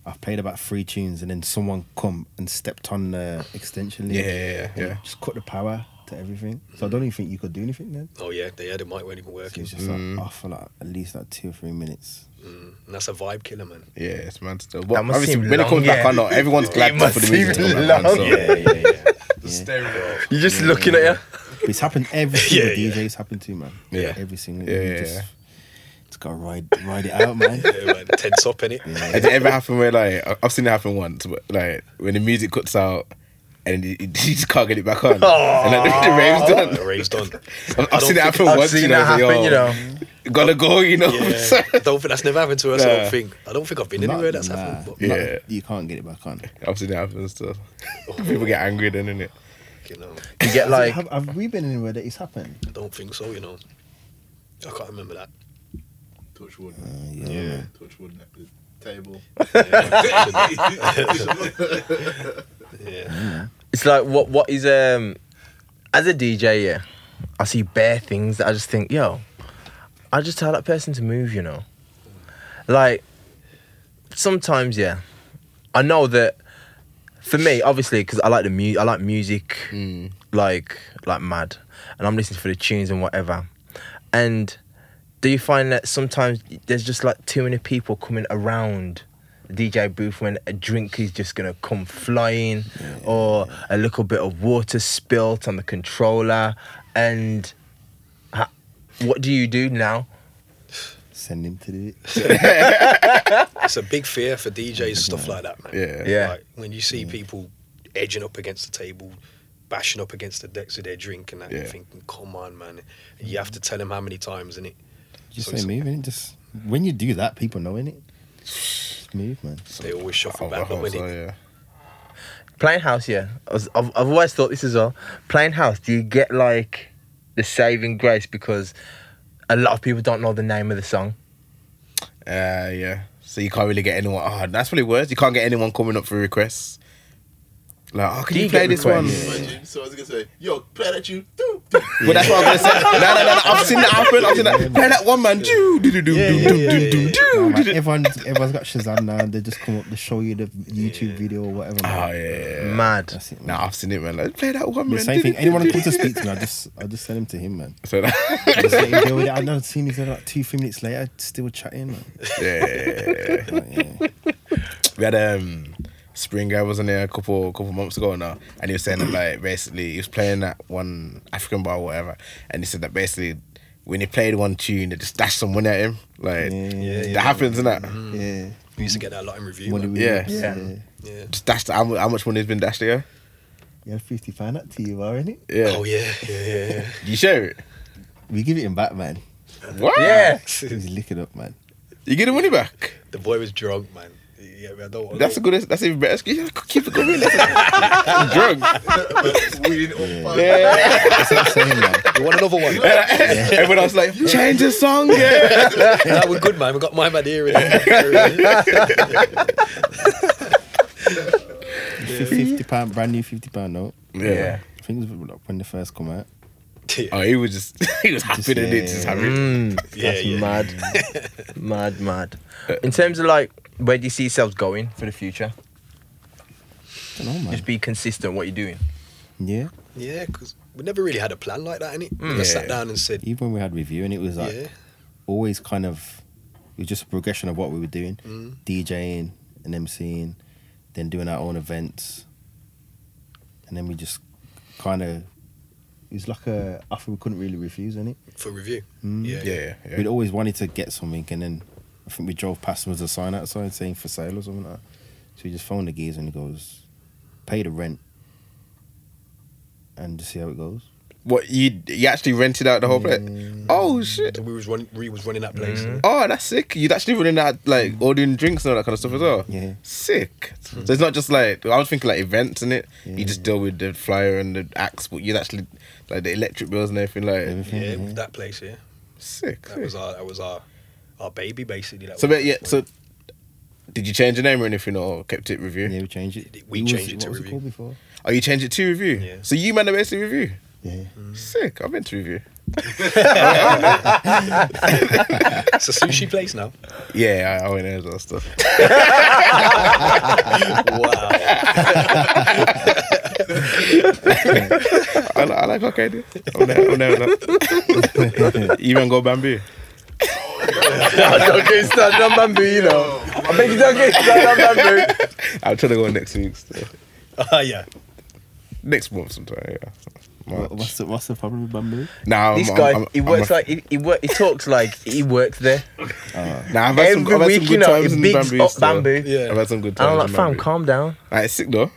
[SPEAKER 2] I've played about three tunes, and then someone come and stepped on the extension. lead.
[SPEAKER 1] Yeah, yeah, yeah, yeah.
[SPEAKER 2] Just cut the power to everything. So I don't even think you could do anything then.
[SPEAKER 4] Oh yeah, the yeah, the mic weren't even working.
[SPEAKER 2] It's just like off for like at least like two or three minutes.
[SPEAKER 4] And that's a vibe killer, man.
[SPEAKER 1] Yeah, it's mad still. But
[SPEAKER 3] That must
[SPEAKER 1] obviously,
[SPEAKER 3] seem
[SPEAKER 1] when it
[SPEAKER 3] long,
[SPEAKER 1] comes back
[SPEAKER 3] yeah.
[SPEAKER 1] on, though, everyone's glad
[SPEAKER 3] must
[SPEAKER 1] for the music to
[SPEAKER 3] seem
[SPEAKER 1] come back on.
[SPEAKER 3] long,
[SPEAKER 1] So.
[SPEAKER 3] yeah.
[SPEAKER 2] yeah.
[SPEAKER 6] The stereo.
[SPEAKER 3] You're just looking at you.
[SPEAKER 2] But it's happened every
[SPEAKER 4] Yeah,
[SPEAKER 2] single
[SPEAKER 4] yeah.
[SPEAKER 2] DJ. It's happened to man.
[SPEAKER 1] Yeah.
[SPEAKER 2] every single.
[SPEAKER 1] Yeah,
[SPEAKER 2] you
[SPEAKER 1] yeah,
[SPEAKER 2] just,
[SPEAKER 1] yeah.
[SPEAKER 2] Just gotta ride ride it out, man.
[SPEAKER 4] Yeah, man, tense up in it.
[SPEAKER 1] Has it ever happened where, like, I- I've seen it happen once, but, like, when the music cuts out and you, you just can't get it back on? And like, the, the rave's
[SPEAKER 4] Oh,
[SPEAKER 1] done.
[SPEAKER 4] the rave's done.
[SPEAKER 1] I've,
[SPEAKER 4] I
[SPEAKER 1] I've seen it
[SPEAKER 4] don't
[SPEAKER 1] happen
[SPEAKER 4] think
[SPEAKER 3] I've
[SPEAKER 1] once, you
[SPEAKER 3] seen
[SPEAKER 1] know,
[SPEAKER 3] that
[SPEAKER 1] it's like,
[SPEAKER 3] happen, you
[SPEAKER 1] yo,
[SPEAKER 3] know.
[SPEAKER 1] Gotta go, you know.
[SPEAKER 4] Yeah, I don't think that's never happened to us. I
[SPEAKER 1] Nah.
[SPEAKER 4] don't think. I don't think I've been anywhere that's
[SPEAKER 2] Nah,
[SPEAKER 4] happened. But,
[SPEAKER 2] nah,
[SPEAKER 1] Yeah.
[SPEAKER 2] you can't get it back on.
[SPEAKER 1] I've seen it happen and stuff. People get angry then, innit?
[SPEAKER 4] you know,
[SPEAKER 3] You get like
[SPEAKER 2] have, have we been anywhere that it's happened?
[SPEAKER 4] I don't think so. You know, I can't remember that.
[SPEAKER 5] Touch wood.
[SPEAKER 2] yeah.
[SPEAKER 5] Touch wood. The table.
[SPEAKER 4] Yeah,
[SPEAKER 3] it's like what what is um as a DJ, yeah, I see bare things that I just think, yo, I just tell that person to move, you know. Like sometimes, yeah, I know that for me, obviously, because I like the mu- I like music, like like mad, and I'm listening for the tunes and whatever. And do you find that sometimes there's just like too many people coming around DJ booth when a drink is just gonna come flying, or a little bit of water spilt on the controller, and ha- what do you do now?
[SPEAKER 2] Send him to the.
[SPEAKER 4] It's a big fear for DJs, stuff like that, man.
[SPEAKER 1] Yeah.
[SPEAKER 3] Yeah.
[SPEAKER 4] Like, when you see people edging up against the table, bashing up against the decks of their drink and that,
[SPEAKER 1] Yeah.
[SPEAKER 4] you're thinking, come on, man. And you have to tell them how many times, innit?
[SPEAKER 2] Just
[SPEAKER 4] So
[SPEAKER 2] say
[SPEAKER 4] it's-
[SPEAKER 2] move in. Just when you do that, people know in it. Just move, man.
[SPEAKER 4] They always shuffle back up,
[SPEAKER 1] Oh, so,
[SPEAKER 4] innit?
[SPEAKER 1] yeah.
[SPEAKER 3] Plain House, yeah. I was- I've, I've always thought this as well. Plain House, do you get like the saving grace because a lot of people don't know the name of the song?
[SPEAKER 1] Uh, yeah. So you can't really get anyone. Oh, that's really worse. You can't get anyone coming up for requests. Like, oh, can
[SPEAKER 3] Do
[SPEAKER 1] you,
[SPEAKER 3] you
[SPEAKER 1] play
[SPEAKER 3] get
[SPEAKER 1] this
[SPEAKER 3] requests?
[SPEAKER 1] one?
[SPEAKER 5] Imagine, so I was gonna say, yo, play that you. Do, do.
[SPEAKER 1] But that's what I'm gonna say. No, no, no, no. I've seen that happen. I've seen that. Play that one, man. Do do do do
[SPEAKER 2] Yeah,
[SPEAKER 1] do
[SPEAKER 2] yeah,
[SPEAKER 1] do
[SPEAKER 2] yeah,
[SPEAKER 1] do do
[SPEAKER 2] Nah,
[SPEAKER 1] do.
[SPEAKER 2] man, everyone's, everyone's got Shazam now. and They just come up to show you the YouTube video or whatever.
[SPEAKER 1] Oh
[SPEAKER 2] man.
[SPEAKER 1] yeah.
[SPEAKER 3] Mad.
[SPEAKER 2] That's it. Man.
[SPEAKER 1] Nah, I've seen it, man. Like, play that one,
[SPEAKER 2] The
[SPEAKER 1] man.
[SPEAKER 2] same thing. Anyone who comes to speak to me, I just I just send him to him, man.
[SPEAKER 1] So that,
[SPEAKER 2] Just let him deal with it. I know. Seen he's like two, three minutes later, still chatting. Man.
[SPEAKER 1] yeah.
[SPEAKER 2] Like, yeah.
[SPEAKER 1] We had um Spring Guy wasn't there a couple couple months ago now, and he was saying that like basically he was playing that one African bar or whatever, and he said that basically when he played one tune, they just dashed some money at him. Like
[SPEAKER 2] Yeah, yeah, Mm-hmm.
[SPEAKER 1] that happens, innit?
[SPEAKER 2] yeah.
[SPEAKER 4] We used to get that a lot in review.
[SPEAKER 2] What do
[SPEAKER 4] Man.
[SPEAKER 2] we-
[SPEAKER 1] Yeah.
[SPEAKER 2] yeah.
[SPEAKER 4] Yeah.
[SPEAKER 1] Just dashed how, mu- how much money's been dashed here?
[SPEAKER 2] Yeah, fifty pound up to you, are not it?
[SPEAKER 1] Yeah,
[SPEAKER 4] Oh, yeah, yeah, yeah, yeah.
[SPEAKER 1] you share it.
[SPEAKER 2] We give it him back, man.
[SPEAKER 1] What?
[SPEAKER 3] Yeah.
[SPEAKER 2] He's licking up, man.
[SPEAKER 1] you get the money back.
[SPEAKER 4] The boy was drunk, man. Yeah, I don't want
[SPEAKER 1] That's a good. That's even better. Yeah, keep it going. That's I'm drunk.
[SPEAKER 5] We didn't all find
[SPEAKER 1] Yeah.
[SPEAKER 2] That's what I'm saying, man.
[SPEAKER 4] You want another one?
[SPEAKER 1] Everyone else like change the song. Yeah.
[SPEAKER 4] no, we're good, man. We got my man here. innit?
[SPEAKER 2] Fifty pound, brand new fifty pound note.
[SPEAKER 1] Yeah.
[SPEAKER 2] I think it was like when they first come out.
[SPEAKER 1] Oh, he was just he was happy that it's just happy.
[SPEAKER 3] Mm,
[SPEAKER 4] Yeah,
[SPEAKER 3] that's
[SPEAKER 4] yeah.
[SPEAKER 3] mad. mad, mad. In terms of like, where do you see yourselves going for the future?
[SPEAKER 2] I don't know, man.
[SPEAKER 3] Just be consistent what you're doing.
[SPEAKER 2] Yeah.
[SPEAKER 4] Yeah, because we never really had a plan like that, innit? We never
[SPEAKER 1] Yeah.
[SPEAKER 4] sat down and said,
[SPEAKER 2] Even when we had review, and it was like
[SPEAKER 4] yeah,
[SPEAKER 2] always kind of it was just a progression of what we were doing,
[SPEAKER 4] Mm.
[SPEAKER 2] DJing and MCing, then doing our own events, and then we just kind of it was like a offer we couldn't really refuse, innit?
[SPEAKER 4] for review.
[SPEAKER 2] Mm.
[SPEAKER 4] Yeah, yeah.
[SPEAKER 1] Yeah. yeah.
[SPEAKER 2] We'd always wanted to get something, and then I think we drove past and was a sign outside saying for sale or something like that. So we just phoned the geezer and he goes, pay the rent and just see how it goes.
[SPEAKER 1] What you you actually rented out the whole place?
[SPEAKER 2] Mm.
[SPEAKER 1] Oh shit!
[SPEAKER 4] So we was running, we was running that place. innit?
[SPEAKER 1] Oh, that's sick. You'd actually running out like ordering drinks and all that kind of stuff as well.
[SPEAKER 2] Yeah.
[SPEAKER 1] Sick. So it's not just like I was thinking like events and it. You
[SPEAKER 2] Yeah.
[SPEAKER 1] just deal with the flyer and the axe, but you'd actually like the electric bills and everything like
[SPEAKER 2] Everything.
[SPEAKER 4] Yeah,
[SPEAKER 2] yeah.
[SPEAKER 4] that place. Yeah,
[SPEAKER 1] sick.
[SPEAKER 4] that
[SPEAKER 1] sick.
[SPEAKER 4] was our that was our our baby basically. That
[SPEAKER 1] so
[SPEAKER 4] was
[SPEAKER 1] but, yeah. So did you change your name or anything or kept it review?
[SPEAKER 2] Yeah, we changed it.
[SPEAKER 4] We
[SPEAKER 2] It was-
[SPEAKER 4] changed it to
[SPEAKER 2] what was
[SPEAKER 4] review.
[SPEAKER 2] it called before?
[SPEAKER 1] Oh, you changed it to review.
[SPEAKER 4] Yeah.
[SPEAKER 1] So you man are basically review.
[SPEAKER 2] Yeah.
[SPEAKER 1] Sick. I've been to review.
[SPEAKER 4] it's a sushi place now.
[SPEAKER 1] Yeah, I, I went there as well. Stuff.
[SPEAKER 4] wow.
[SPEAKER 1] I, li- I like okay. I went there. I went there a lot. you man go bamboo.
[SPEAKER 3] don't get started on bamboo, you know. I think you don't get started on bamboo.
[SPEAKER 1] I'm trying to go next week. Still.
[SPEAKER 4] Ah, yeah.
[SPEAKER 1] next month sometime. Yeah.
[SPEAKER 2] What, what's, the, what's the problem with bamboo?
[SPEAKER 1] Now
[SPEAKER 3] This guy, he works like he, he, work, he talks like he works there.
[SPEAKER 1] nah, I've had some,
[SPEAKER 3] Every
[SPEAKER 1] I've had some
[SPEAKER 3] week,
[SPEAKER 1] good
[SPEAKER 3] you know,
[SPEAKER 1] times
[SPEAKER 3] he
[SPEAKER 1] in
[SPEAKER 3] bigs
[SPEAKER 1] bamboo.
[SPEAKER 3] up
[SPEAKER 1] still.
[SPEAKER 3] bamboo.
[SPEAKER 4] Yeah.
[SPEAKER 1] I've had some good
[SPEAKER 3] And
[SPEAKER 1] times.
[SPEAKER 3] I'm like,
[SPEAKER 1] in
[SPEAKER 3] fam,
[SPEAKER 1] Bamboo.
[SPEAKER 3] calm down.
[SPEAKER 1] Like, it's sick though.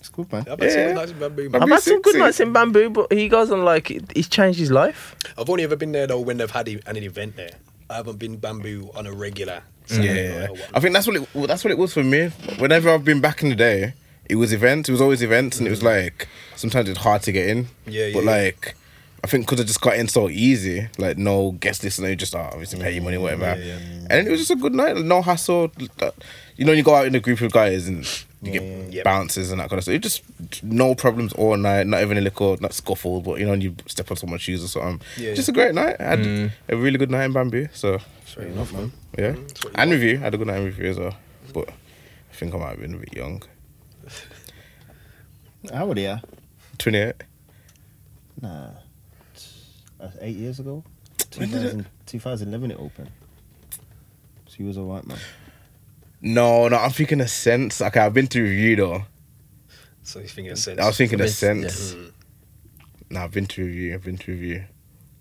[SPEAKER 2] It's good, man.
[SPEAKER 4] I've had some
[SPEAKER 1] Yeah.
[SPEAKER 4] nice bamboo, man.
[SPEAKER 1] Bamboo.
[SPEAKER 3] I've had some good
[SPEAKER 1] sick.
[SPEAKER 3] nights in bamboo, but he goes on like it- he's changed his life.
[SPEAKER 4] I've only ever been there though when they've had e- an event there. I haven't been bamboo on a regular. Saturday
[SPEAKER 1] Yeah,
[SPEAKER 4] night or whatnot.
[SPEAKER 1] I think that's what it. well, That's what it was for me. Whenever I've been back in the day, it was events. It was always events, and it was like sometimes it's hard to get in.
[SPEAKER 4] Mm. Yeah, yeah,
[SPEAKER 1] But
[SPEAKER 4] yeah.
[SPEAKER 1] like, I think because I just got in so easy, like no guest list, and you just oh, obviously pay your money, whatever.
[SPEAKER 4] Mm, yeah.
[SPEAKER 1] And it was just a good night, no hassle. uh, You know, you go out in a group of guys and. You get
[SPEAKER 4] yeah.
[SPEAKER 1] bounces and that kind of stuff. It just no problems all night. Not even a little, not scuffle, but you know, you step on someone's shoes or something.
[SPEAKER 4] Yeah,
[SPEAKER 1] just
[SPEAKER 4] yeah.
[SPEAKER 1] a great night. I had a really good night in Bamboo. So
[SPEAKER 2] Fair enough, man.
[SPEAKER 1] yeah.
[SPEAKER 4] that's what you
[SPEAKER 1] and review. I had a good night in review as well. But I think I might have been a bit young.
[SPEAKER 2] How old are you?
[SPEAKER 1] 28.
[SPEAKER 2] Nah. That's eight years ago. 2000, 2011 it opened. So you was alright, man.
[SPEAKER 1] No, no, I'm thinking of sense. Okay, I've been through review though.
[SPEAKER 4] So you think it's sense?
[SPEAKER 1] I was thinking of
[SPEAKER 3] Yes,
[SPEAKER 1] sense. No, I've been through review. I've been through review.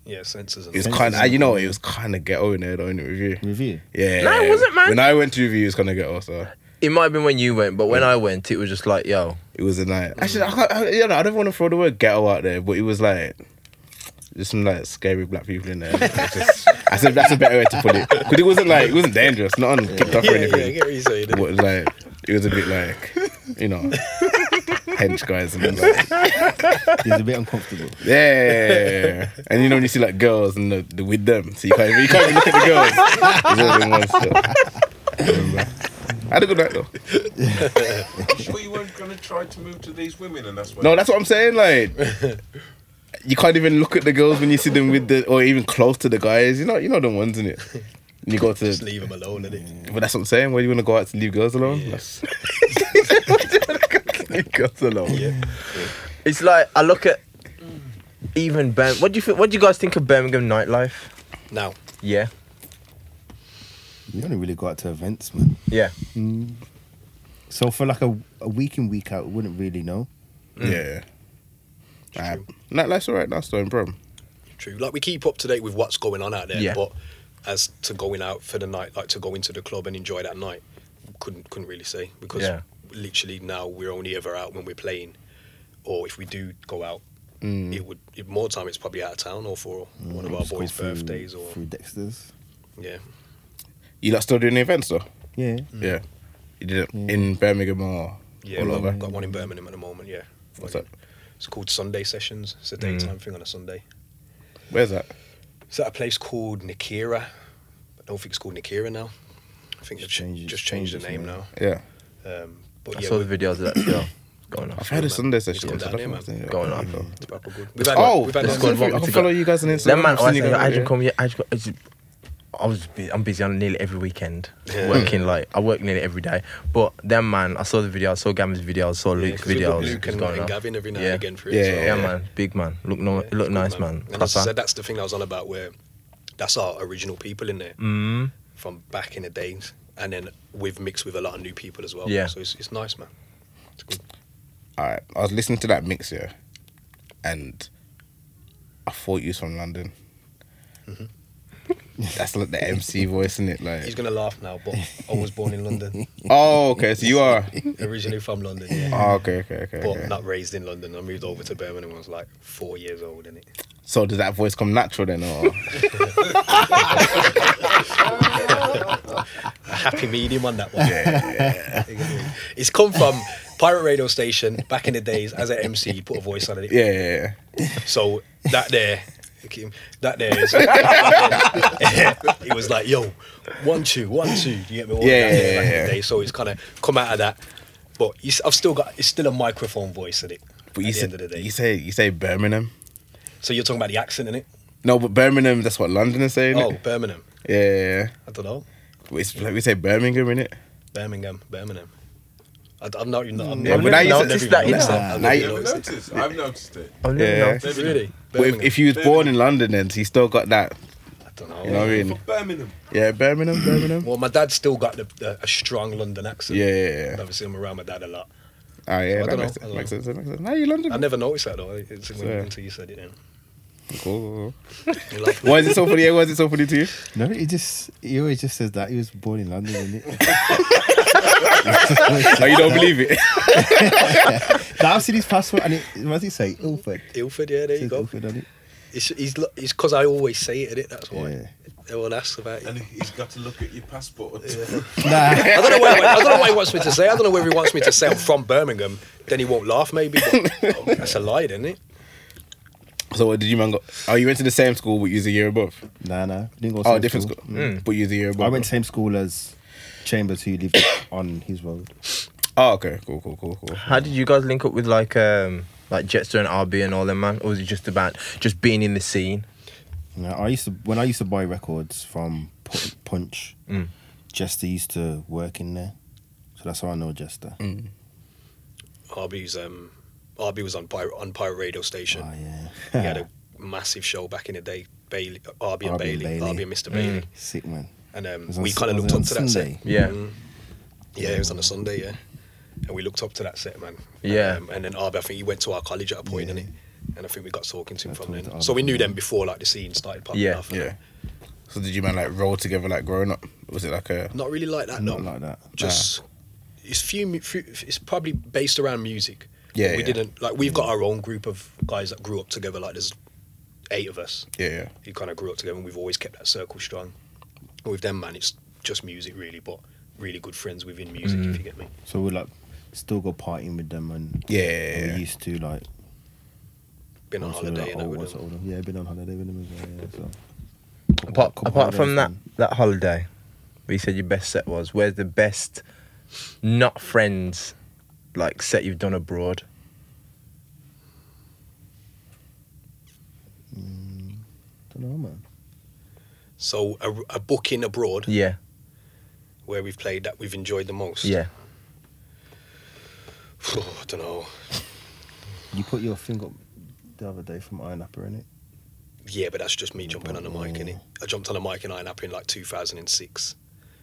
[SPEAKER 4] yeah, senses.
[SPEAKER 1] It was
[SPEAKER 2] Sense
[SPEAKER 1] kind
[SPEAKER 2] is
[SPEAKER 1] of, you know, what, it was kind of ghetto in there though in the review.
[SPEAKER 2] Review.
[SPEAKER 1] Yeah.
[SPEAKER 3] No, it wasn't, man.
[SPEAKER 1] When I went to review, it was kind of ghetto. So
[SPEAKER 3] It might have been when you went, but when I went, it was just like, yo,
[SPEAKER 1] it was a night. Actually, I,
[SPEAKER 4] Mm.
[SPEAKER 1] can't, I, you know, I don't want to throw the word ghetto out there, but it was like. There's some like scary black people in there. It's just- I said that's a better way to put it because it wasn't like it wasn't dangerous, not on TikTok
[SPEAKER 4] Yeah,
[SPEAKER 1] or
[SPEAKER 4] yeah, I
[SPEAKER 1] anything.
[SPEAKER 4] get what you're saying.
[SPEAKER 1] But like it was a bit like you know hench guys and like
[SPEAKER 2] It's a bit uncomfortable.
[SPEAKER 1] Yeah. and you know when you see like girls and the, the with them, so you can't even, you can't even look at the girls. It's all in one shot. I had a good night though.
[SPEAKER 6] Sure you weren't going to try to move to these women and that's why.
[SPEAKER 1] No, that's what I'm saying. Like, you can't even look at the girls when you see them with the, or even close to the guys. You know, you know the ones in it. You go to,
[SPEAKER 4] Just leave them alone, innit?
[SPEAKER 1] but that's what I'm saying. Where you want to go out to leave girls alone? That's- leave girls alone.
[SPEAKER 3] it's like I look at even Ben. What do you think? What do you guys think of Birmingham nightlife?
[SPEAKER 4] Now,
[SPEAKER 3] Yeah,
[SPEAKER 2] You only really go out to events, man.
[SPEAKER 3] yeah.
[SPEAKER 2] So for like a, a week in, week out, I wouldn't really know.
[SPEAKER 4] Mm.
[SPEAKER 1] Yeah. Nah, Nightlife's alright. That's no problem.
[SPEAKER 4] true. Like we keep up to date with what's going on out there,
[SPEAKER 3] Yeah.
[SPEAKER 4] but as to going out for the night, like to go into the club and enjoy that night, couldn't couldn't really say because
[SPEAKER 3] Yeah.
[SPEAKER 4] literally now we're only ever out when we're playing, or if we do go out, it would it, more time it's probably out of town or for one of our
[SPEAKER 2] Just go
[SPEAKER 4] boys'
[SPEAKER 2] through-
[SPEAKER 4] birthdays or
[SPEAKER 2] through Dexter's.
[SPEAKER 4] yeah.
[SPEAKER 1] You lot still doing the events though?
[SPEAKER 2] Yeah.
[SPEAKER 4] Mm.
[SPEAKER 1] Yeah. You did it in Birmingham or
[SPEAKER 4] Yeah,
[SPEAKER 1] all
[SPEAKER 4] well,
[SPEAKER 1] over.
[SPEAKER 4] I've got one in Birmingham at the moment. Yeah,
[SPEAKER 1] What's that?
[SPEAKER 4] It's called Sunday Sessions. It's a daytime thing on a Sunday.
[SPEAKER 1] Where's that?
[SPEAKER 4] It's at a place called Nikira. I don't think it's called Nikira now. I think they've
[SPEAKER 2] Just change
[SPEAKER 4] changed,
[SPEAKER 2] it-
[SPEAKER 4] just changed the
[SPEAKER 2] change it,
[SPEAKER 4] name
[SPEAKER 2] yeah.
[SPEAKER 4] now.
[SPEAKER 1] Yeah.
[SPEAKER 4] Um, but
[SPEAKER 3] I
[SPEAKER 4] yeah,
[SPEAKER 3] saw
[SPEAKER 4] we-
[SPEAKER 3] the videos of that girl going
[SPEAKER 1] I've
[SPEAKER 3] off.
[SPEAKER 1] had a
[SPEAKER 4] man.
[SPEAKER 1] Sunday
[SPEAKER 4] It's
[SPEAKER 1] session.
[SPEAKER 4] gone
[SPEAKER 1] so
[SPEAKER 4] down
[SPEAKER 1] I
[SPEAKER 4] there,
[SPEAKER 1] don't
[SPEAKER 4] man.
[SPEAKER 1] know.
[SPEAKER 3] Going on.
[SPEAKER 1] Yeah.
[SPEAKER 4] it's proper good. We've had,
[SPEAKER 1] Oh,
[SPEAKER 4] we've had
[SPEAKER 3] Let's
[SPEAKER 1] that's
[SPEAKER 3] go
[SPEAKER 1] good.
[SPEAKER 3] on
[SPEAKER 1] I can
[SPEAKER 3] TikTok.
[SPEAKER 1] follow you guys on Instagram.
[SPEAKER 3] That man,
[SPEAKER 1] I've seen you guys,
[SPEAKER 3] I, I
[SPEAKER 1] yeah.
[SPEAKER 3] just come here. I just, I just- I was, bu- I'm busy on nearly every weekend,
[SPEAKER 4] Yeah.
[SPEAKER 3] working like I work nearly every day. But then, man, I saw the video, I saw Gamma's video, I saw Luke's
[SPEAKER 4] because we've got
[SPEAKER 3] videos.
[SPEAKER 4] Luke
[SPEAKER 3] it's
[SPEAKER 4] and,
[SPEAKER 3] going
[SPEAKER 4] and
[SPEAKER 3] off.
[SPEAKER 4] Gavin every now
[SPEAKER 3] Yeah.
[SPEAKER 4] and again for it.
[SPEAKER 1] Yeah,
[SPEAKER 4] as well.
[SPEAKER 3] Yeah, man, big man, look no,
[SPEAKER 4] Yeah,
[SPEAKER 3] look
[SPEAKER 4] it's
[SPEAKER 3] nice,
[SPEAKER 4] good,
[SPEAKER 3] man.
[SPEAKER 4] And as I
[SPEAKER 3] Proper.
[SPEAKER 4] said, that's the thing I was on about where that's our original people in there
[SPEAKER 3] Mm.
[SPEAKER 4] from back in the days, and then we've mixed with a lot of new people as well.
[SPEAKER 3] Yeah.
[SPEAKER 4] so it's, it's nice, man.
[SPEAKER 1] All right. I was listening to that mix here, and I thought you was from London. That's like the MC voice, isn't it?
[SPEAKER 4] Mm-hmm. He's
[SPEAKER 1] Like,
[SPEAKER 4] gonna laugh now, but I was born in London,
[SPEAKER 1] oh, okay. So you are.
[SPEAKER 4] originally from London, yeah,
[SPEAKER 1] Oh, okay, okay, okay.
[SPEAKER 4] but
[SPEAKER 1] okay.
[SPEAKER 4] not raised in London. I moved over to Birmingham when I was like four years old, innit?
[SPEAKER 1] So does that voice come natural then, or
[SPEAKER 4] a happy medium on that one. it's come from pirate radio station back in the days as an MC. You put a voice on it.
[SPEAKER 1] yeah, yeah, yeah.
[SPEAKER 4] So that there, okay, that there is. it was like yo, one two, one two. You get me? One,
[SPEAKER 1] Yeah,
[SPEAKER 4] that there,
[SPEAKER 1] yeah,
[SPEAKER 4] back in
[SPEAKER 1] yeah.
[SPEAKER 4] the day. So it's kind of come out of that. But you, s- I've still got. It's still a microphone voice in it.
[SPEAKER 1] But
[SPEAKER 4] at
[SPEAKER 1] you
[SPEAKER 4] the
[SPEAKER 1] say,
[SPEAKER 4] end of the day.
[SPEAKER 1] you say you say Birmingham.
[SPEAKER 4] so you're talking about the accent in it?
[SPEAKER 1] No, but Birmingham. That's what London is saying. Oh,
[SPEAKER 4] Oh, Birmingham.
[SPEAKER 1] yeah, yeah, yeah.
[SPEAKER 4] I don't know.
[SPEAKER 1] But It's like we say Birmingham, innit?
[SPEAKER 4] Birmingham, Birmingham. I, am not even. I'm
[SPEAKER 1] Yeah,
[SPEAKER 4] not,
[SPEAKER 1] but now you
[SPEAKER 4] I've
[SPEAKER 1] said-
[SPEAKER 4] never even
[SPEAKER 3] that, you
[SPEAKER 4] noticed
[SPEAKER 3] know.
[SPEAKER 4] I've
[SPEAKER 1] Now
[SPEAKER 4] never
[SPEAKER 1] you-
[SPEAKER 6] You've
[SPEAKER 4] even noticed it.
[SPEAKER 6] noticed. I've noticed it.
[SPEAKER 3] I've never
[SPEAKER 1] Yeah.
[SPEAKER 3] noticed.
[SPEAKER 4] Really?
[SPEAKER 1] But if,
[SPEAKER 4] Birmingham.
[SPEAKER 1] if you was born in London, then so you still got that.
[SPEAKER 4] I don't know.
[SPEAKER 1] You know what I
[SPEAKER 6] For
[SPEAKER 1] mean?
[SPEAKER 6] Birmingham.
[SPEAKER 1] Yeah, Birmingham, Birmingham.
[SPEAKER 4] Well, my dad's still got the, the, a strong London accent.
[SPEAKER 1] Yeah, yeah, yeah.
[SPEAKER 4] Obviously, I'm around my dad a lot.
[SPEAKER 1] Oh yeah,
[SPEAKER 4] I
[SPEAKER 1] that makes,
[SPEAKER 4] don't know, I
[SPEAKER 1] sense,
[SPEAKER 4] don't
[SPEAKER 1] makes
[SPEAKER 4] know.
[SPEAKER 1] sense. That makes sense. Now you're
[SPEAKER 4] I
[SPEAKER 1] London.
[SPEAKER 4] never noticed that though. It's when,
[SPEAKER 1] Yeah.
[SPEAKER 4] Until you said it then.
[SPEAKER 1] Cool.
[SPEAKER 4] You laugh.
[SPEAKER 1] Why is it so funny? Yeah, Why is it so funny to you?
[SPEAKER 2] No, he just he always just says that he was born in London, isn't
[SPEAKER 1] Oh, you don't believe it?
[SPEAKER 2] Now I've seen his passport, and it, what does he say? Ilford.
[SPEAKER 4] Ilford, yeah, there
[SPEAKER 2] It says
[SPEAKER 4] you go.
[SPEAKER 2] Ilford on it.
[SPEAKER 4] It's it's because I always say it, innit? That's why.
[SPEAKER 2] Yeah.
[SPEAKER 4] Everyone asks about it.
[SPEAKER 6] And he's got to look at your passport.
[SPEAKER 4] I don't know what I don't know what he wants me to say. I don't know whether he wants me to say I'm from Birmingham. Then he won't laugh, maybe. But that's a lie, isn't it?
[SPEAKER 1] So what did you man go? Oh, you went to the same school, but you was a year above.
[SPEAKER 2] Nah, nah. Didn't go
[SPEAKER 1] Oh,
[SPEAKER 2] same
[SPEAKER 1] different
[SPEAKER 2] school.
[SPEAKER 1] school,
[SPEAKER 4] Mm.
[SPEAKER 1] but you was a year above.
[SPEAKER 2] I went same school as Chambers, who lived on his road.
[SPEAKER 1] Oh, okay, cool, cool, cool, cool.
[SPEAKER 3] How did you guys link up with like um like Jetster and RB and all them man? Or was it just about just being in the scene?
[SPEAKER 2] You know, I used to when I used to buy records from Pu- Punch.
[SPEAKER 3] Mm.
[SPEAKER 2] Jester used to work in there, so that's how I know Jester.
[SPEAKER 1] Mm.
[SPEAKER 2] Oh,
[SPEAKER 4] Arby's um, Arby was on pirate on pirate radio station.
[SPEAKER 2] Oh yeah,
[SPEAKER 4] He had a massive show back in the day. Bailey, Arby and
[SPEAKER 2] Arby
[SPEAKER 4] Bailey,
[SPEAKER 2] and Bailey.
[SPEAKER 4] Mm. Arby and Mr. Bailey,
[SPEAKER 2] sick man.
[SPEAKER 4] and um,
[SPEAKER 2] Was on
[SPEAKER 4] we
[SPEAKER 2] Su-
[SPEAKER 4] kind of
[SPEAKER 2] was
[SPEAKER 4] looked
[SPEAKER 2] it on
[SPEAKER 4] up to that. set.
[SPEAKER 2] Sunday?
[SPEAKER 3] Yeah.
[SPEAKER 4] Mm. Yeah, it was on a Sunday, yeah. And we looked up to that set, man.
[SPEAKER 3] Yeah.
[SPEAKER 4] Um, and then Arby, I think he went to our college at a point,
[SPEAKER 2] Yeah.
[SPEAKER 4] didn't he? And I think we got talking to him
[SPEAKER 2] I
[SPEAKER 4] from
[SPEAKER 2] talked
[SPEAKER 4] then.
[SPEAKER 2] to Arby
[SPEAKER 4] So we
[SPEAKER 2] from
[SPEAKER 4] knew
[SPEAKER 2] then.
[SPEAKER 4] them before, like, the scene started popping
[SPEAKER 3] Yeah,
[SPEAKER 4] off. and
[SPEAKER 1] Yeah. So did you man like roll together like growing up? Was it like a
[SPEAKER 4] Not really like that, no.
[SPEAKER 2] Not like that.
[SPEAKER 4] Just, it's few, mu- few, it's probably based around music.
[SPEAKER 1] Yeah,
[SPEAKER 4] We
[SPEAKER 1] yeah.
[SPEAKER 4] didn't, like,
[SPEAKER 2] Mm.
[SPEAKER 4] we've got our own group of guys that grew up together. Like, there's eight of us
[SPEAKER 1] yeah yeah
[SPEAKER 4] who kind of grew up together, and we've always kept that circle strong. And with them, man, it's just music, really, but really good friends within music, if you get me.
[SPEAKER 2] So we like still go partying with them and
[SPEAKER 1] yeah yeah, yeah,
[SPEAKER 2] we
[SPEAKER 1] yeah.
[SPEAKER 2] used to like
[SPEAKER 4] Been on
[SPEAKER 2] once we were,
[SPEAKER 4] holiday
[SPEAKER 2] like,
[SPEAKER 4] and that
[SPEAKER 2] old-
[SPEAKER 4] with
[SPEAKER 2] once
[SPEAKER 4] them.
[SPEAKER 2] older. Yeah, been on holiday with them as well. Yeah, so.
[SPEAKER 3] Apart,
[SPEAKER 2] Couple
[SPEAKER 3] apart from that,
[SPEAKER 2] holidays
[SPEAKER 3] that holiday, where you said your best set was. Where's the best, not friends, like set you've done abroad?
[SPEAKER 2] then. mm, Don't know, man.
[SPEAKER 4] So a, a booking abroad
[SPEAKER 3] Yeah,
[SPEAKER 4] where we've played that we've enjoyed the most. Oh,
[SPEAKER 3] yeah.
[SPEAKER 4] I don't know.
[SPEAKER 2] You put your thing up the other day from Iron Apple in it.
[SPEAKER 4] Yeah, but that's just me jumping on a mic, innit? I jumped on a mic in Iron Up in like 2006.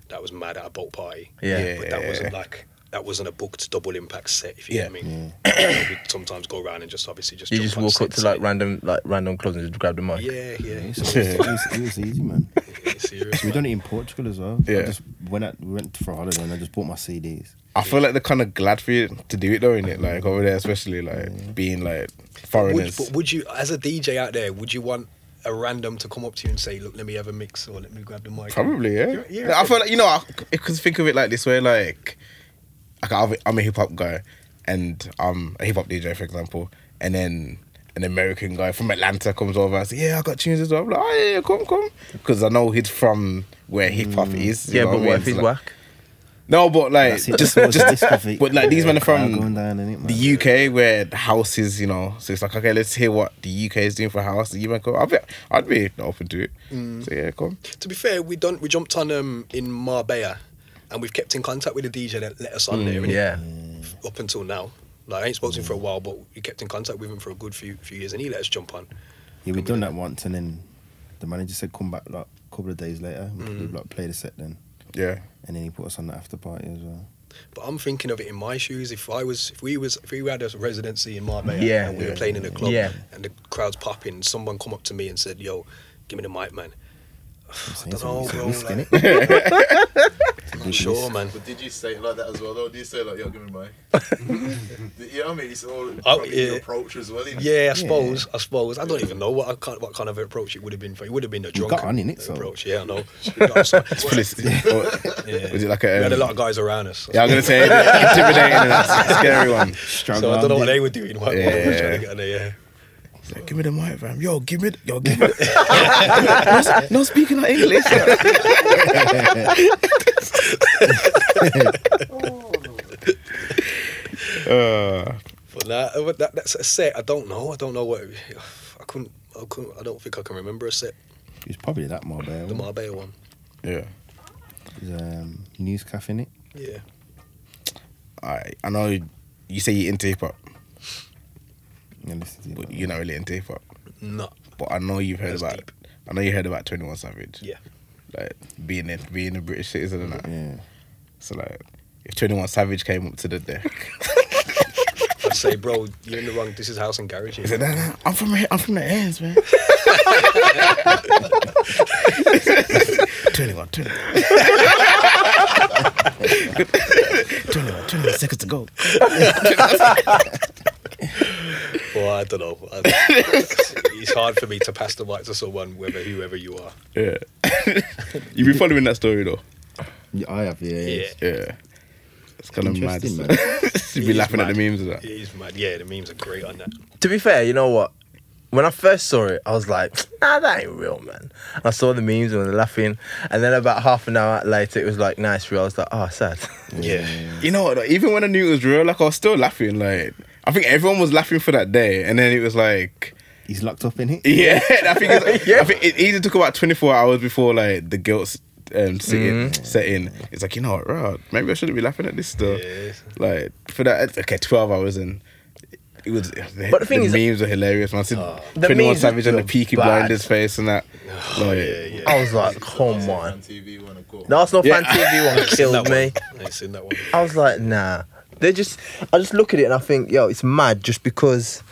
[SPEAKER 4] That was mad at a boat party.
[SPEAKER 3] Yeah.
[SPEAKER 4] But that wasn't like, that wasn't a booked double impact set, if you
[SPEAKER 1] Yeah.
[SPEAKER 4] get me. We'd sometimes go around and just obviously just
[SPEAKER 3] You
[SPEAKER 4] jump
[SPEAKER 3] just
[SPEAKER 4] on
[SPEAKER 3] walk up to
[SPEAKER 4] sets,
[SPEAKER 3] like
[SPEAKER 4] innit?
[SPEAKER 3] random like random clubs and just grab the mic.
[SPEAKER 4] Yeah, yeah.
[SPEAKER 2] It was, it was- it was easy, man.
[SPEAKER 4] yeah, serious,
[SPEAKER 2] We
[SPEAKER 4] man.
[SPEAKER 2] done it in Portugal as well.
[SPEAKER 1] Yeah.
[SPEAKER 2] I just went out, we went for a holiday and I just bought my CDs.
[SPEAKER 1] I feel like they're kind of glad for you to do it though, in it like over there, especially like being like
[SPEAKER 4] Would,
[SPEAKER 1] foreigners.
[SPEAKER 4] Mm. but would you, as a DJ out there, would you want a random to come up to you and say, look, let me have a mix or let me grab the mic?
[SPEAKER 1] Probably, yeah.
[SPEAKER 4] You're- you're-
[SPEAKER 1] Like, I feel like you know, I because think of it like this way, like, like I've- I'm a hip hop guy, and I'm a hip hop DJ, for example, and then an American guy from Atlanta comes over and says, "Yeah, I got tunes as well." I'm like, "Oh yeah, yeah, come, come," because I know he's from where hip hop is. you
[SPEAKER 3] Mm. Yeah,
[SPEAKER 1] know
[SPEAKER 3] but
[SPEAKER 1] I mean?
[SPEAKER 3] what if
[SPEAKER 1] So,
[SPEAKER 3] he's
[SPEAKER 1] like-
[SPEAKER 3] whack?
[SPEAKER 1] No, but like
[SPEAKER 2] That's it,
[SPEAKER 1] just,
[SPEAKER 2] that was the
[SPEAKER 1] just,
[SPEAKER 2] discovery.
[SPEAKER 1] but like these men are
[SPEAKER 2] Crowd
[SPEAKER 1] from
[SPEAKER 2] going down, innit, man?
[SPEAKER 1] the UK where the house is, you know, so it's like okay, let's hear what the UK is doing for house. You might go, I'd be, I'd be open to it. So yeah, come.
[SPEAKER 4] To be fair, we done we jumped on um in Marbella, and we've kept in contact with the DJ that let us on there. innit?
[SPEAKER 3] Mm, Yeah.
[SPEAKER 4] Up until now, like I ain't spoken to him for a while, but we kept in contact with him for a good few few years, and he let us jump on.
[SPEAKER 2] Yeah, we done that once and then the manager said come back like a couple of days later. We
[SPEAKER 1] Mm.
[SPEAKER 2] could, like played a set then.
[SPEAKER 1] Yeah,
[SPEAKER 2] And then he put us on the after party as well.
[SPEAKER 4] But I'm thinking of it in my shoes. If I was, if we was, if we had a residency in Marbella,
[SPEAKER 3] Yeah.
[SPEAKER 4] and we were playing in a club,
[SPEAKER 3] Yeah.
[SPEAKER 4] and the crowd's popping, someone come up to me and said, "Yo, give me the mic, man." I
[SPEAKER 2] Saying
[SPEAKER 4] don't
[SPEAKER 2] something,
[SPEAKER 4] know,
[SPEAKER 2] it's a
[SPEAKER 4] bro.
[SPEAKER 2] risk,
[SPEAKER 4] like,
[SPEAKER 2] innit?
[SPEAKER 4] I'm not sure, man.
[SPEAKER 5] But did you say it like that as well? Though? Did you say like, "Yo, give me mine"? yeah, I mean, it's all
[SPEAKER 4] Oh,
[SPEAKER 5] probably your
[SPEAKER 4] yeah.
[SPEAKER 5] approach as well. Isn't
[SPEAKER 4] Yeah, I suppose. I suppose. I don't even know what I can what kind of approach it would have been for. It would have been a drunk
[SPEAKER 2] got on in it, so-
[SPEAKER 4] approach. Yeah, I know. We got some-
[SPEAKER 1] Police- or-
[SPEAKER 4] yeah.
[SPEAKER 1] oh, was it like
[SPEAKER 4] we
[SPEAKER 1] a?
[SPEAKER 4] had a
[SPEAKER 1] um,
[SPEAKER 4] lot of guys around us.
[SPEAKER 1] Yeah, I'm gonna say intimidating and that's a scary one.
[SPEAKER 4] So I don't know what they were doing. What, what we were
[SPEAKER 1] Yeah.
[SPEAKER 4] trying to get on there, yeah.
[SPEAKER 1] It's like, give me the mic, fam. Yo, give me, the, yo, give me. The, no, no speaking of English. uh,
[SPEAKER 4] But nah, uh, but that, that's a set. I don't know. I don't know what. I couldn't. I couldn't. I don't think I can remember a set.
[SPEAKER 2] It was probably that eh? Marbella.
[SPEAKER 4] The
[SPEAKER 1] Hmm.
[SPEAKER 2] one.
[SPEAKER 4] Marbella one.
[SPEAKER 1] yeah.
[SPEAKER 2] It was, um, news cafe in it.
[SPEAKER 4] Yeah.
[SPEAKER 1] I I know you say you're into hip hop,
[SPEAKER 2] Yeah, listen to it.
[SPEAKER 1] but you're not really into hip hop.
[SPEAKER 4] No.
[SPEAKER 1] But I know you've heard
[SPEAKER 4] That's
[SPEAKER 1] about.
[SPEAKER 4] deep.
[SPEAKER 1] I know you heard about Twenty One Savage.
[SPEAKER 4] Yeah.
[SPEAKER 1] Like being a, being a British citizen and that.
[SPEAKER 2] Yeah.
[SPEAKER 1] So like, if Twenty One Savage came up to the deck,
[SPEAKER 4] I'd say, bro, you're in the wrong. This is house and garage.
[SPEAKER 1] he
[SPEAKER 4] Here.
[SPEAKER 1] said, "Nah, nah, I'm from here- I'm from the ends, man." Twenty one, twenty one. Twenty one, twenty one seconds to go.
[SPEAKER 4] Well, I don't know. I, it's hard for me to pass the mic to someone, whether whoever you are.
[SPEAKER 1] Yeah, you be following that story though.
[SPEAKER 2] Yeah, I have, yeah.
[SPEAKER 4] Yeah.
[SPEAKER 2] it's
[SPEAKER 1] Yeah, it's kind of mad.
[SPEAKER 2] Interesting,
[SPEAKER 1] isn't
[SPEAKER 2] man.
[SPEAKER 1] it? you be
[SPEAKER 4] It is
[SPEAKER 1] laughing at
[SPEAKER 4] mad.
[SPEAKER 1] the memes of that.
[SPEAKER 4] It is mad. Yeah, the memes are great on that.
[SPEAKER 3] To be fair, you know what? When I first saw it, I was like, nah, that ain't real, man. I saw the memes and they were laughing. And then about half an hour later, it was like, nice, real. I was like, oh, sad.
[SPEAKER 4] Yeah.
[SPEAKER 1] You know what? though, Even when I knew it was real, like I was still laughing. Like I think everyone was laughing for that day, and then it was like.
[SPEAKER 2] He's locked up in it.
[SPEAKER 1] Yeah, I think, it's, I think it either took about 24 hours before like the guilt um, sitting, set in. It's like, you know what, right, maybe I shouldn't be laughing at this stuff.
[SPEAKER 4] Yes.
[SPEAKER 1] Like, for that, okay, 12 hours and it was.
[SPEAKER 3] But the thing is-
[SPEAKER 1] memes were hilarious. Man, I see
[SPEAKER 3] The
[SPEAKER 1] Twenty One
[SPEAKER 3] memes
[SPEAKER 1] Savage and the
[SPEAKER 3] were
[SPEAKER 1] Peaky
[SPEAKER 3] bad.
[SPEAKER 1] Blinders face and that. Like,
[SPEAKER 3] I was like, come on.
[SPEAKER 5] On TV when I call.
[SPEAKER 3] The Arsenal
[SPEAKER 1] Yeah.
[SPEAKER 3] fan TV one
[SPEAKER 4] that
[SPEAKER 3] killed
[SPEAKER 4] one.
[SPEAKER 3] me.
[SPEAKER 4] I ain't seen that one.
[SPEAKER 3] I was like, nah. They just, I just look at it and I think, yo, it's mad just because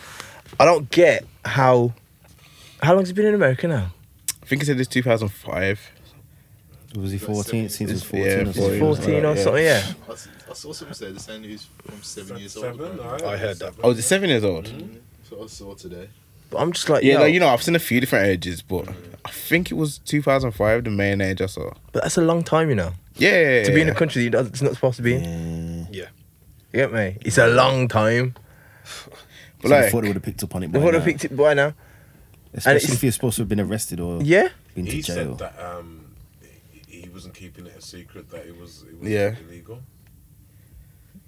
[SPEAKER 3] I don't get how. How long's he been in America now?
[SPEAKER 1] I think he said it's 2005.
[SPEAKER 2] Was he 14? Seems he was
[SPEAKER 1] Yeah,
[SPEAKER 2] 14 or
[SPEAKER 1] Oh, Yeah, it was
[SPEAKER 2] something.
[SPEAKER 3] 14
[SPEAKER 1] like
[SPEAKER 3] or
[SPEAKER 1] that,
[SPEAKER 3] something, yeah.
[SPEAKER 5] I s- I saw someone say the same who's from seven years old.
[SPEAKER 6] Seven,
[SPEAKER 5] apparently.
[SPEAKER 4] I heard that.
[SPEAKER 1] Oh, is it seven years old?
[SPEAKER 5] So I saw today.
[SPEAKER 3] But I'm just like,
[SPEAKER 1] Yeah,
[SPEAKER 3] Mm-hmm. yo,
[SPEAKER 1] like, you know, I've seen a few different ages, but I think it was 2005, the main age I saw.
[SPEAKER 3] but that's a long time, you know,
[SPEAKER 1] Yeah, yeah, yeah,
[SPEAKER 3] to be in a
[SPEAKER 1] yeah.
[SPEAKER 3] country that you don't- it's not supposed to be in.
[SPEAKER 4] Yeah.
[SPEAKER 3] You get me? It's a long time.
[SPEAKER 1] But
[SPEAKER 2] So
[SPEAKER 1] like,
[SPEAKER 2] they thought they would have picked up on it.
[SPEAKER 3] They
[SPEAKER 2] by
[SPEAKER 3] would have
[SPEAKER 2] now.
[SPEAKER 3] picked it by now.
[SPEAKER 2] Especially
[SPEAKER 3] it's-
[SPEAKER 2] if you're supposed to have been arrested
[SPEAKER 1] Oh.
[SPEAKER 2] or
[SPEAKER 3] Yeah.
[SPEAKER 2] been to
[SPEAKER 6] He
[SPEAKER 2] jail.
[SPEAKER 6] said that um, he he wasn't keeping it a secret that it was, it was
[SPEAKER 1] Yeah.
[SPEAKER 6] illegal.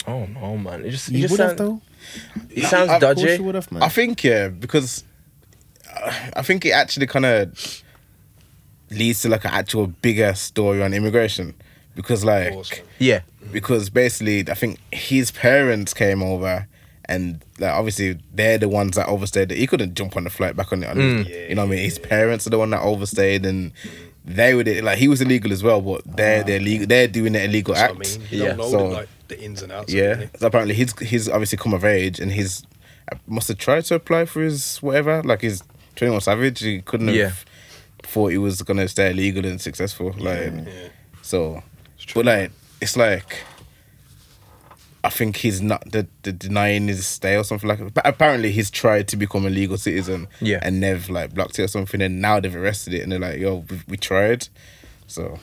[SPEAKER 3] Oh no, man! It just it
[SPEAKER 2] You
[SPEAKER 3] just
[SPEAKER 2] would have
[SPEAKER 3] sound,
[SPEAKER 2] though.
[SPEAKER 1] Of
[SPEAKER 3] It sounds
[SPEAKER 1] course
[SPEAKER 2] Of course you
[SPEAKER 3] dodgy.
[SPEAKER 2] would have, man.
[SPEAKER 1] I think, yeah, because uh, I think it actually kind of leads to like an actual bigger story on immigration. Because, like,
[SPEAKER 4] Awesome.
[SPEAKER 3] Yeah.
[SPEAKER 1] because basically I think his parents came over and like obviously they're the ones that overstayed. He couldn't jump on the flight back on it. on his-
[SPEAKER 4] Mm.
[SPEAKER 1] you know what I mean? His parents are the one that overstayed and they were the, like he was illegal as well, but they're they're legal. They're doing the illegal
[SPEAKER 4] Ah. That's
[SPEAKER 1] act.
[SPEAKER 4] what I mean. You
[SPEAKER 3] Yeah.
[SPEAKER 4] don't know
[SPEAKER 1] So-
[SPEAKER 4] the, like the ins and outs.
[SPEAKER 1] Yeah.
[SPEAKER 4] Of it,
[SPEAKER 1] So apparently he's he's obviously come of age and he's uh, must have tried to apply for his whatever like his twenty one savage. He couldn't have
[SPEAKER 3] Yeah.
[SPEAKER 1] thought he was gonna stay legal and successful. Like
[SPEAKER 4] yeah.
[SPEAKER 1] so, but like it's like. I think he's not the, the denying his stay or something like that. But apparently he's tried to become a legal citizen.
[SPEAKER 3] Yeah.
[SPEAKER 1] And they've like blocked it or something and now they've arrested it and they're like, yo, we, we tried. So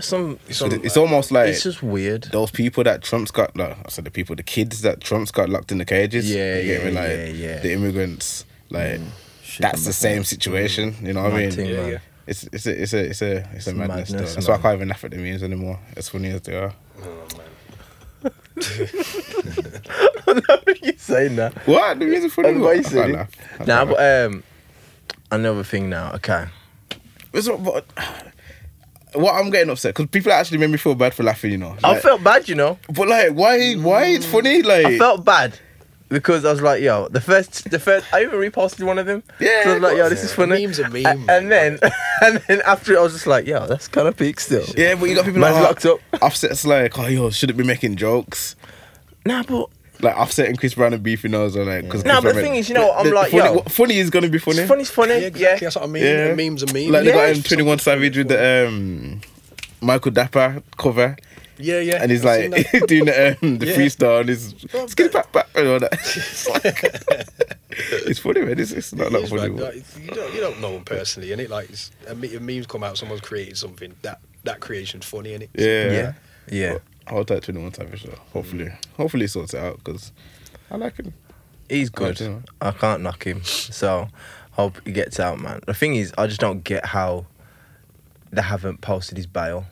[SPEAKER 3] Some. some
[SPEAKER 1] it's, it's almost like
[SPEAKER 3] it's just weird.
[SPEAKER 1] those people that Trump's got, like, I said the people, the kids that Trump's got locked in the cages.
[SPEAKER 3] Yeah,
[SPEAKER 1] you get me?
[SPEAKER 3] yeah,
[SPEAKER 1] Like,
[SPEAKER 3] yeah, Mm, yeah.
[SPEAKER 1] The immigrants, like,
[SPEAKER 2] Shit,
[SPEAKER 1] that's
[SPEAKER 2] I'm
[SPEAKER 1] the
[SPEAKER 2] not-
[SPEAKER 1] same situation. You know what I
[SPEAKER 3] Mad
[SPEAKER 1] mean?
[SPEAKER 3] thing, man.
[SPEAKER 4] yeah.
[SPEAKER 1] It's it's a it's a it's a it's, a madness.
[SPEAKER 3] madness,
[SPEAKER 1] though. That's why
[SPEAKER 3] man.
[SPEAKER 1] I can't even laugh at the memes anymore. As funny as they are.
[SPEAKER 3] you saying that?
[SPEAKER 1] What the memes are funny?
[SPEAKER 3] That's why you
[SPEAKER 1] I can't
[SPEAKER 3] said it.
[SPEAKER 1] laugh. I can't
[SPEAKER 3] Now,
[SPEAKER 1] laugh.
[SPEAKER 3] but um, another thing now. Okay.
[SPEAKER 1] It's not- but, what I'm getting upset because people actually made me feel bad for laughing. You know.
[SPEAKER 3] I
[SPEAKER 1] Like,
[SPEAKER 3] felt bad, you know.
[SPEAKER 1] but like, why why it's funny? Like,
[SPEAKER 3] I felt bad because I was like, yo, the first, the first, I even reposted one of them.
[SPEAKER 1] Yeah,
[SPEAKER 3] So I was like, yo, this is funny.
[SPEAKER 4] Memes are meme.
[SPEAKER 3] A- and then, and then after it, I was just like, yo, that's kind of peak still.
[SPEAKER 1] yeah, but you got people
[SPEAKER 3] Man's
[SPEAKER 1] like
[SPEAKER 3] locked up.
[SPEAKER 1] Offset's like, oh yo, shouldn't be making jokes.
[SPEAKER 3] Nah, but
[SPEAKER 1] like Offset and Chris Brown and beefing those are like because
[SPEAKER 3] No, but the thing is, you know what, I'm like,
[SPEAKER 1] funny,
[SPEAKER 3] yo.
[SPEAKER 1] what- funny is gonna be funny.
[SPEAKER 3] it's funny's funny.
[SPEAKER 4] Yeah,
[SPEAKER 3] Yeah,
[SPEAKER 4] exactly. That's what I mean.
[SPEAKER 1] Yeah.
[SPEAKER 4] A meme's a meme.
[SPEAKER 1] Like they got
[SPEAKER 3] Yeah.
[SPEAKER 1] him Twenty One Savage with the um Michael Dapper cover,
[SPEAKER 4] yeah, yeah.
[SPEAKER 1] and he's
[SPEAKER 4] I've seen
[SPEAKER 1] like
[SPEAKER 4] that.
[SPEAKER 1] doing the um, the
[SPEAKER 4] Yeah.
[SPEAKER 1] freestyle and he's skinny back back and all that. it's, like- it's funny, man. It's, it's not
[SPEAKER 4] It
[SPEAKER 1] that
[SPEAKER 4] is,
[SPEAKER 1] funny.
[SPEAKER 4] man.
[SPEAKER 1] but-
[SPEAKER 4] Like, it's- you, don't, you don't know them personally, innit? Like, it's, a me- a meme's come out, someone's created something. That that creation's funny, innit?
[SPEAKER 1] yeah,
[SPEAKER 3] yeah.
[SPEAKER 1] I'll take Twenty One Savage though. Hopefully, hopefully he sorts it out because I like him.
[SPEAKER 3] He's good.
[SPEAKER 1] too.
[SPEAKER 3] I can't knock him. So hope he gets out, man. The thing is, I just don't get how they haven't posted his bail.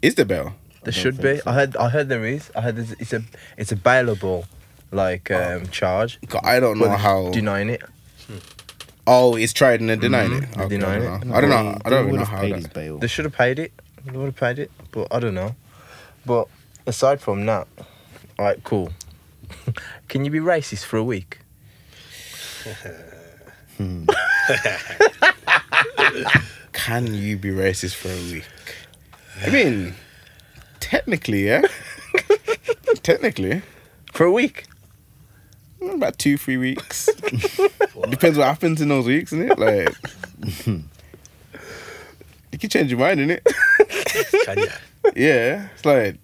[SPEAKER 1] Is the bell?
[SPEAKER 3] There should be. I heard. I heard there is. I heard there's, it's a it's a bailable like um, charge.
[SPEAKER 1] 'Cause I don't know
[SPEAKER 3] But
[SPEAKER 1] Oh. how.
[SPEAKER 3] denying it.
[SPEAKER 1] oh, he's trying and denying it. Okay,
[SPEAKER 3] Denying
[SPEAKER 1] I don't
[SPEAKER 3] it.
[SPEAKER 1] know. I don't know. I
[SPEAKER 2] They
[SPEAKER 1] don't even
[SPEAKER 2] would
[SPEAKER 1] know
[SPEAKER 2] have
[SPEAKER 1] how.
[SPEAKER 2] paid
[SPEAKER 1] that-
[SPEAKER 2] his bail.
[SPEAKER 3] They should have paid it. They would have paid it, but I don't know. But aside from that, all right, cool. Can you be racist for a week?
[SPEAKER 1] Can you be racist for a week? I mean, technically, yeah. technically,
[SPEAKER 3] For a week?
[SPEAKER 1] about two, three weeks. Depends what happens in those weeks, innit? Like, you can change your mind, innit?
[SPEAKER 4] Can you?
[SPEAKER 1] Yeah, it's like,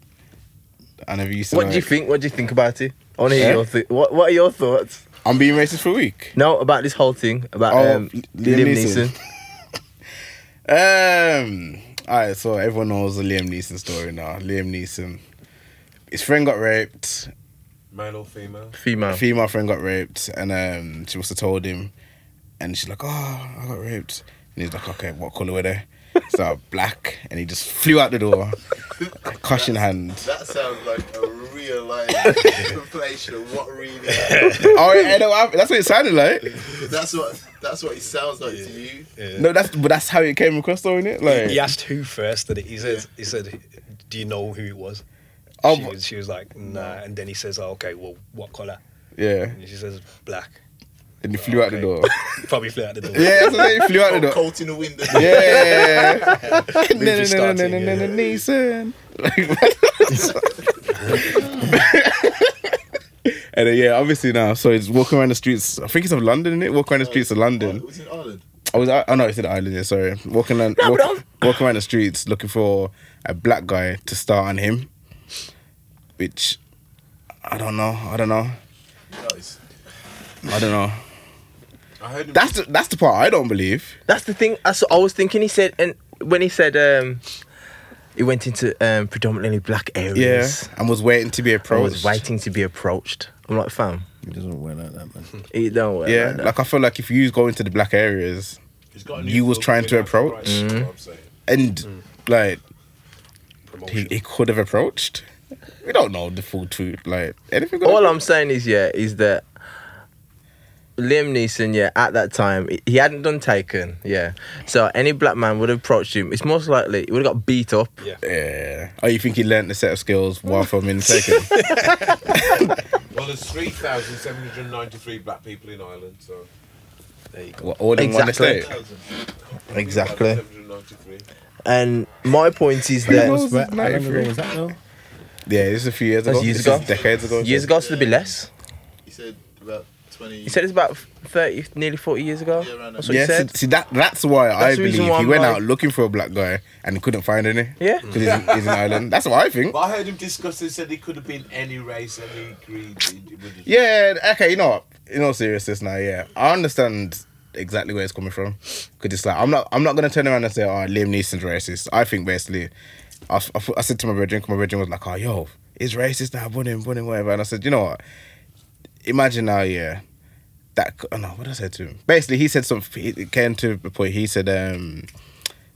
[SPEAKER 1] I never used to.
[SPEAKER 3] what do you
[SPEAKER 1] like,
[SPEAKER 3] think? What do you think about it? I want to hear
[SPEAKER 1] Eh?
[SPEAKER 3] your th- what What are your thoughts?
[SPEAKER 1] I'm being racist for a week.
[SPEAKER 3] No, about this whole thing about
[SPEAKER 1] Oh,
[SPEAKER 3] um,
[SPEAKER 1] Liam
[SPEAKER 3] Liam,
[SPEAKER 1] Neeson.
[SPEAKER 3] Neeson.
[SPEAKER 1] Um. All right, so everyone knows the Liam Neeson story now. Liam Neeson, his friend got raped.
[SPEAKER 6] Male or female?
[SPEAKER 3] female.
[SPEAKER 1] a female friend got raped and um, she must have told him and she's like, Oh, I got raped and he's like, Okay, what colour were they? So black and he just flew out the door, caution hand.
[SPEAKER 5] That sounds like a real life conflation of what really. happened.
[SPEAKER 1] Oh yeah, no, I- that's what it sounded like.
[SPEAKER 5] That's what. That's what it sounds like to you.
[SPEAKER 1] No, that's but that's how it came across though, innit? Like
[SPEAKER 4] He asked who first, did it? He says, he said, "Do you know who it was?"
[SPEAKER 1] Oh,
[SPEAKER 4] she,
[SPEAKER 1] but-
[SPEAKER 4] was she was like, "Nah," and then he says, oh, "Okay, well, what color?"
[SPEAKER 1] Yeah.
[SPEAKER 4] And she says black.
[SPEAKER 1] And he flew out the
[SPEAKER 4] Okay.
[SPEAKER 1] door.
[SPEAKER 4] Probably flew out the door.
[SPEAKER 1] Yeah, that's what he flew out the door.
[SPEAKER 5] Coat in the window.
[SPEAKER 1] Yeah.
[SPEAKER 4] you starting, yeah.
[SPEAKER 1] Nissan. And then, yeah, obviously now, so it's walking around the streets. I think it's of London, isn't it? Walking around the streets of London.
[SPEAKER 5] It was in Ireland.
[SPEAKER 1] I was, oh no, it's in Ireland. Yeah, sorry. Walking around, walk- walking around the streets looking for a black guy to start on him, which I don't know. I don't know.
[SPEAKER 5] Nice.
[SPEAKER 1] I don't know.
[SPEAKER 6] I heard him.
[SPEAKER 1] That's the, that's the part I don't believe.
[SPEAKER 3] That's the thing. That's what I was thinking. He said, and when he said, um, he went into um, predominantly black
[SPEAKER 1] Yeah,
[SPEAKER 3] areas.
[SPEAKER 1] and was waiting to be
[SPEAKER 3] I
[SPEAKER 1] approached.
[SPEAKER 3] was waiting to be approached. I'm like, fam, uh,
[SPEAKER 2] It doesn't work like that, man.
[SPEAKER 3] you don't worry.
[SPEAKER 1] Yeah,
[SPEAKER 3] about that.
[SPEAKER 1] like I feel like if you go into the black areas
[SPEAKER 6] He's got a
[SPEAKER 1] you
[SPEAKER 6] new
[SPEAKER 1] was
[SPEAKER 6] book,
[SPEAKER 1] trying
[SPEAKER 6] you
[SPEAKER 1] to
[SPEAKER 6] know,
[SPEAKER 1] approach.
[SPEAKER 6] right, that's what I'm saying.
[SPEAKER 1] and
[SPEAKER 3] Mm.
[SPEAKER 1] like he,
[SPEAKER 4] Promotion.
[SPEAKER 1] he could have approached. We don't know the full truth. Like anything. could
[SPEAKER 3] all
[SPEAKER 1] have-
[SPEAKER 3] I'm saying is, yeah, is that Liam Neeson, yeah, at that time, he- he hadn't done Taken, yeah. So any black man would have approached him. It's most likely he would have got beat up.
[SPEAKER 4] Yeah.
[SPEAKER 1] Yeah. Oh, you think he learnt a set of skills while from in taken?
[SPEAKER 6] Well, there's 3,793 black people in Ireland, so.
[SPEAKER 4] There you go.
[SPEAKER 1] What, all in one
[SPEAKER 3] Exactly.
[SPEAKER 1] estate. Exactly.
[SPEAKER 6] 793.
[SPEAKER 3] And my point is
[SPEAKER 1] Who
[SPEAKER 3] that
[SPEAKER 1] knows?
[SPEAKER 2] But how long
[SPEAKER 1] 93.
[SPEAKER 2] ago was that though?
[SPEAKER 1] Yeah, this is a few years
[SPEAKER 3] That's
[SPEAKER 1] ago.
[SPEAKER 3] years
[SPEAKER 1] This
[SPEAKER 3] ago.
[SPEAKER 1] is decades ago.
[SPEAKER 3] years ago, so there'd be less.
[SPEAKER 5] He said about 20.
[SPEAKER 3] He said it's about thirty, nearly forty years ago.
[SPEAKER 5] Yeah, around
[SPEAKER 3] That's what
[SPEAKER 5] there.
[SPEAKER 1] Yeah,
[SPEAKER 3] he
[SPEAKER 1] see,
[SPEAKER 3] said.
[SPEAKER 1] see that that's why I
[SPEAKER 3] the
[SPEAKER 1] believe
[SPEAKER 3] reason
[SPEAKER 1] he
[SPEAKER 3] why I'm
[SPEAKER 1] went
[SPEAKER 3] like-
[SPEAKER 1] out looking for a black guy and he couldn't find any.
[SPEAKER 3] Yeah.
[SPEAKER 1] Because he's, he's in Ireland. That's what I think.
[SPEAKER 6] But I heard him discuss it, said he could have been any race, any creed. it- it would've-
[SPEAKER 1] Yeah, okay, you know what? In all seriousness now, yeah. I understand exactly where it's coming from. Cause it's like I'm not I'm not gonna turn around and say, oh Liam Neeson's racist. I think basically I, s- I f- I said to my brethren, 'cause my brethren was like, oh yo, it's racist now, bunny, bunny, whatever. And I said, you know what? Imagine now, yeah. That c- oh no, what did I say to him? Basically he said something it came to the point, he said, um,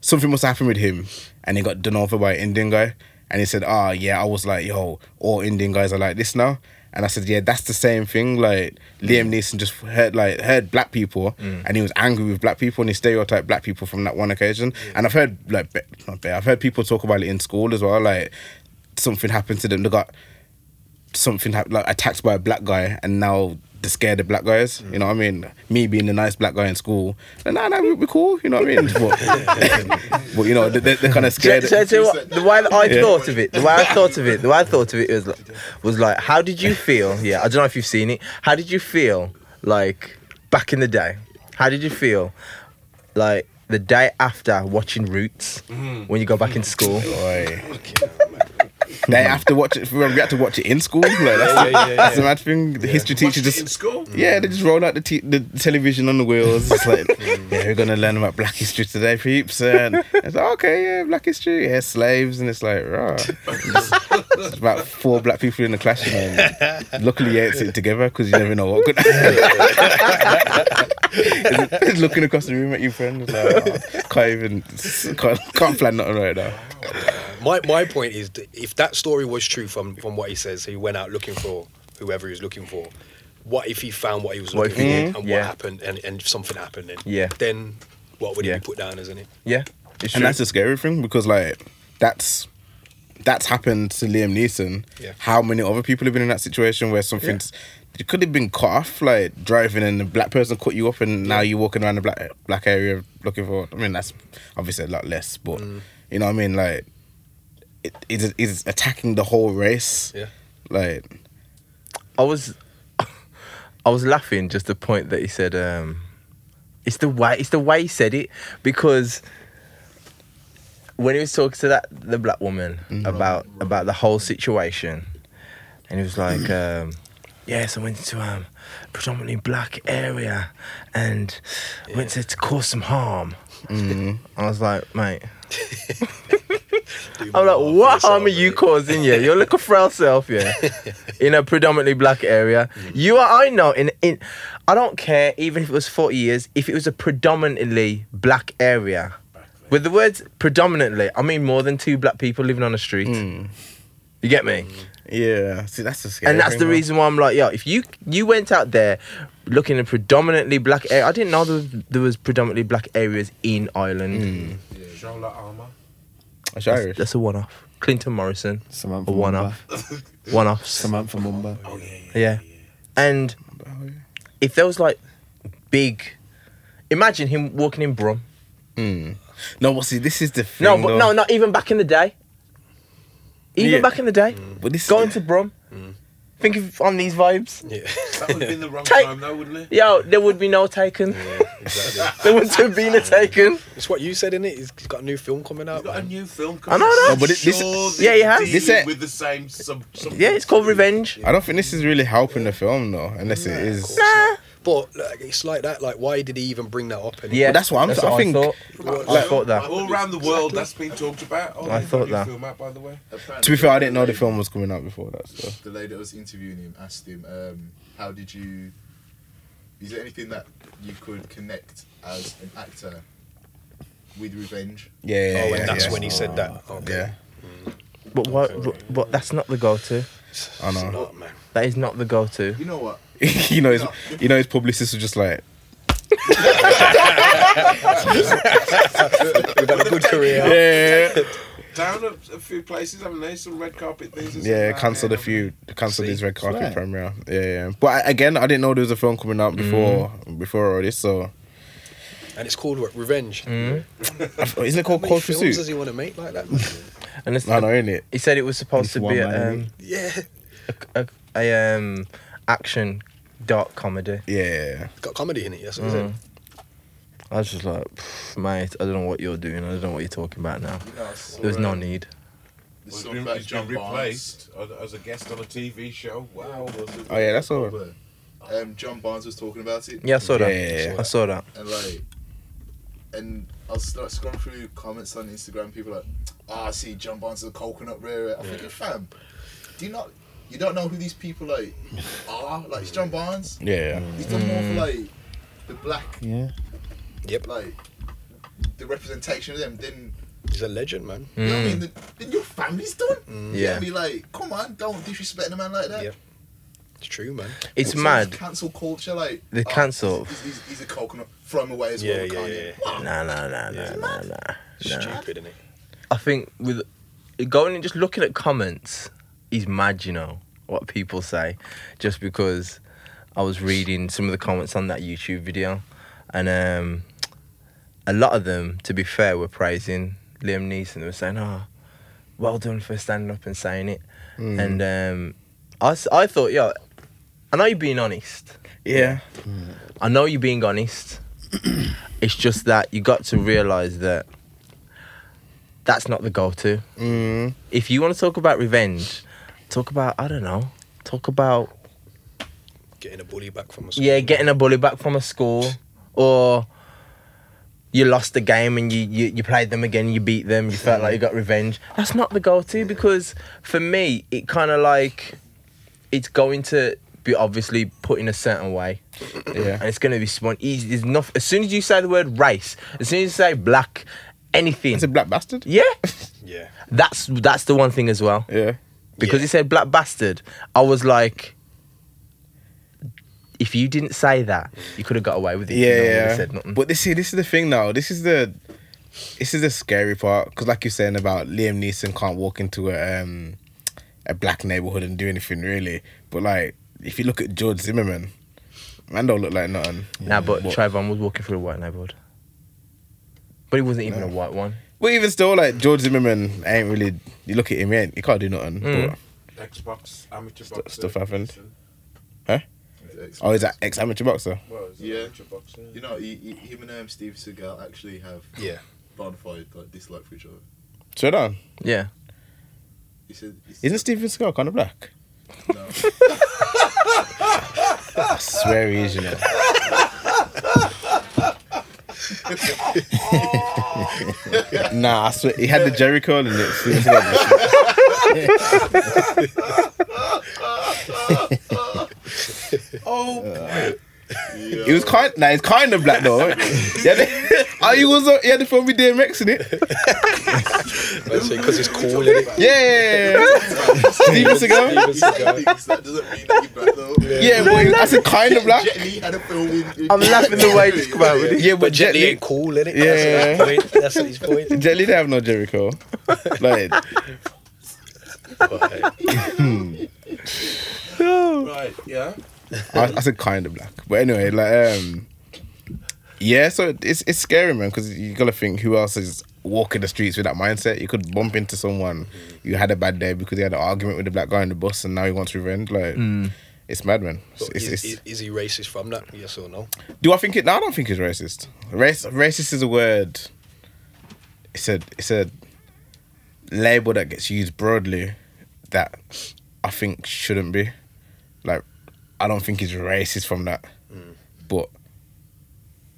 [SPEAKER 1] something must happen with him and he got done over by an Indian guy and he said, Ah yeah, I was like, yo, all Indian guys are like this now and I said, Yeah, that's the same thing. Like Liam Neeson just heard like heard black people and he was angry with black people and he stereotyped black people from that one occasion. And I've heard like be- not be- I've heard people talk about it in school as well, like something happened to them, they got something hap- like attacked by a black guy and now they're scared of black guys. You know what I mean? Me being the nice black guy in school, like, nah, nah, we- we're cool. You know what I mean? But, but you know, they- they- they're, kind of
[SPEAKER 3] So,
[SPEAKER 1] scared.
[SPEAKER 3] so, so what- the way that I
[SPEAKER 1] Yeah.
[SPEAKER 3] thought of it, the way I thought of it, the way I thought of it was like, was like, how did you feel? Yeah, I don't know if you've seen it. How did you feel like back in the day? How did you feel like the day after watching Roots
[SPEAKER 1] Mm-hmm.
[SPEAKER 3] when you go back into school?
[SPEAKER 1] Oi. They have to watch it. We have to watch it in school. Like, that's the, that's the mad thing. The history
[SPEAKER 6] Watched
[SPEAKER 1] teacher
[SPEAKER 6] it
[SPEAKER 1] just
[SPEAKER 6] in school.
[SPEAKER 1] Yeah, they just roll out the, t- the television on the wheels. It's like, yeah, we're gonna learn about Black History today, peeps. And it's like, okay, yeah, Black History, yeah, slaves, and it's like, right. It's about four black people in the class, and luckily, yeah, it's it together because you never know what could. It's looking across the room at your friend, it's like, oh, can't even, can't, can't plan nothing right now.
[SPEAKER 4] My my point is, that if that story was true from from what he says, he went out looking for whoever he was looking for. What if he found what he was
[SPEAKER 3] What
[SPEAKER 4] looking
[SPEAKER 3] if
[SPEAKER 4] for
[SPEAKER 3] he
[SPEAKER 4] and
[SPEAKER 3] did?
[SPEAKER 4] what
[SPEAKER 3] Yeah.
[SPEAKER 4] happened and, and if something happened then?
[SPEAKER 3] Yeah.
[SPEAKER 4] Then what would
[SPEAKER 3] Yeah.
[SPEAKER 4] he be put down as, isn't it?
[SPEAKER 3] Yeah, it's
[SPEAKER 1] and
[SPEAKER 3] true.
[SPEAKER 1] that's the scary thing because like that's that's happened to Liam Neeson.
[SPEAKER 4] Yeah.
[SPEAKER 1] How many other people have been in that situation where something's you could have been cut off, like driving, and a black person cut you up, and now you're walking around the black black area looking for. I mean, that's obviously a lot less, but
[SPEAKER 4] Mm.
[SPEAKER 1] you know what I mean. Like, it is is attacking the whole race.
[SPEAKER 4] Yeah.
[SPEAKER 1] Like,
[SPEAKER 3] I was I was laughing just the point that he said um it's the way it's the way he said it because when he was talking to that the black woman about about the whole situation and he was like um yes I went to um predominantly black area and went to, to cause some harm I was like mate
[SPEAKER 4] Do
[SPEAKER 3] I'm
[SPEAKER 4] more
[SPEAKER 3] like,
[SPEAKER 4] for
[SPEAKER 3] what
[SPEAKER 4] yourself,
[SPEAKER 3] harm are you
[SPEAKER 4] really.
[SPEAKER 3] causing? Yeah, you're like a frail self, yeah, in a predominantly black area. You are, I know, in in, I don't care even if it was 40 years. If it was a predominantly black area, with the words predominantly, I mean more than two black people living on a street. You get me?
[SPEAKER 1] yeah. See, that's the scary.
[SPEAKER 3] And that's
[SPEAKER 1] thing,
[SPEAKER 3] the
[SPEAKER 1] though.
[SPEAKER 3] reason why I'm like, yo, if you you went out there looking at predominantly black area, I didn't know there was, there was predominantly black areas in Ireland.
[SPEAKER 6] Shola Armour.
[SPEAKER 1] It's Irish.
[SPEAKER 3] That's a one-off. Clinton Morrison,
[SPEAKER 2] Samantha
[SPEAKER 3] a
[SPEAKER 2] Mumba.
[SPEAKER 3] one-off, one-offs.
[SPEAKER 2] Samantha Mumba.
[SPEAKER 6] Oh, yeah, yeah.
[SPEAKER 3] Yeah. And if there was like big, imagine him walking in Brum.
[SPEAKER 1] Hmm. No, but see, this is the thing.
[SPEAKER 3] No, but
[SPEAKER 1] though.
[SPEAKER 3] no, not even back in the day. Even
[SPEAKER 1] Yeah.
[SPEAKER 3] back in the day,
[SPEAKER 1] But this
[SPEAKER 3] going to Brum. Think of on these vibes.
[SPEAKER 4] Yeah,
[SPEAKER 6] That would have been the wrong
[SPEAKER 3] Take-
[SPEAKER 6] time, though, wouldn't it?
[SPEAKER 3] Yo, there would be no taken.
[SPEAKER 4] yeah, exactly.
[SPEAKER 3] There wouldn't have been a taken.
[SPEAKER 4] it's what you said, innit? it? He's he's got a new film coming
[SPEAKER 6] He's
[SPEAKER 4] out.
[SPEAKER 6] got a
[SPEAKER 4] man.
[SPEAKER 6] new film
[SPEAKER 3] I
[SPEAKER 6] coming
[SPEAKER 3] know that.
[SPEAKER 1] No, but it- this-
[SPEAKER 3] Yeah, he has.
[SPEAKER 1] This it.
[SPEAKER 6] With the same sub, sub-
[SPEAKER 3] Yeah, it's called Revenge.
[SPEAKER 1] I don't think this is really helping the film though, unless it is.
[SPEAKER 3] Nah.
[SPEAKER 4] But like, it's like that. Like, why did he even bring that up? innit?
[SPEAKER 3] Yeah,
[SPEAKER 1] that's what I'm- I think-
[SPEAKER 3] thought.
[SPEAKER 4] What-
[SPEAKER 3] I thought that.
[SPEAKER 6] All around the world, that's been talked about. Oh,
[SPEAKER 3] I
[SPEAKER 6] they've
[SPEAKER 3] thought
[SPEAKER 6] got a new
[SPEAKER 3] that.
[SPEAKER 6] Film out, by the way.
[SPEAKER 1] To be fair, I didn't know the film was coming out before that. So
[SPEAKER 5] The lady that was interviewing him asked him, um, "How did you? Is there anything that you could connect as an actor with revenge?"
[SPEAKER 1] yeah, yeah,
[SPEAKER 4] Oh,
[SPEAKER 1] yeah,
[SPEAKER 4] and that's
[SPEAKER 1] yeah.
[SPEAKER 4] when he said that. Okay.
[SPEAKER 1] Yeah,
[SPEAKER 3] But what? But, but that's not the go-to.
[SPEAKER 1] I know.
[SPEAKER 4] It's not, man.
[SPEAKER 3] That is not the go-to.
[SPEAKER 5] You know what?
[SPEAKER 1] you know, his, you know, his publicist was just like,
[SPEAKER 4] We've had a good career.
[SPEAKER 1] yeah,
[SPEAKER 6] Down a, a few places, haven't they? Some red carpet things. and
[SPEAKER 1] yeah,
[SPEAKER 6] stuff like
[SPEAKER 1] cancelled a
[SPEAKER 6] that.
[SPEAKER 1] few, cancelled his red carpet
[SPEAKER 2] Swear.
[SPEAKER 1] premiere. Yeah, yeah. But I- again, I didn't know there was a film coming out before
[SPEAKER 4] Mm.
[SPEAKER 1] before already. So
[SPEAKER 4] And it's called what? Revenge.
[SPEAKER 1] isn't it
[SPEAKER 4] How
[SPEAKER 1] called
[SPEAKER 4] many
[SPEAKER 1] Cold
[SPEAKER 4] films
[SPEAKER 1] Pursuit?
[SPEAKER 4] does he want to make like that?
[SPEAKER 3] And it's,
[SPEAKER 1] I know, isn't it?
[SPEAKER 3] he said it was supposed
[SPEAKER 2] It's
[SPEAKER 3] to
[SPEAKER 2] one
[SPEAKER 3] be a,
[SPEAKER 2] man,
[SPEAKER 3] um,
[SPEAKER 4] yeah,
[SPEAKER 3] a, a um, action dark comedy.
[SPEAKER 1] Yeah,
[SPEAKER 4] it's got comedy in it. Yes, is it?
[SPEAKER 3] I was just like, "Pff, mate, I don't know what you're doing. I don't know what you're talking about now.
[SPEAKER 5] You know, I saw,
[SPEAKER 3] There's no
[SPEAKER 5] um,
[SPEAKER 3] need.
[SPEAKER 5] the
[SPEAKER 6] Well, it's
[SPEAKER 5] song
[SPEAKER 6] been,
[SPEAKER 5] about
[SPEAKER 6] it's been
[SPEAKER 5] John Barnes.
[SPEAKER 6] replaced as- as a guest on a TV show. Wow.
[SPEAKER 1] Oh, yeah, that's all.
[SPEAKER 5] Um, John Barnes was talking about it.
[SPEAKER 3] Yeah, I saw that.
[SPEAKER 1] Yeah.
[SPEAKER 3] I saw that.
[SPEAKER 5] and like and I'll start scrolling through comments on Instagram. People like, ah, I see John Barnes is a coconut rare. I'm thinking, fam, do you not? You don't know who these people like are? Like it's John Barnes.
[SPEAKER 1] yeah.
[SPEAKER 5] He's done more for like the black,
[SPEAKER 2] Yeah.
[SPEAKER 5] like the representation of them. Then
[SPEAKER 4] He's a legend, man.
[SPEAKER 5] you know what I mean? then your family's done. You know what
[SPEAKER 3] Mm. Yeah.
[SPEAKER 5] I mean? Like, come on, don't disrespect a man like that.
[SPEAKER 4] Yeah. It's true, man.
[SPEAKER 3] It's
[SPEAKER 5] Also,
[SPEAKER 3] mad.
[SPEAKER 5] Cancel culture, like
[SPEAKER 3] The
[SPEAKER 5] "Ah,
[SPEAKER 3] cancel-
[SPEAKER 5] He's, he's, he's a coconut. Throw him away as
[SPEAKER 4] Yeah,
[SPEAKER 5] well.
[SPEAKER 4] yeah,
[SPEAKER 5] can't
[SPEAKER 4] yeah,
[SPEAKER 5] you?
[SPEAKER 4] yeah.
[SPEAKER 5] What?
[SPEAKER 3] Nah, nah, nah, nah, nah, nah.
[SPEAKER 4] Stupid, innit?
[SPEAKER 3] I think with going and just looking at comments is mad, you know, what people say. Just because I was reading some of the comments on that YouTube video and um a lot of them, to be fair, were praising Liam Neeson. They were saying, Oh, well done for standing up and saying it. And um I, s- I thought, yo, I know you're being honest.
[SPEAKER 1] Yeah,
[SPEAKER 3] I know you're being honest. it's just that you got to realize that that's not the go-to.
[SPEAKER 1] Mm.
[SPEAKER 3] If you want to talk about revenge, talk about I don't know. Talk about
[SPEAKER 4] Getting a bully back from a school.
[SPEAKER 3] yeah, getting a bully back from a school, or you lost the game and you you, you played them again, you beat them, you felt like you got revenge. That's not the go-to because for me, it kind of like it's going to be obviously put in a certain way.
[SPEAKER 1] yeah.
[SPEAKER 3] and it's gonna be spun easy. There's enough. As soon as you say the word race, as soon as you say black, anything,
[SPEAKER 1] It's a black bastard.
[SPEAKER 3] yeah,
[SPEAKER 4] Yeah.
[SPEAKER 3] that's that's the one thing as well.
[SPEAKER 1] Yeah,
[SPEAKER 3] Because he said black bastard, I was like, if you didn't say that, you could have got away with it.
[SPEAKER 1] yeah,
[SPEAKER 3] no one would've
[SPEAKER 1] yeah.
[SPEAKER 3] Said nothing.
[SPEAKER 1] But this see, this is the thing now. This is the this is the scary part because, like you're saying about Liam Neeson can't walk into a um, a black neighborhood and do anything really. But like, if you look at George Zimmerman, man don't look like nothing.
[SPEAKER 3] nah, but Trayvon was walking through a white neighborhood, but he wasn't even a white one.
[SPEAKER 1] But even still, like George Zimmerman ain't really. You look at him, he ain't he can't do nothing.
[SPEAKER 3] Mm.
[SPEAKER 6] Xbox amateur boxer.
[SPEAKER 1] stuff happened. But, oh, he's an ex amateur boxer.
[SPEAKER 6] Well, it's
[SPEAKER 5] Yeah.
[SPEAKER 6] an amateur boxer.
[SPEAKER 5] You know, he, he, him and um, Steve Seagal actually have
[SPEAKER 4] Yeah.
[SPEAKER 5] bona fide like dislike for each other.
[SPEAKER 1] So on.
[SPEAKER 3] Yeah,
[SPEAKER 5] He said, he said-
[SPEAKER 1] Isn't Steven Seagal kind of black?
[SPEAKER 5] No.
[SPEAKER 1] I swear he is, you know. nah, I swear he had the Jerry curl in it. Steven Seagal.
[SPEAKER 5] Yeah.
[SPEAKER 1] Uh, He was kind. Nah, he's kind of black though. yeah, the, oh, he was. Uh, he had the film with DMX in it.
[SPEAKER 4] Let's say because it's cool, innit?
[SPEAKER 1] Yeah, yeah, yeah, yeah. Steven Seagal.
[SPEAKER 5] He said things, that doesn't mean that you're black though.
[SPEAKER 1] Yeah, boy. That's a kind of black.
[SPEAKER 5] Jet Li had a film in.
[SPEAKER 3] I'm laughing the way this come out with
[SPEAKER 1] Yeah, but
[SPEAKER 4] But
[SPEAKER 1] Jet
[SPEAKER 4] Jet Li
[SPEAKER 1] Li.
[SPEAKER 4] ain't cool, innit?
[SPEAKER 1] Yeah.
[SPEAKER 4] That's his point. That's his point.
[SPEAKER 1] Jet Li didn't have no Jerry curl. Like,
[SPEAKER 4] But, hey,
[SPEAKER 6] Right, yeah.
[SPEAKER 1] I, I said kind of black, but anyway, like um, yeah. So it's it's scary, man, because you gotta think who else is walking the streets with that mindset. You could bump into someone you had a bad day because he had an argument with the black guy on the bus, and now he wants revenge. Like it's mad, man. It's,
[SPEAKER 4] But
[SPEAKER 1] it's,
[SPEAKER 4] is,
[SPEAKER 1] it's,
[SPEAKER 4] is, is he racist from that? Yes or no?
[SPEAKER 1] do I think it? No, I don't think it's racist. Race, racist is a word. It's a it's a label that gets used broadly that I think shouldn't be. Like, I don't think it's racist from that, but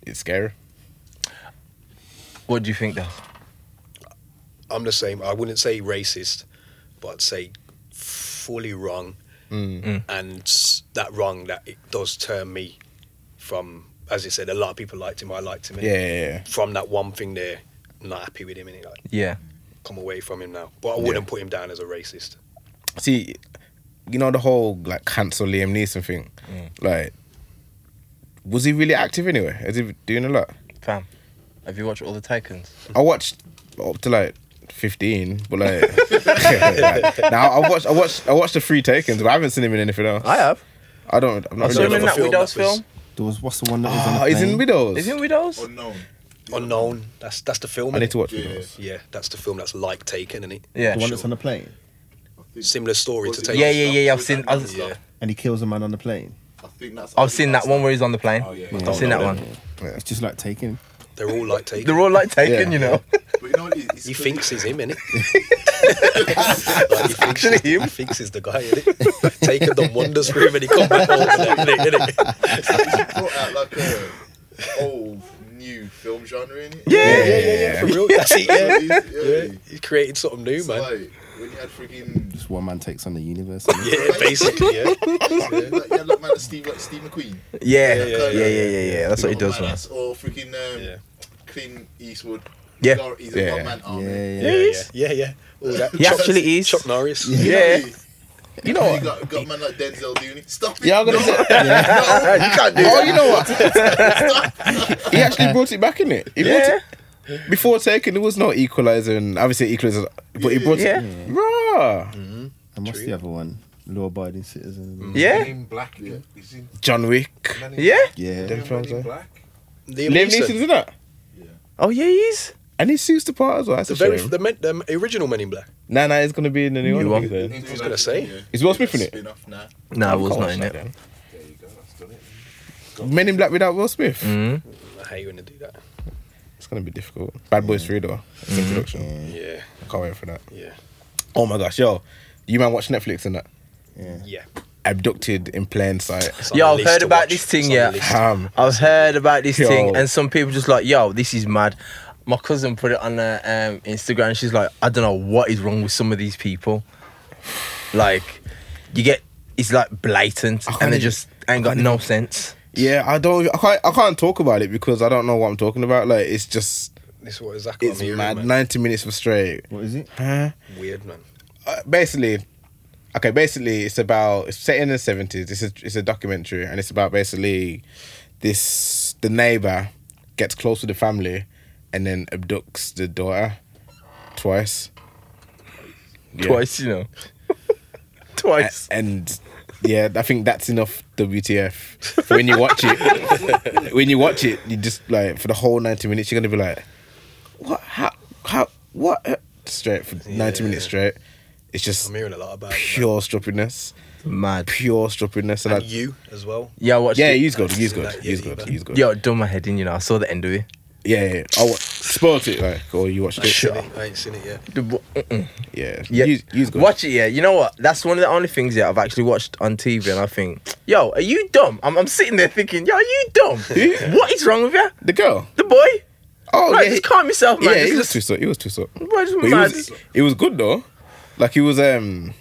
[SPEAKER 1] it's scary.
[SPEAKER 3] What do you think though?
[SPEAKER 4] I'm the same. I wouldn't say racist, but I'd say fully wrong.
[SPEAKER 1] Mm.
[SPEAKER 3] Mm.
[SPEAKER 4] And s- that wrong that it does turn me from, as you said, a lot of people liked him. I liked him. innit?
[SPEAKER 1] Yeah, yeah, yeah.
[SPEAKER 4] From that one thing there, not happy with him, and like
[SPEAKER 3] Yeah.
[SPEAKER 4] come away from him now. But I wouldn't put him down as a racist.
[SPEAKER 1] See, you know the whole like cancel Liam Neeson thing. Like, was he really active anyway? Is he doing a lot?
[SPEAKER 3] Fam. Have you watched all the Takens?
[SPEAKER 1] I watched up to like fifteen, but like, like, now I watched I watched I watched the three takens, but I haven't seen him in anything else.
[SPEAKER 3] I have.
[SPEAKER 1] I don't. I'm not
[SPEAKER 3] I saw him
[SPEAKER 1] really.
[SPEAKER 3] in that
[SPEAKER 4] another film
[SPEAKER 3] Widows
[SPEAKER 4] that was-
[SPEAKER 3] film.
[SPEAKER 2] There was what's the one that was on
[SPEAKER 1] Oh,
[SPEAKER 2] the
[SPEAKER 1] he's in
[SPEAKER 2] plane?
[SPEAKER 1] Widows.
[SPEAKER 3] Is he in Widows?
[SPEAKER 5] Unknown.
[SPEAKER 4] Unknown. That's that's the film.
[SPEAKER 1] I
[SPEAKER 4] innit?
[SPEAKER 1] need to watch
[SPEAKER 5] Yeah.
[SPEAKER 1] Widows.
[SPEAKER 4] Yeah, that's the film that's like Taken, isn't it?
[SPEAKER 3] Yeah.
[SPEAKER 2] The one that's
[SPEAKER 4] sure.
[SPEAKER 2] on the plane,
[SPEAKER 5] I think-
[SPEAKER 4] Similar story
[SPEAKER 5] Was
[SPEAKER 4] to
[SPEAKER 5] it
[SPEAKER 4] Taken.
[SPEAKER 3] Yeah, yeah, yeah. yeah. I've
[SPEAKER 5] Was
[SPEAKER 3] seen.
[SPEAKER 5] that
[SPEAKER 3] I've,
[SPEAKER 5] Widows?
[SPEAKER 4] yeah.
[SPEAKER 2] and he kills a man on the plane.
[SPEAKER 5] I think that's.
[SPEAKER 3] I've seen that one where he's on the plane.
[SPEAKER 6] Oh, yeah.
[SPEAKER 3] I've
[SPEAKER 2] Yeah.
[SPEAKER 3] seen that
[SPEAKER 4] Yeah.
[SPEAKER 3] one.
[SPEAKER 2] It's just like taking.
[SPEAKER 4] They're all like Taken.
[SPEAKER 3] They're all like Taken,
[SPEAKER 1] Yeah.
[SPEAKER 3] you know.
[SPEAKER 5] But you know what? it is?
[SPEAKER 4] he
[SPEAKER 5] It's
[SPEAKER 4] thinks he's him, innit? like he thinks
[SPEAKER 3] Actually
[SPEAKER 4] he's, He thinks he's the guy, innit? Taken the wonders for him and he comes back over there, innit? innit?
[SPEAKER 5] brought out like a old new film genre in it.
[SPEAKER 3] Yeah.
[SPEAKER 1] Yeah, yeah,
[SPEAKER 4] For real, that's it, yeah.
[SPEAKER 5] yeah. yeah.
[SPEAKER 4] He created something new,
[SPEAKER 5] It's
[SPEAKER 4] man.
[SPEAKER 5] like when you had freaking.
[SPEAKER 2] Just one man takes on the universe.
[SPEAKER 4] yeah, basically, yeah.
[SPEAKER 5] Yeah, like, yeah, like man, like Steve, like Steve McQueen.
[SPEAKER 3] Yeah. Yeah,
[SPEAKER 4] yeah,
[SPEAKER 3] yeah, yeah, yeah. That's what he
[SPEAKER 5] Or
[SPEAKER 3] does, man.
[SPEAKER 5] Badass, Or freaking um,
[SPEAKER 4] Yeah.
[SPEAKER 5] Clint Eastwood.
[SPEAKER 3] Yeah.
[SPEAKER 5] He's got- He's a
[SPEAKER 1] Yeah.
[SPEAKER 5] yeah. man
[SPEAKER 2] Yeah,
[SPEAKER 5] army.
[SPEAKER 2] yeah.
[SPEAKER 4] Yeah, yeah, yeah, yeah. All that.
[SPEAKER 3] He actually is.
[SPEAKER 4] Chuck Norris.
[SPEAKER 5] You know
[SPEAKER 3] Yeah.
[SPEAKER 5] what I mean?
[SPEAKER 1] You know
[SPEAKER 5] You
[SPEAKER 1] what?
[SPEAKER 5] got, got a man like Denzel Dooney. Stop it.
[SPEAKER 1] Yeah, I'm gonna
[SPEAKER 5] No,
[SPEAKER 1] say. Oh, you know what? he actually brought it back in it. He brought
[SPEAKER 3] Yeah.
[SPEAKER 1] it- Before taken, there was no equalizer, and obviously equalizer, but he brought
[SPEAKER 3] Yeah.
[SPEAKER 1] it. Rah!
[SPEAKER 2] And what's the other one? Law abiding citizen.
[SPEAKER 1] Mm.
[SPEAKER 3] Yeah.
[SPEAKER 6] Men in Black. Is he
[SPEAKER 1] John Wick.
[SPEAKER 6] Men in
[SPEAKER 3] Yeah.
[SPEAKER 1] Them
[SPEAKER 2] Yeah.
[SPEAKER 6] Black? Men
[SPEAKER 1] films, eh?
[SPEAKER 6] in Black?
[SPEAKER 4] Liam
[SPEAKER 1] Liam
[SPEAKER 4] Neeson.
[SPEAKER 1] Neeson's in that,
[SPEAKER 3] Oh yeah, he is.
[SPEAKER 1] and he suits the part as well. That's
[SPEAKER 4] The
[SPEAKER 1] a
[SPEAKER 4] very
[SPEAKER 1] shame.
[SPEAKER 4] the, men, the original Men in Black.
[SPEAKER 1] Nah, nah, it's gonna be in the new, one.
[SPEAKER 3] New one.
[SPEAKER 1] I think, though.
[SPEAKER 4] I was gonna say.
[SPEAKER 1] Is Will Smith in it?
[SPEAKER 5] Spin-off, nah.
[SPEAKER 3] No, I was
[SPEAKER 1] Can't
[SPEAKER 3] not
[SPEAKER 1] watch
[SPEAKER 3] in
[SPEAKER 1] that
[SPEAKER 3] it.
[SPEAKER 1] then.
[SPEAKER 6] There you go. That's done it.
[SPEAKER 1] Men in Black without Will Smith.
[SPEAKER 3] Mm.
[SPEAKER 4] I hate when they do that.
[SPEAKER 1] It's gonna be difficult. Bad Boys Three though. It's in production.
[SPEAKER 4] Yeah,
[SPEAKER 1] I can't wait for that.
[SPEAKER 4] Mm. yeah,
[SPEAKER 1] Oh my gosh, yo, you man watch Netflix and that?
[SPEAKER 2] Yeah.
[SPEAKER 4] yeah.
[SPEAKER 1] Abducted in plain sight.
[SPEAKER 4] It's on
[SPEAKER 3] Yo,
[SPEAKER 4] the
[SPEAKER 3] I've
[SPEAKER 4] list
[SPEAKER 3] heard
[SPEAKER 4] to
[SPEAKER 3] about
[SPEAKER 4] watch.
[SPEAKER 3] this thing.
[SPEAKER 4] It's on the
[SPEAKER 3] Yeah.
[SPEAKER 4] list.
[SPEAKER 1] Ham.
[SPEAKER 3] I've heard about this
[SPEAKER 1] Um, Yo.
[SPEAKER 3] thing, and some people just like, yo, this is mad. My cousin put it on her um, Instagram. And she's like, I don't know what is wrong with some of these people. Like, you get it's like blatant,
[SPEAKER 1] I can't
[SPEAKER 3] and they
[SPEAKER 1] even-
[SPEAKER 3] just ain't got no sense.
[SPEAKER 1] Yeah, I don't. I can't. I can't talk about it because I don't know what I'm talking about. Like it's just.
[SPEAKER 4] This is what exactly
[SPEAKER 1] It's
[SPEAKER 4] I'm hearing,
[SPEAKER 1] mad.
[SPEAKER 4] man.
[SPEAKER 1] Ninety minutes for straight.
[SPEAKER 2] What is it?
[SPEAKER 1] Huh?
[SPEAKER 4] Weird, man.
[SPEAKER 1] Uh, basically, okay. Basically, it's about it's set in the seventies. It's a it's a documentary, and it's about basically this the neighbor gets close to the family, and then abducts the daughter twice. Yeah.
[SPEAKER 3] Twice, you know. Twice.
[SPEAKER 1] A- and yeah, I think that's enough WTF. For when you watch it, when you watch it, you just like for the whole ninety minutes, you're gonna be like, what? How? How? What? Straight for ninety
[SPEAKER 4] Yeah.
[SPEAKER 1] minutes straight. It's just
[SPEAKER 4] I'm hearing a lot about it. man.
[SPEAKER 1] pure struppiness,
[SPEAKER 3] Mad.
[SPEAKER 1] pure struppiness, and,
[SPEAKER 4] And
[SPEAKER 1] I,
[SPEAKER 4] you as well.
[SPEAKER 3] Yeah, I watched
[SPEAKER 1] yeah,
[SPEAKER 3] it.
[SPEAKER 1] he's good, he's
[SPEAKER 4] seen
[SPEAKER 1] good,
[SPEAKER 4] that, yeah,
[SPEAKER 1] he's
[SPEAKER 4] you
[SPEAKER 1] good,
[SPEAKER 4] bet.
[SPEAKER 1] he's good.
[SPEAKER 3] Yo, it done my head in, you know. I saw the end of it.
[SPEAKER 1] yeah, yeah. yeah. I wa- spoilt it like, or you watched it.
[SPEAKER 4] I ain't seen it, I ain't seen it yet.
[SPEAKER 3] The w- mm-mm.
[SPEAKER 1] Yeah,
[SPEAKER 3] Yeah.
[SPEAKER 1] He's, he's good.
[SPEAKER 3] Watch it, yeah. You know what? That's one of the only things that I've actually watched on TV, and I think, yo, are you dumb? I'm, I'm sitting there thinking, yo, are you dumb? what is wrong with you?
[SPEAKER 1] the girl.
[SPEAKER 3] The boy?
[SPEAKER 1] Oh
[SPEAKER 3] Right,
[SPEAKER 1] yeah, he,
[SPEAKER 3] just calm yourself, man.
[SPEAKER 1] yeah,
[SPEAKER 3] Just-
[SPEAKER 1] he was too short. He was too short.
[SPEAKER 3] Bro, just
[SPEAKER 1] But it
[SPEAKER 3] mad.
[SPEAKER 1] was, it was good though. Like he was um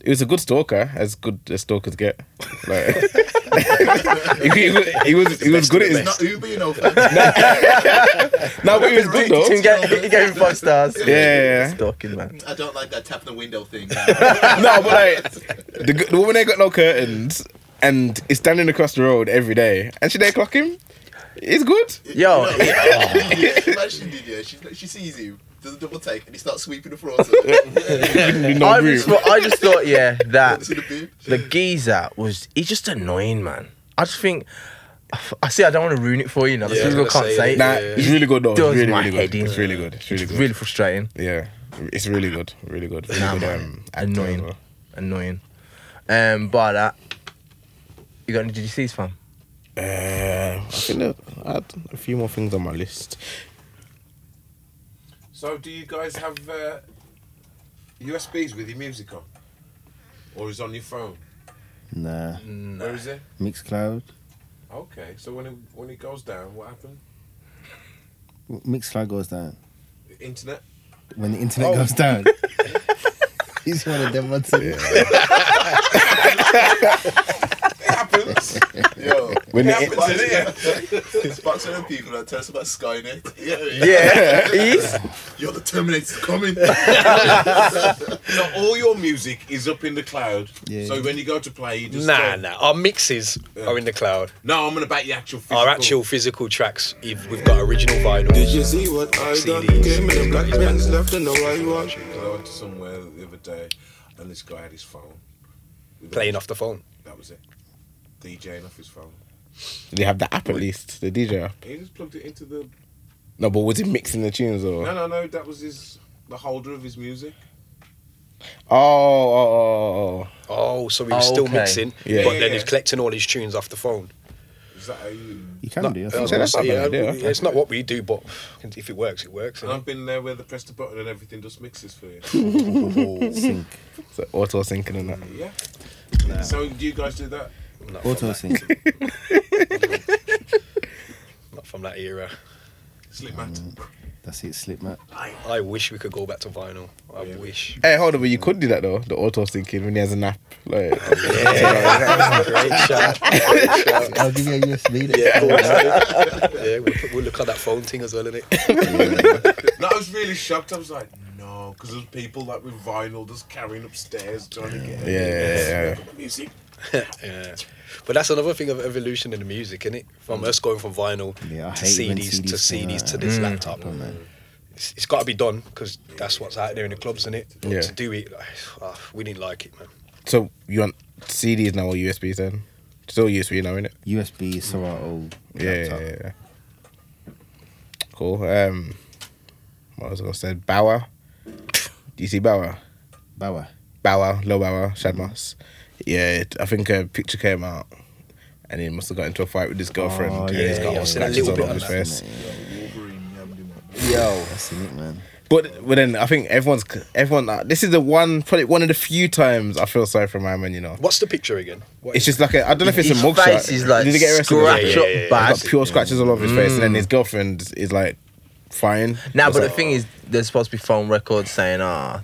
[SPEAKER 1] it was a good stalker, as good as stalkers get. Like he, he was he was, he was good at
[SPEAKER 5] It's
[SPEAKER 1] his
[SPEAKER 5] not Uber, you know. fam.
[SPEAKER 1] No, but he was good
[SPEAKER 3] He
[SPEAKER 1] though.
[SPEAKER 3] gave- he gave him five stars.
[SPEAKER 1] yeah, yeah.
[SPEAKER 3] Stalking, man.
[SPEAKER 5] I don't like that tap the window thing.
[SPEAKER 1] No, but like the, g- the woman ain't got no curtains and is standing across the road every day and should they clock him? It's good.
[SPEAKER 3] Yo,
[SPEAKER 5] You know, yeah, imagine Didier. She, she sees him, does a double take, and he starts sweeping the floor. to her.
[SPEAKER 1] In
[SPEAKER 3] I
[SPEAKER 1] no room.
[SPEAKER 3] just, thought, I just thought, yeah, that
[SPEAKER 5] to the boob.
[SPEAKER 3] the geezer was he's just annoying, man. I just think I see. I don't want to ruin it for you now.
[SPEAKER 4] Yeah,
[SPEAKER 3] Yeah, people
[SPEAKER 4] I was
[SPEAKER 3] can't
[SPEAKER 4] gonna say,
[SPEAKER 3] say it.
[SPEAKER 4] yeah.
[SPEAKER 1] Nah, it's really good though. It's
[SPEAKER 3] Does
[SPEAKER 1] really,
[SPEAKER 3] my
[SPEAKER 1] really
[SPEAKER 3] head
[SPEAKER 1] good.
[SPEAKER 3] in.
[SPEAKER 1] It's really good. It's really
[SPEAKER 3] It's
[SPEAKER 1] good.
[SPEAKER 3] really frustrating,
[SPEAKER 1] Yeah, it's really good. Really good. Really
[SPEAKER 3] Nah,
[SPEAKER 1] good,
[SPEAKER 3] man.
[SPEAKER 1] um, acting
[SPEAKER 3] Annoying.
[SPEAKER 1] as well.
[SPEAKER 3] annoying. Um, but that you got any GDCs, fam?
[SPEAKER 1] Uh, I think that I had a few more things on my list.
[SPEAKER 6] So, do you guys have uh, USBs with your music on, or is it on your phone?
[SPEAKER 2] Nah.
[SPEAKER 1] Mm.
[SPEAKER 6] Where is it?
[SPEAKER 2] Mixcloud.
[SPEAKER 6] Okay, so when it when it goes down, what happened?
[SPEAKER 2] Mixcloud goes down.
[SPEAKER 6] Internet.
[SPEAKER 2] When the
[SPEAKER 1] Oh.
[SPEAKER 2] internet goes down. He's one of them ones.
[SPEAKER 6] It happens.
[SPEAKER 5] Yo,
[SPEAKER 1] When
[SPEAKER 6] it
[SPEAKER 1] the-
[SPEAKER 6] happens, innit?
[SPEAKER 5] Sparks on them people that tell us about Skynet. Yeah,
[SPEAKER 3] Yeah, he's
[SPEAKER 5] You're the Terminator's coming.
[SPEAKER 6] So all your music is up in the cloud.
[SPEAKER 2] Yeah.
[SPEAKER 6] So when you go to play, you just
[SPEAKER 4] Nah,
[SPEAKER 6] go,
[SPEAKER 4] nah. Our mixes are in the cloud.
[SPEAKER 6] No, I'm gonna back the actual. Physical.
[SPEAKER 4] Our actual physical tracks, if we've got original vinyl.
[SPEAKER 7] Did you see what I done?
[SPEAKER 4] CDs.
[SPEAKER 7] Came in a black man's left and now I want.
[SPEAKER 6] I went to somewhere the other day, and this guy had his phone.
[SPEAKER 4] Playing off the phone.
[SPEAKER 6] That was it. DJing off his phone.
[SPEAKER 1] They have the app at least, the DJ app.
[SPEAKER 6] He just plugged it into the.
[SPEAKER 1] No, but was it mixing the tunes or?
[SPEAKER 6] No, no, no. That was his. The holder of his music.
[SPEAKER 1] Oh, oh, oh, oh,
[SPEAKER 4] Oh, so he was still
[SPEAKER 3] Okay.
[SPEAKER 4] mixing,
[SPEAKER 1] Yeah.
[SPEAKER 4] but
[SPEAKER 6] Yeah,
[SPEAKER 4] then
[SPEAKER 6] yeah.
[SPEAKER 4] he's collecting all his tunes off the phone.
[SPEAKER 6] Is that how you?
[SPEAKER 2] You can do. I
[SPEAKER 1] oh.
[SPEAKER 2] think.
[SPEAKER 1] So that's not a bad
[SPEAKER 4] yeah,
[SPEAKER 1] idea.
[SPEAKER 4] yeah, it's not what we do, but if it works, it works.
[SPEAKER 6] And
[SPEAKER 4] innit?
[SPEAKER 6] I've been there where they press the button and everything just mixes for you.
[SPEAKER 2] Sync.
[SPEAKER 1] So auto syncing and that.
[SPEAKER 6] yeah. So do you guys do that?
[SPEAKER 4] Not from
[SPEAKER 2] Auto
[SPEAKER 4] that-
[SPEAKER 2] sync.
[SPEAKER 4] not from that era.
[SPEAKER 6] Slip mat.
[SPEAKER 7] Mm.
[SPEAKER 2] That's it, slip mat.
[SPEAKER 4] I wish we could go back to vinyl. I wish.
[SPEAKER 1] Hey, hold on, but you could do that though. The auto syncing when he has an app. Like,
[SPEAKER 4] Great shout.
[SPEAKER 2] I'll give you a USB.
[SPEAKER 4] Yeah, cool, isn't it? yeah we'll, put- we'll look at that phone thing as well, innit?
[SPEAKER 6] No, I was really shocked. I was like, no, because there's people like with vinyl just carrying upstairs trying to get
[SPEAKER 1] yeah, yeah,
[SPEAKER 6] music.
[SPEAKER 4] yeah. But that's another thing of evolution in the music, innit? From us going from vinyl
[SPEAKER 2] Yeah, I
[SPEAKER 4] to
[SPEAKER 2] hate when
[SPEAKER 4] CDs, to
[SPEAKER 2] CDs came
[SPEAKER 4] CDs
[SPEAKER 2] out.
[SPEAKER 4] to this
[SPEAKER 2] Mm.
[SPEAKER 4] laptop.
[SPEAKER 2] Come on, man.
[SPEAKER 4] It's, it's got to be done because that's what's out there in the clubs, innit? But
[SPEAKER 1] Yeah.
[SPEAKER 4] to do it, like, ah, we didn't like it, man.
[SPEAKER 1] So you want CDs now or USBs then? Still USB now, innit?
[SPEAKER 2] USB Serato.
[SPEAKER 1] Yeah, yeah,
[SPEAKER 2] laptop.
[SPEAKER 1] yeah, yeah. Cool. Um, what was I gonna say? Bauer. Do you see Bauer?
[SPEAKER 2] Bauer.
[SPEAKER 1] Bauer, Low Bauer, Shadmas. Yeah, it, I think a picture came out, and he must have got into a fight with his girlfriend.
[SPEAKER 2] Oh,
[SPEAKER 1] and
[SPEAKER 2] yeah,
[SPEAKER 1] he's got
[SPEAKER 4] yeah,
[SPEAKER 1] all
[SPEAKER 4] I've seen a
[SPEAKER 1] scratches
[SPEAKER 4] little
[SPEAKER 1] all
[SPEAKER 4] bit
[SPEAKER 1] on
[SPEAKER 4] of
[SPEAKER 1] his
[SPEAKER 4] that,
[SPEAKER 1] face.
[SPEAKER 5] Wolverine, yammed him up.
[SPEAKER 2] Yo. That's in it, man.
[SPEAKER 1] But but then I think everyone's everyone. uh, This is the one probably one of the few times I feel sorry for my man. You know,
[SPEAKER 4] What's the picture again? What
[SPEAKER 1] it's
[SPEAKER 4] is
[SPEAKER 1] just like a, I don't know if it's a
[SPEAKER 3] His
[SPEAKER 1] mugshot.
[SPEAKER 3] face is like
[SPEAKER 1] Did he get arrested? or
[SPEAKER 3] scratch
[SPEAKER 1] something?
[SPEAKER 4] Yeah,
[SPEAKER 3] up
[SPEAKER 4] yeah, yeah, yeah.
[SPEAKER 3] bad.
[SPEAKER 1] He's got pure scratches all over his face, and then his girlfriend is like fine.
[SPEAKER 3] Now, but the
[SPEAKER 1] So-
[SPEAKER 3] thing is, there's supposed to be phone records saying, ah,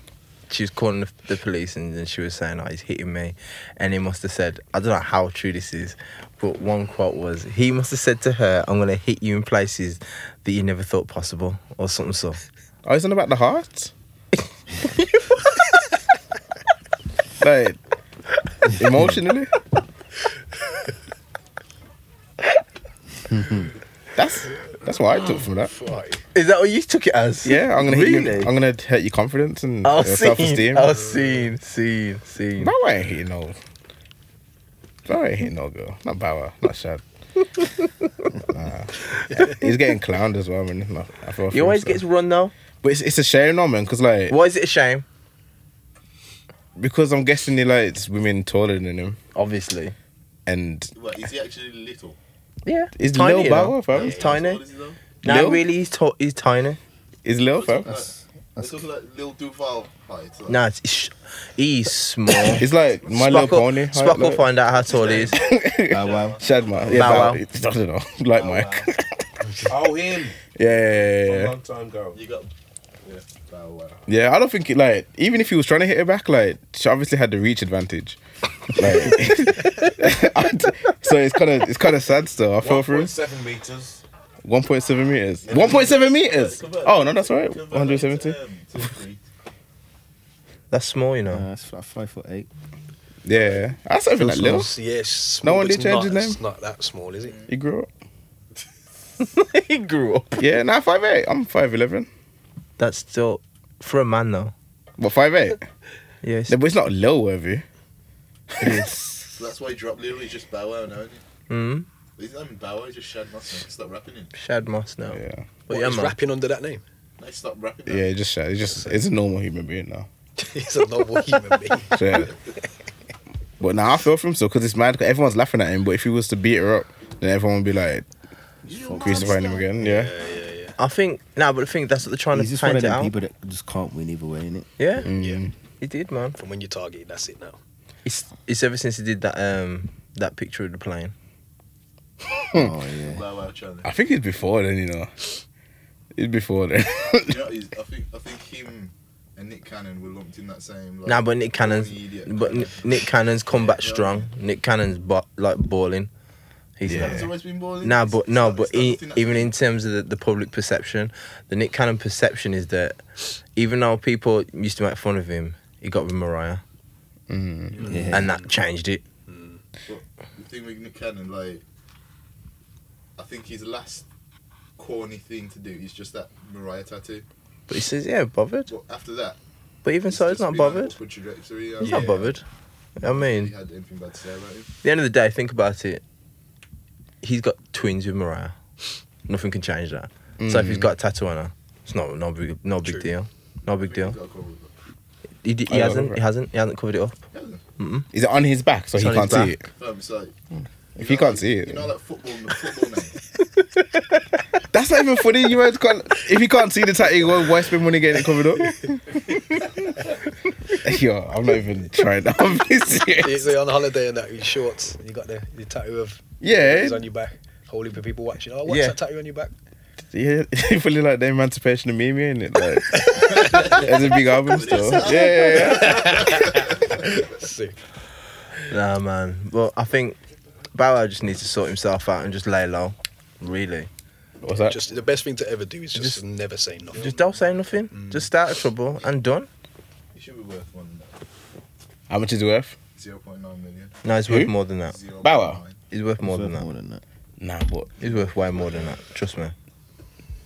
[SPEAKER 3] she was calling the, the police and, and she was saying, ah, he's hitting me. And he must have said, I don't know how true this is, but one quote was, he must have said to her, I'm going to hit you in places that you never thought possible or something so.
[SPEAKER 1] Oh, it's not about the heart. like emotionally. that's that's what I took from that.
[SPEAKER 3] Is that what you took it as?
[SPEAKER 1] Yeah, I'm gonna hit you,
[SPEAKER 3] Really? Oh,
[SPEAKER 1] I'm gonna hurt your confidence and
[SPEAKER 3] I
[SPEAKER 1] your
[SPEAKER 3] was
[SPEAKER 1] self
[SPEAKER 3] seen.
[SPEAKER 1] esteem.
[SPEAKER 3] I was seen, seen, seen.
[SPEAKER 1] Bow ain't hitting no. Bow ain't hitting no girl. Not Bower. Not Shad. nah. He's getting clowned as well, man. I feel
[SPEAKER 3] He always gets run though.
[SPEAKER 1] but it's, it's a shame, no man, because like
[SPEAKER 3] Why is it a shame?
[SPEAKER 1] because I'm guessing he likes women taller than him,
[SPEAKER 3] Obviously.
[SPEAKER 1] and
[SPEAKER 5] What, is he actually little?
[SPEAKER 3] Yeah.
[SPEAKER 1] Is
[SPEAKER 3] tiny,
[SPEAKER 1] Lil
[SPEAKER 3] you know?
[SPEAKER 1] Bow fam?
[SPEAKER 3] He's
[SPEAKER 5] How
[SPEAKER 3] tiny.
[SPEAKER 5] old is he though?
[SPEAKER 3] No,
[SPEAKER 1] Lil?
[SPEAKER 3] really, he's, to- he's tiny.
[SPEAKER 1] Is Lil
[SPEAKER 5] We're
[SPEAKER 1] fam?
[SPEAKER 5] talking like- We're talking like Lil Duval height. Like,
[SPEAKER 3] Nah, it's, it's, he's small.
[SPEAKER 1] It's like My
[SPEAKER 3] Spock
[SPEAKER 1] Little
[SPEAKER 3] will-
[SPEAKER 1] Pony.
[SPEAKER 3] Spock will find out how tall he is.
[SPEAKER 2] Bow wow.
[SPEAKER 1] Shadma. Yeah,
[SPEAKER 3] Bow
[SPEAKER 1] Bow.
[SPEAKER 3] Wow.
[SPEAKER 1] I don't know. Like Mike.
[SPEAKER 6] Oh, him.
[SPEAKER 1] Yeah, yeah,
[SPEAKER 6] A
[SPEAKER 1] yeah, yeah.
[SPEAKER 6] long time ago.
[SPEAKER 5] You got. Yeah. Bow wow.
[SPEAKER 1] Yeah, I don't think it, like, even if he was trying to hit her back, like, she obviously had the reach advantage. Like, I d- so it's kind of it's kind of sad still. I feel for him.
[SPEAKER 6] 1.7 meters.
[SPEAKER 1] 1.7 meters. 1.7 meters.
[SPEAKER 5] Convert-
[SPEAKER 1] Oh no, that's all right.
[SPEAKER 5] convert it to,
[SPEAKER 1] 170.
[SPEAKER 5] um, to Greek.
[SPEAKER 3] That's small, you know.
[SPEAKER 2] Uh, that's like five foot eight.
[SPEAKER 1] Yeah, that's something like Lil.
[SPEAKER 4] Yes.
[SPEAKER 1] No
[SPEAKER 4] small,
[SPEAKER 1] one
[SPEAKER 4] but
[SPEAKER 1] did
[SPEAKER 4] it's
[SPEAKER 1] change
[SPEAKER 4] not-
[SPEAKER 1] his name?
[SPEAKER 4] It's not that small, is it?
[SPEAKER 1] He grew up.
[SPEAKER 3] he grew up.
[SPEAKER 1] Yeah, nah, five eight. I'm five eleven.
[SPEAKER 3] That's still for a man though.
[SPEAKER 1] What five eight?
[SPEAKER 3] Yes.
[SPEAKER 1] But it's not low worthy.
[SPEAKER 5] So that's why he dropped literally just Bow Wow now, isn't
[SPEAKER 3] Mm.
[SPEAKER 5] he? He's not even Bow Wow, he's just Shad Mustang. Stop rapping him.
[SPEAKER 3] Shad Moss now.
[SPEAKER 1] Yeah,
[SPEAKER 3] But
[SPEAKER 4] What,
[SPEAKER 3] yeah,
[SPEAKER 4] he's
[SPEAKER 3] man.
[SPEAKER 4] rapping under that name.
[SPEAKER 5] No, stop rapping now.
[SPEAKER 1] yeah. Just shy. It's just it's a normal human being now.
[SPEAKER 4] he's a normal human being.
[SPEAKER 1] So, yeah. but now I feel for him so because it's mad. 'cause everyone's laughing at him. But if he was to beat her up, then everyone would be like crucifying him again. Yeah.
[SPEAKER 3] I think no, but I think that's what they're trying
[SPEAKER 2] He's
[SPEAKER 3] to
[SPEAKER 2] just one
[SPEAKER 3] paint
[SPEAKER 2] of
[SPEAKER 3] it
[SPEAKER 2] them
[SPEAKER 3] out.
[SPEAKER 2] people that just can't win either way, innit?
[SPEAKER 3] Yeah,
[SPEAKER 1] Mm.
[SPEAKER 3] he did, man.
[SPEAKER 4] From when you target, that's it now.
[SPEAKER 3] It's it's ever since he did that um that picture of the plane.
[SPEAKER 2] Oh yeah.
[SPEAKER 5] Bow Wow challenge.
[SPEAKER 1] I think it's before then. You know, it's before then.
[SPEAKER 5] You know, he's, I think I think him and Nick Cannon were lumped in that same. Like,
[SPEAKER 3] Nah, but Nick Cannon's
[SPEAKER 5] corny idiot
[SPEAKER 3] but
[SPEAKER 5] kind
[SPEAKER 3] Ni-
[SPEAKER 5] of-
[SPEAKER 3] Nick Cannon's come back
[SPEAKER 5] Yeah.
[SPEAKER 3] strong. Nick Cannon's but like balling. He's
[SPEAKER 5] Nick Cannon's
[SPEAKER 3] yeah.
[SPEAKER 5] always been balling.
[SPEAKER 3] Nah, but no,
[SPEAKER 5] It's not-
[SPEAKER 3] but
[SPEAKER 5] it's not
[SPEAKER 3] e
[SPEAKER 5] nothing that-
[SPEAKER 3] even in terms of the, the public perception, the Nick Cannon perception is that even though people used to make fun of him, he got with Mariah,
[SPEAKER 1] Mm.
[SPEAKER 2] Yeah.
[SPEAKER 3] and that changed it.
[SPEAKER 5] the thing with Nick Cannon, like, I think his last corny thing to do is just that Mariah tattoo.
[SPEAKER 3] But he says, "Yeah, bothered."
[SPEAKER 5] But after that,
[SPEAKER 3] But even so, he's
[SPEAKER 5] just
[SPEAKER 3] not
[SPEAKER 5] been on an
[SPEAKER 3] bothered.
[SPEAKER 5] upward trajectory,
[SPEAKER 3] He's
[SPEAKER 5] um,
[SPEAKER 3] not bothered. I
[SPEAKER 5] He
[SPEAKER 3] mean,
[SPEAKER 5] had anything bad to say about him.
[SPEAKER 3] at the end of the day, think about it. He's got twins with Mariah. Nothing can change that. So
[SPEAKER 5] Mm.
[SPEAKER 3] if he's got a tattoo on her, it's not no big no big
[SPEAKER 4] True.
[SPEAKER 3] deal. No big
[SPEAKER 5] I
[SPEAKER 3] deal.
[SPEAKER 5] think he's got a couple of them.
[SPEAKER 3] He, d-
[SPEAKER 1] I
[SPEAKER 3] he
[SPEAKER 1] don't
[SPEAKER 3] hasn't.
[SPEAKER 1] remember.
[SPEAKER 3] He hasn't. He hasn't covered it up.
[SPEAKER 5] Yeah, then.
[SPEAKER 1] Is it on his back so
[SPEAKER 3] It's
[SPEAKER 1] he
[SPEAKER 3] on his
[SPEAKER 1] can't see it?
[SPEAKER 5] Fam, it's
[SPEAKER 1] If
[SPEAKER 5] like, you
[SPEAKER 1] he
[SPEAKER 5] know,
[SPEAKER 1] can't see it,
[SPEAKER 5] you know, like football, the football name.
[SPEAKER 1] that's not even funny. You guys can't. If he can't see the tattoo, why why spend money getting it covered up? Yo, I'm not even trying. I'm being serious.
[SPEAKER 4] You're on holiday and that, in shorts, and you got the, the tattoo of
[SPEAKER 1] Yeah,
[SPEAKER 4] is on your back. Whole heap of people watching. Oh, what's
[SPEAKER 3] Yeah.
[SPEAKER 4] that tattoo on your back?
[SPEAKER 1] Yeah, you feel like the emancipation of Mimi, in it? Like, it's a big album still. Yeah, yeah, yeah.
[SPEAKER 4] Sick.
[SPEAKER 3] Nah, man. Well, I think Bow Wow just needs to sort himself out and just lay low. Really.
[SPEAKER 1] What's that?
[SPEAKER 4] Just the best thing to ever do is just, never say nothing.
[SPEAKER 3] Just don't say nothing. Just stay out of trouble and done.
[SPEAKER 5] It should be worth one.
[SPEAKER 1] How much is it worth?
[SPEAKER 5] 0.9 million.
[SPEAKER 3] No, he's
[SPEAKER 1] Who?
[SPEAKER 3] worth more than that.
[SPEAKER 5] 0.9.
[SPEAKER 1] Bow Wow?
[SPEAKER 3] He's worth more
[SPEAKER 2] It's
[SPEAKER 3] than
[SPEAKER 2] worth
[SPEAKER 3] that.
[SPEAKER 2] than that.
[SPEAKER 1] Nah, but
[SPEAKER 3] He's worth way more than that. Trust me.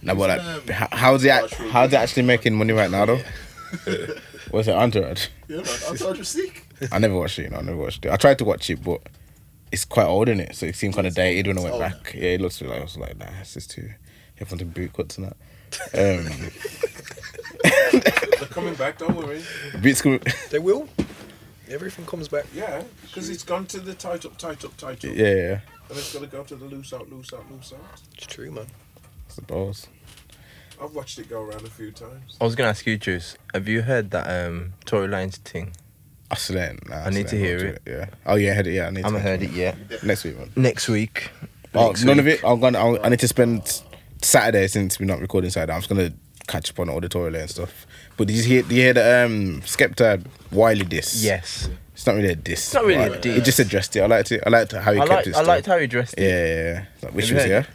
[SPEAKER 1] nah, but
[SPEAKER 5] um,
[SPEAKER 1] like, h- how's he? Act, how's he actually making money right now though? What's it? Entourage.
[SPEAKER 5] Yeah, man, I told you sick.
[SPEAKER 1] I never watched it. You know, I never watched it. I tried to watch it, but it's quite old in it, so it seemed kind of dated when I went
[SPEAKER 5] old
[SPEAKER 1] back. Yeah, it looks like I was like, nah, this is too. Everyone's in boot cuts and that. Um,
[SPEAKER 6] They're coming back, don't worry.
[SPEAKER 1] beats come,
[SPEAKER 4] They will. Everything comes back.
[SPEAKER 6] Yeah, because it's gone to the tight up, tight up, tight up.
[SPEAKER 1] yeah, yeah,
[SPEAKER 6] And it's going to go to the loose out, loose out, loose out.
[SPEAKER 4] It's true, man.
[SPEAKER 1] I suppose.
[SPEAKER 6] I've watched it go around a few times.
[SPEAKER 3] I was gonna ask you, Juice. Have you heard that um Tory Lanez thing?
[SPEAKER 1] I swear, nah, I,
[SPEAKER 3] need to
[SPEAKER 1] swear,
[SPEAKER 3] hear
[SPEAKER 1] I'll do
[SPEAKER 3] it.
[SPEAKER 1] Yeah. Oh yeah, I heard it. Yeah, I need.
[SPEAKER 3] I haven't
[SPEAKER 1] to
[SPEAKER 3] heard it yet.
[SPEAKER 1] Next week, man.
[SPEAKER 3] Next week.
[SPEAKER 1] Oh,
[SPEAKER 3] Next
[SPEAKER 1] none of
[SPEAKER 3] week.
[SPEAKER 1] it. I'm gonna. I'll, I need to spend Saturday since we're not recording Saturday. I'm just gonna catch up on all the toilet and stuff. But did you hear? Did you hear the um, Skepta Wiley diss?
[SPEAKER 3] Yes.
[SPEAKER 1] It's not really a diss. It's
[SPEAKER 3] not really a
[SPEAKER 1] He just
[SPEAKER 3] diss.
[SPEAKER 1] addressed it. I liked it. I liked how he
[SPEAKER 3] I
[SPEAKER 1] kept
[SPEAKER 3] liked,
[SPEAKER 1] it.
[SPEAKER 3] I
[SPEAKER 1] Still.
[SPEAKER 3] liked how he dressed
[SPEAKER 1] Yeah,
[SPEAKER 3] it.
[SPEAKER 1] yeah, yeah. Like, wish you
[SPEAKER 3] Have you
[SPEAKER 1] was
[SPEAKER 3] heard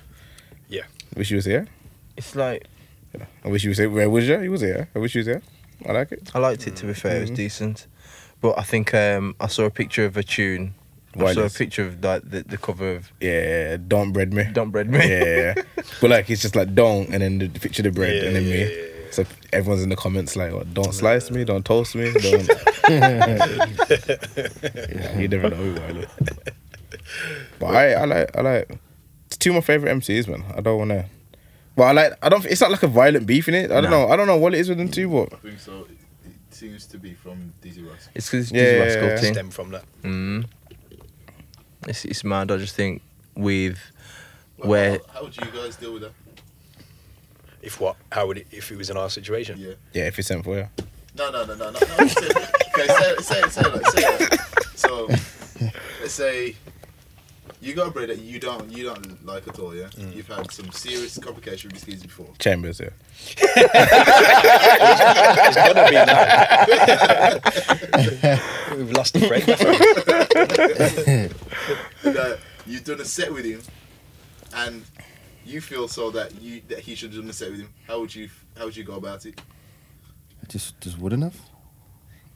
[SPEAKER 1] here.
[SPEAKER 4] Yeah.
[SPEAKER 1] Wish you was here.
[SPEAKER 3] It's like
[SPEAKER 1] I wish you was here. Where was you? He was here. I wish you was here. I like it.
[SPEAKER 3] I liked it to be fair, it was
[SPEAKER 1] Mm-hmm.
[SPEAKER 3] decent. But I think um I saw a picture of a tune. I saw a
[SPEAKER 1] Wireless.
[SPEAKER 3] picture of like the, the cover of
[SPEAKER 1] Yeah, don't bread me.
[SPEAKER 3] Don't Bread
[SPEAKER 1] Yeah,
[SPEAKER 3] Me.
[SPEAKER 1] yeah, yeah. but like it's just like don't, and then the picture of the bread,
[SPEAKER 4] Yeah,
[SPEAKER 1] and then
[SPEAKER 4] yeah,
[SPEAKER 1] me. So everyone's in the comments like, what, don't slice me, don't toast me, don't. Yeah, you never know who I look. But I, I like, I like. It's two of my favorite MCs, man. I don't wanna. But I like, I don't. It's not like a violent beef in it. I don't know.
[SPEAKER 3] Nah.
[SPEAKER 1] I don't know what it is with them two, but
[SPEAKER 5] I think so. It, it seems to be from Dizzy Rascal.
[SPEAKER 3] It's because it's
[SPEAKER 1] Yeah,
[SPEAKER 3] Dizzy
[SPEAKER 1] yeah,
[SPEAKER 3] Rascal
[SPEAKER 1] yeah.
[SPEAKER 3] thing.
[SPEAKER 4] Stem from that.
[SPEAKER 3] Mm. It's, it's mad. I just think with
[SPEAKER 5] Well,
[SPEAKER 3] where
[SPEAKER 5] How, how would you guys deal with that?
[SPEAKER 4] If what? How would it? If it was in our situation?
[SPEAKER 5] Yeah.
[SPEAKER 1] yeah, if it's sent for you.
[SPEAKER 5] No, no, no, no, no. no. say, okay, say it, say it, say it, like, say it. like. So, let's say you got a bread that you don't, you don't like at all. Yeah,
[SPEAKER 4] Mm.
[SPEAKER 5] you've had some serious complication with these kids before.
[SPEAKER 1] Chambers, yeah.
[SPEAKER 4] It's gonna be now. We've lost the break.
[SPEAKER 5] That you've done a set with him, and you feel so that you that he should have done a set with him. How would you, how would you go about it?
[SPEAKER 2] I just just wouldn't have.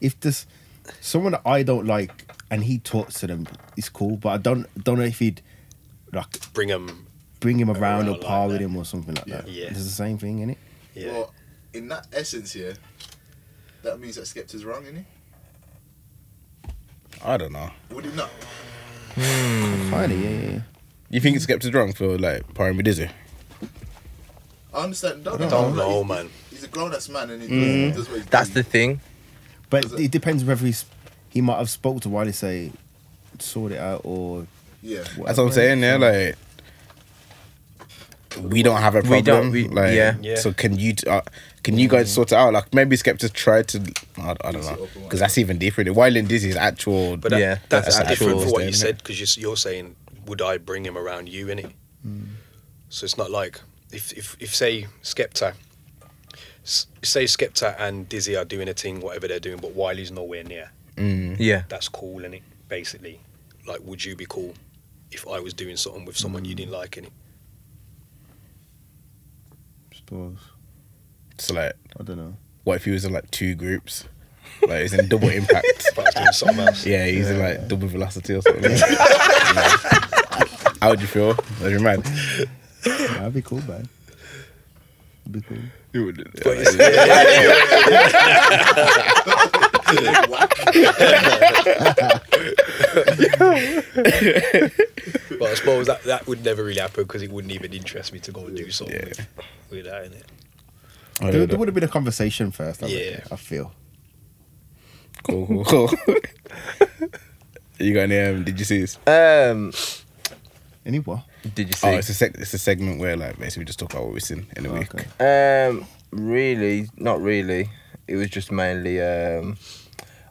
[SPEAKER 2] If there's someone that I don't like and he talks to them, it's cool. But I don't don't know if he'd like
[SPEAKER 4] Bring them
[SPEAKER 2] bring him around, or
[SPEAKER 4] like
[SPEAKER 2] par with
[SPEAKER 4] that.
[SPEAKER 2] him or something like that.
[SPEAKER 4] Yeah.
[SPEAKER 2] It's the same thing, innit?
[SPEAKER 4] Yeah.
[SPEAKER 5] Well, in that essence here, that means that Skepta's wrong, isn't
[SPEAKER 1] I don't know.
[SPEAKER 5] he? Would it not?
[SPEAKER 2] Kinda, yeah, yeah, yeah.
[SPEAKER 1] You think Skepta's wrong for like partying with Dizzy?
[SPEAKER 5] I understand. Don't,
[SPEAKER 4] Don't
[SPEAKER 5] like,
[SPEAKER 4] know,
[SPEAKER 5] he-
[SPEAKER 4] man.
[SPEAKER 5] He's a grown ass man, and he does, does what he
[SPEAKER 3] That's
[SPEAKER 5] do.
[SPEAKER 3] the thing.
[SPEAKER 2] But
[SPEAKER 5] Is
[SPEAKER 2] it,
[SPEAKER 5] it-
[SPEAKER 2] depends whether he's, he might have spoke to Wiley say, sort it out or
[SPEAKER 5] yeah.
[SPEAKER 1] That's what I'm saying. Yeah, like we don't have a problem.
[SPEAKER 3] We don't- we-
[SPEAKER 1] like,
[SPEAKER 3] yeah.
[SPEAKER 4] Yeah.
[SPEAKER 1] So can you uh, can you guys sort it out? Like maybe Skepta tried to. I, I don't know because that's even different. Wild and Dizzy is actual.
[SPEAKER 4] But that,
[SPEAKER 3] Yeah,
[SPEAKER 4] that's,
[SPEAKER 3] that's
[SPEAKER 4] different
[SPEAKER 3] actual
[SPEAKER 4] from what you
[SPEAKER 1] thing,
[SPEAKER 4] said because you're, you're saying, would I bring him around you in it? So it's not like if if, if say Skepta, s- say Skepta and Dizzy are doing a thing, whatever they're doing, but Wiley's nowhere near.
[SPEAKER 1] mm,
[SPEAKER 3] Yeah.
[SPEAKER 4] That's cool in it, basically. Like, would you be cool if I was doing something with someone you didn't like in it?
[SPEAKER 2] Suppose.
[SPEAKER 1] It's like
[SPEAKER 2] I don't know.
[SPEAKER 1] what if he was in like two groups? Like he's in double impact.
[SPEAKER 4] If I was doing something else,
[SPEAKER 1] Yeah, he's in like double velocity or something. How would you feel? Would you mind?
[SPEAKER 2] That'd be cool, man. That'd be cool.
[SPEAKER 4] But it's- yeah, yeah, yeah. But I suppose that, that would never really happen because it wouldn't even interest me to go and do something
[SPEAKER 1] Yeah.
[SPEAKER 4] with, with that in it.
[SPEAKER 2] There, there would have been a conversation first. I reckon,
[SPEAKER 4] Yeah.
[SPEAKER 2] I feel.
[SPEAKER 1] Cool, cool, cool. you got any? Um, did you see this?
[SPEAKER 3] Um.
[SPEAKER 2] Any what?
[SPEAKER 3] Did you see?
[SPEAKER 1] Oh, it's a sec- it's a segment where like basically we just talk about what we've seen in
[SPEAKER 3] Oh,
[SPEAKER 1] a week.
[SPEAKER 2] okay.
[SPEAKER 3] Um, really, not really. It was just mainly. Um,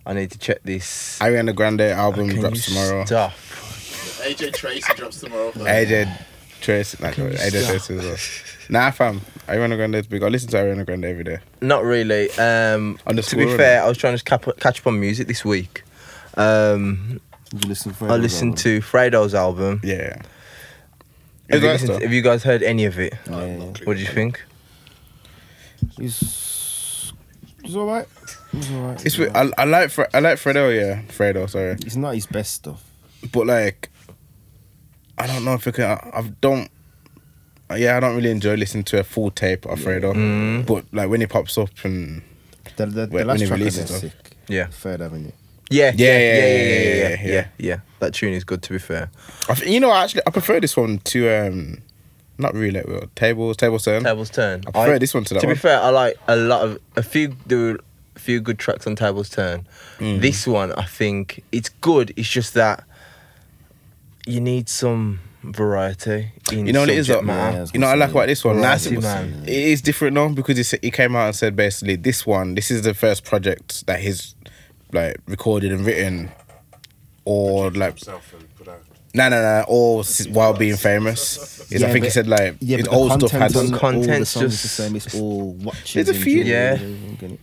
[SPEAKER 3] I need to check this.
[SPEAKER 1] Ariana Grande album
[SPEAKER 3] Can
[SPEAKER 1] drops
[SPEAKER 3] you
[SPEAKER 1] tomorrow.
[SPEAKER 3] Stop.
[SPEAKER 5] AJ Tracy drops tomorrow.
[SPEAKER 1] AJ Trace, not Trace, AJ Trace as well. Nah, fam, Ariana Grande's big. I listen to Ariana Grande every day.
[SPEAKER 3] Not really. Um,
[SPEAKER 1] On the
[SPEAKER 3] to be
[SPEAKER 1] score,
[SPEAKER 3] fair,
[SPEAKER 1] innit?
[SPEAKER 3] I was trying to cap- catch up on music this week. Um,
[SPEAKER 2] Did you listen to?
[SPEAKER 3] I
[SPEAKER 2] Fredo's
[SPEAKER 3] listened
[SPEAKER 2] album?
[SPEAKER 3] to Fredo's album.
[SPEAKER 1] Yeah. It's nice
[SPEAKER 3] Have you, listened-
[SPEAKER 1] though.
[SPEAKER 3] have you guys heard any of it?
[SPEAKER 2] Yeah, yeah.
[SPEAKER 3] What do you think?
[SPEAKER 2] He's, he's all right. He's all right.
[SPEAKER 1] It's
[SPEAKER 2] he's
[SPEAKER 1] with- I, I like Fre- I like Fredo, yeah, Fredo, sorry.
[SPEAKER 2] It's not his best stuff.
[SPEAKER 1] But like, I don't know if I can. I, I don't. Yeah, I don't really enjoy listening to a full tape of Fredo.
[SPEAKER 3] Mm.
[SPEAKER 1] But like when he pops up and
[SPEAKER 2] The, the, the
[SPEAKER 1] When- when
[SPEAKER 2] last
[SPEAKER 1] he
[SPEAKER 2] track is
[SPEAKER 1] releases stuff.
[SPEAKER 2] sick.
[SPEAKER 3] Yeah.
[SPEAKER 2] Third Avenue.
[SPEAKER 3] Yeah.
[SPEAKER 1] Yeah, yeah,
[SPEAKER 3] yeah,
[SPEAKER 1] yeah,
[SPEAKER 3] yeah,
[SPEAKER 1] yeah,
[SPEAKER 3] yeah,
[SPEAKER 1] yeah.
[SPEAKER 3] yeah, yeah. That tune is good. To be fair,
[SPEAKER 1] I th- you know actually I prefer this one to um, not really well, tables table turn.
[SPEAKER 3] Table's turn.
[SPEAKER 1] I prefer this one to that
[SPEAKER 3] To
[SPEAKER 1] one.
[SPEAKER 3] be fair, I like a lot of a few do a few good tracks on Table's Turn.
[SPEAKER 1] Mm.
[SPEAKER 3] This one, I think it's good. It's just that you need some variety in
[SPEAKER 1] You know what it is,
[SPEAKER 3] subject
[SPEAKER 1] though?
[SPEAKER 3] matter.
[SPEAKER 2] Yeah, it's
[SPEAKER 1] you know, I like about this one.
[SPEAKER 3] Variety,
[SPEAKER 1] Nice, it,
[SPEAKER 3] man.
[SPEAKER 1] it is different though because it's, he came out and said basically this one, this is the first project that he's like recorded and written, or like
[SPEAKER 6] Himself and put out.
[SPEAKER 1] no, no, no, or s- while being famous. Is I
[SPEAKER 2] Yeah,
[SPEAKER 1] think he
[SPEAKER 2] but-
[SPEAKER 1] said like
[SPEAKER 2] Yeah,
[SPEAKER 1] his
[SPEAKER 2] but
[SPEAKER 1] old
[SPEAKER 2] the
[SPEAKER 1] stuff had.
[SPEAKER 2] content on
[SPEAKER 3] some-
[SPEAKER 2] all the
[SPEAKER 3] Content's
[SPEAKER 2] songs is the
[SPEAKER 3] just-
[SPEAKER 2] same. It's all watches.
[SPEAKER 1] There's a
[SPEAKER 2] and
[SPEAKER 1] few-
[SPEAKER 2] jewelry
[SPEAKER 3] Yeah.
[SPEAKER 2] and everything, innit?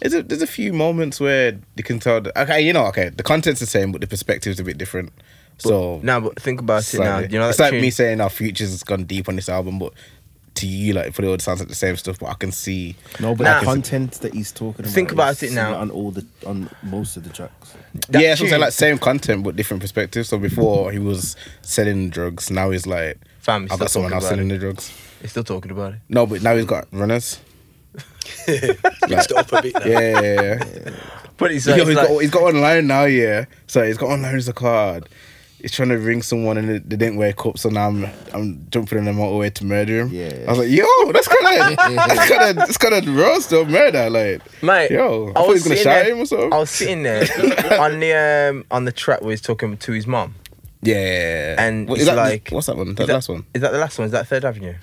[SPEAKER 1] There's a, there's a few moments where you can tell. That, okay, you know, okay, the content's the same, but the perspective's a bit different. So
[SPEAKER 3] Now, but think about it now.
[SPEAKER 1] slightly.
[SPEAKER 3] You know,
[SPEAKER 1] it's
[SPEAKER 3] that
[SPEAKER 1] like
[SPEAKER 3] tune,
[SPEAKER 1] me saying our futures gone deep on this album, but to you, like, for the audience, sounds like the same stuff. But I can see.
[SPEAKER 2] No, but
[SPEAKER 3] Nah.
[SPEAKER 2] the content that he's talking about.
[SPEAKER 3] Think about
[SPEAKER 2] is
[SPEAKER 3] it now.
[SPEAKER 2] similar on all the on most of the tracks.
[SPEAKER 3] that
[SPEAKER 1] yeah, that's what I'm saying,
[SPEAKER 3] tune-
[SPEAKER 1] like same content but different perspectives. So before he was selling drugs, now he's like,
[SPEAKER 3] Fam,
[SPEAKER 1] I've got
[SPEAKER 3] still
[SPEAKER 1] someone
[SPEAKER 3] talking
[SPEAKER 1] else
[SPEAKER 3] about
[SPEAKER 1] selling
[SPEAKER 3] it.
[SPEAKER 1] the drugs.
[SPEAKER 3] He's still talking about it.
[SPEAKER 1] No, but now he's got runners.
[SPEAKER 4] Mixed it up a bit now.
[SPEAKER 1] Yeah, yeah, yeah. yeah.
[SPEAKER 3] But it's,
[SPEAKER 1] Yo,
[SPEAKER 3] like,
[SPEAKER 1] he's
[SPEAKER 3] it's like-
[SPEAKER 1] got he's got online now. Yeah, so he's got online as a card. He's trying to ring someone and they they didn't wake up, so now I'm I'm jumping on the motorway to murder him.
[SPEAKER 2] Yeah.
[SPEAKER 1] I was like, yo, that's kind of that's kind of that's kind of roast or murder, like.
[SPEAKER 3] Mate,
[SPEAKER 1] Yo, I
[SPEAKER 3] was
[SPEAKER 1] thought he was gonna
[SPEAKER 3] sitting
[SPEAKER 1] shout
[SPEAKER 3] there-
[SPEAKER 1] at him or something.
[SPEAKER 3] I was sitting there on the um, on the track where he's talking to his mom.
[SPEAKER 1] Yeah,
[SPEAKER 3] And
[SPEAKER 1] What-
[SPEAKER 3] it's
[SPEAKER 1] that,
[SPEAKER 3] like-
[SPEAKER 1] what's that one?
[SPEAKER 3] Is
[SPEAKER 1] That, last one?
[SPEAKER 3] Is that the last one? Is that Third Avenue?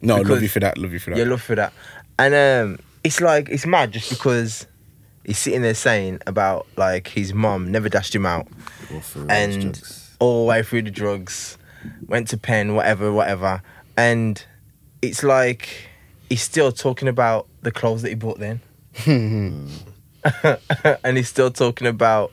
[SPEAKER 1] No, love
[SPEAKER 3] because-
[SPEAKER 1] you for that. Love you for that.
[SPEAKER 3] Yeah, love for that. And um, it's like it's mad just because he's sitting there saying about like his mum never dashed him out
[SPEAKER 2] Or for
[SPEAKER 3] and all the way through the drugs, went to pen, whatever, whatever. And it's like he's still talking about the clothes that he bought then. and he's still talking about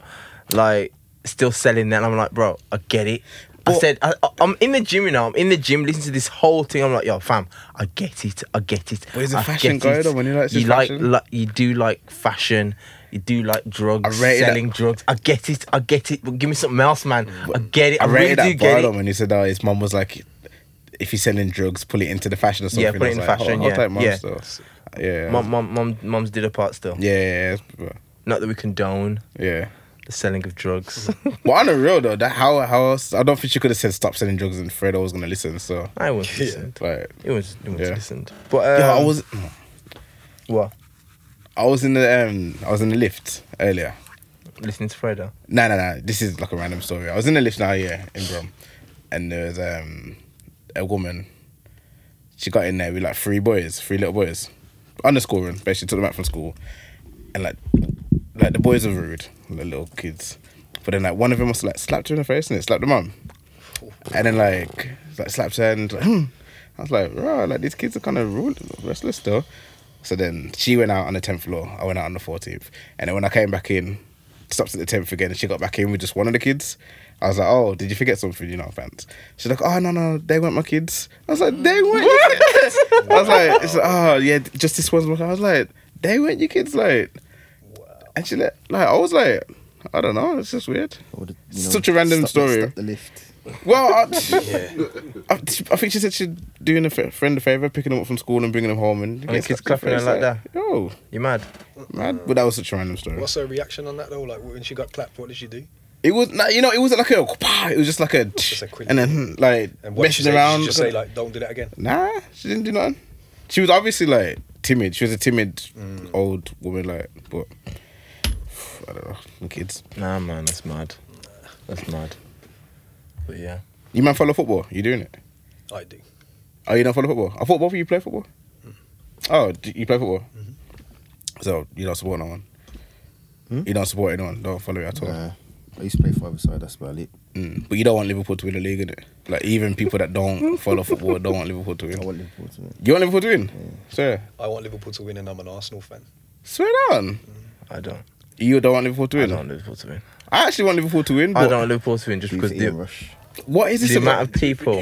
[SPEAKER 3] like still selling that. And I'm like, bro, I get it. I
[SPEAKER 1] But-
[SPEAKER 3] said, I, I- I'm in the gym, you know. I'm in the gym listening to this whole thing. I'm like, yo, fam, I get it. I get it.
[SPEAKER 1] But he's a
[SPEAKER 3] I
[SPEAKER 1] fashion
[SPEAKER 3] get
[SPEAKER 1] guy,
[SPEAKER 3] it.
[SPEAKER 1] though, when he likes
[SPEAKER 3] you
[SPEAKER 1] his
[SPEAKER 3] like,
[SPEAKER 1] fashion.
[SPEAKER 3] like, you do like fashion. You do like drugs,
[SPEAKER 1] I rated that-
[SPEAKER 3] selling drugs. I get it. I get it. But give me something else, man. I get it. I,
[SPEAKER 1] I
[SPEAKER 3] really
[SPEAKER 1] rated
[SPEAKER 3] do
[SPEAKER 1] that bar
[SPEAKER 3] get
[SPEAKER 1] though
[SPEAKER 3] it.
[SPEAKER 1] when he said that his mum was like, if you're selling drugs, pull it into the fashion or something.
[SPEAKER 3] Yeah, put it
[SPEAKER 1] I was
[SPEAKER 3] in
[SPEAKER 1] like,
[SPEAKER 3] fashion,
[SPEAKER 1] I'll,
[SPEAKER 3] yeah,
[SPEAKER 1] I'll take mum's
[SPEAKER 3] yeah.
[SPEAKER 1] stuff. Yeah.
[SPEAKER 3] Mom, mom, mom, mom's did her part still.
[SPEAKER 1] Yeah, yeah, yeah.
[SPEAKER 3] Not that we condone
[SPEAKER 1] yeah.
[SPEAKER 3] the selling of drugs.
[SPEAKER 1] Well, on the real though, that how how else? I don't think she could have said stop selling drugs, and Fredo was gonna listen. So,
[SPEAKER 3] I was listened.
[SPEAKER 1] like,
[SPEAKER 3] It was, it was
[SPEAKER 1] Yeah.
[SPEAKER 3] listened. But um,
[SPEAKER 1] yeah, I was
[SPEAKER 3] what
[SPEAKER 1] I was in the um I was in the lift earlier.
[SPEAKER 3] listening to Fredo.
[SPEAKER 1] No, no, no. This is like a random story. I was in the lift now, yeah, in Brom, and there was um a woman. She got in there with like three boys, three little boys, underscoring. Basically, took them out from school, and like, like the boys were rude, the little kids. But then like one of them was like slapped her in the face and it slapped the mum, and then like like slapped her and like, hmm. I was like, right, like these kids are kind of rude, restless though. So then she went out on the tenth floor. I went out on the fourteenth, and then when I came back in, stopped at the tenth again, and she got back in with just one of the kids. I was like, "Oh, did you forget something?" You know, fans. She's like, "Oh no, no, they weren't my kids." I was like, "They weren't." Your kids. I was like, it's like, "Oh yeah, just this one's." my I was like, "They weren't your kids," like. And she like, like I was like, I don't know, it's just weird.
[SPEAKER 2] Or the- you know,
[SPEAKER 1] Such a random
[SPEAKER 2] stop the-
[SPEAKER 1] story.
[SPEAKER 2] stop the lift.
[SPEAKER 1] Well, I, I, I think she said she'd doing a f- friend a favor, picking them up from school and bringing them home, and,
[SPEAKER 3] the kids clapping her like that.
[SPEAKER 1] Oh,
[SPEAKER 3] You mad?
[SPEAKER 1] man! But that was such a random story.
[SPEAKER 4] What's her reaction on that though? Like when she got clapped, what did she do?
[SPEAKER 1] It was, nah, you know, it wasn't like a, "Pah," it was just like a,
[SPEAKER 4] Just a quick-
[SPEAKER 1] and then like
[SPEAKER 4] And what did
[SPEAKER 1] messing
[SPEAKER 4] she say? Did
[SPEAKER 1] around.
[SPEAKER 4] she just say like, "Don't do that again"?
[SPEAKER 1] nah, she didn't do nothing. She was obviously like timid. She was a timid
[SPEAKER 4] Mm.
[SPEAKER 1] old woman, like, but I don't know, the kids.
[SPEAKER 3] Nah, man, that's mad. That's mad. But yeah,
[SPEAKER 1] You man follow football? You doing it?
[SPEAKER 4] I do.
[SPEAKER 1] Oh, you don't follow football? I thought both of you play football.
[SPEAKER 3] Hmm.
[SPEAKER 1] Oh, do you play football?
[SPEAKER 3] Mm-hmm.
[SPEAKER 1] So you don't support no one.
[SPEAKER 3] Hmm?
[SPEAKER 1] You don't support anyone. Don't follow it at all.
[SPEAKER 2] Nah, I used to play five side. That's about it.
[SPEAKER 1] Mm. But you don't want Liverpool to win the league, innit? Like even people that don't follow football don't want Liverpool to
[SPEAKER 2] I
[SPEAKER 1] win.
[SPEAKER 2] want Liverpool to win.
[SPEAKER 1] You want Liverpool to win? Swear,
[SPEAKER 4] I want Liverpool to win, and I'm an Arsenal fan.
[SPEAKER 1] swear down.
[SPEAKER 3] I don't.
[SPEAKER 1] You don't want Liverpool to
[SPEAKER 3] I
[SPEAKER 1] win.
[SPEAKER 3] don't
[SPEAKER 1] I,
[SPEAKER 3] want Liverpool to win.
[SPEAKER 1] actually want Liverpool to win. But
[SPEAKER 3] I don't want Liverpool to win just
[SPEAKER 2] Who's
[SPEAKER 3] because
[SPEAKER 2] Ian
[SPEAKER 3] the,
[SPEAKER 2] Rush.
[SPEAKER 1] What is this
[SPEAKER 3] the amount
[SPEAKER 1] about?
[SPEAKER 3] of people.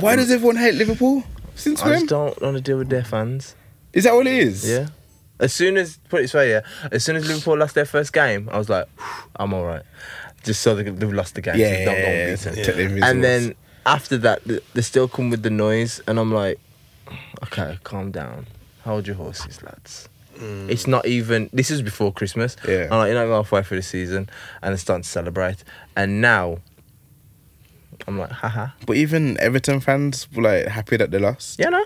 [SPEAKER 1] Why does everyone hate Liverpool? Since
[SPEAKER 3] I
[SPEAKER 1] when?
[SPEAKER 3] just don't want to deal with their fans.
[SPEAKER 1] Is that what it is?
[SPEAKER 3] Yeah. As soon as put it this way, yeah. As soon as Liverpool lost their first game, I was like, I'm all right. Just so they, they've lost the game.
[SPEAKER 1] Yeah,
[SPEAKER 3] so
[SPEAKER 1] yeah,
[SPEAKER 3] don't- don't
[SPEAKER 1] yeah,
[SPEAKER 3] beat
[SPEAKER 1] yeah.
[SPEAKER 3] them.
[SPEAKER 1] Take the
[SPEAKER 3] And
[SPEAKER 1] invincibles.
[SPEAKER 3] then after that, th- they still come with the noise, and I'm like, okay, calm down. Hold your horses, lads. It's not even. This is before Christmas.
[SPEAKER 1] Mm. Yeah.
[SPEAKER 3] I'm like, you're not even halfway through the season, and they're starting to celebrate. And now, I'm like, haha,
[SPEAKER 1] but even Everton fans were like happy that they lost.
[SPEAKER 3] yeah, no,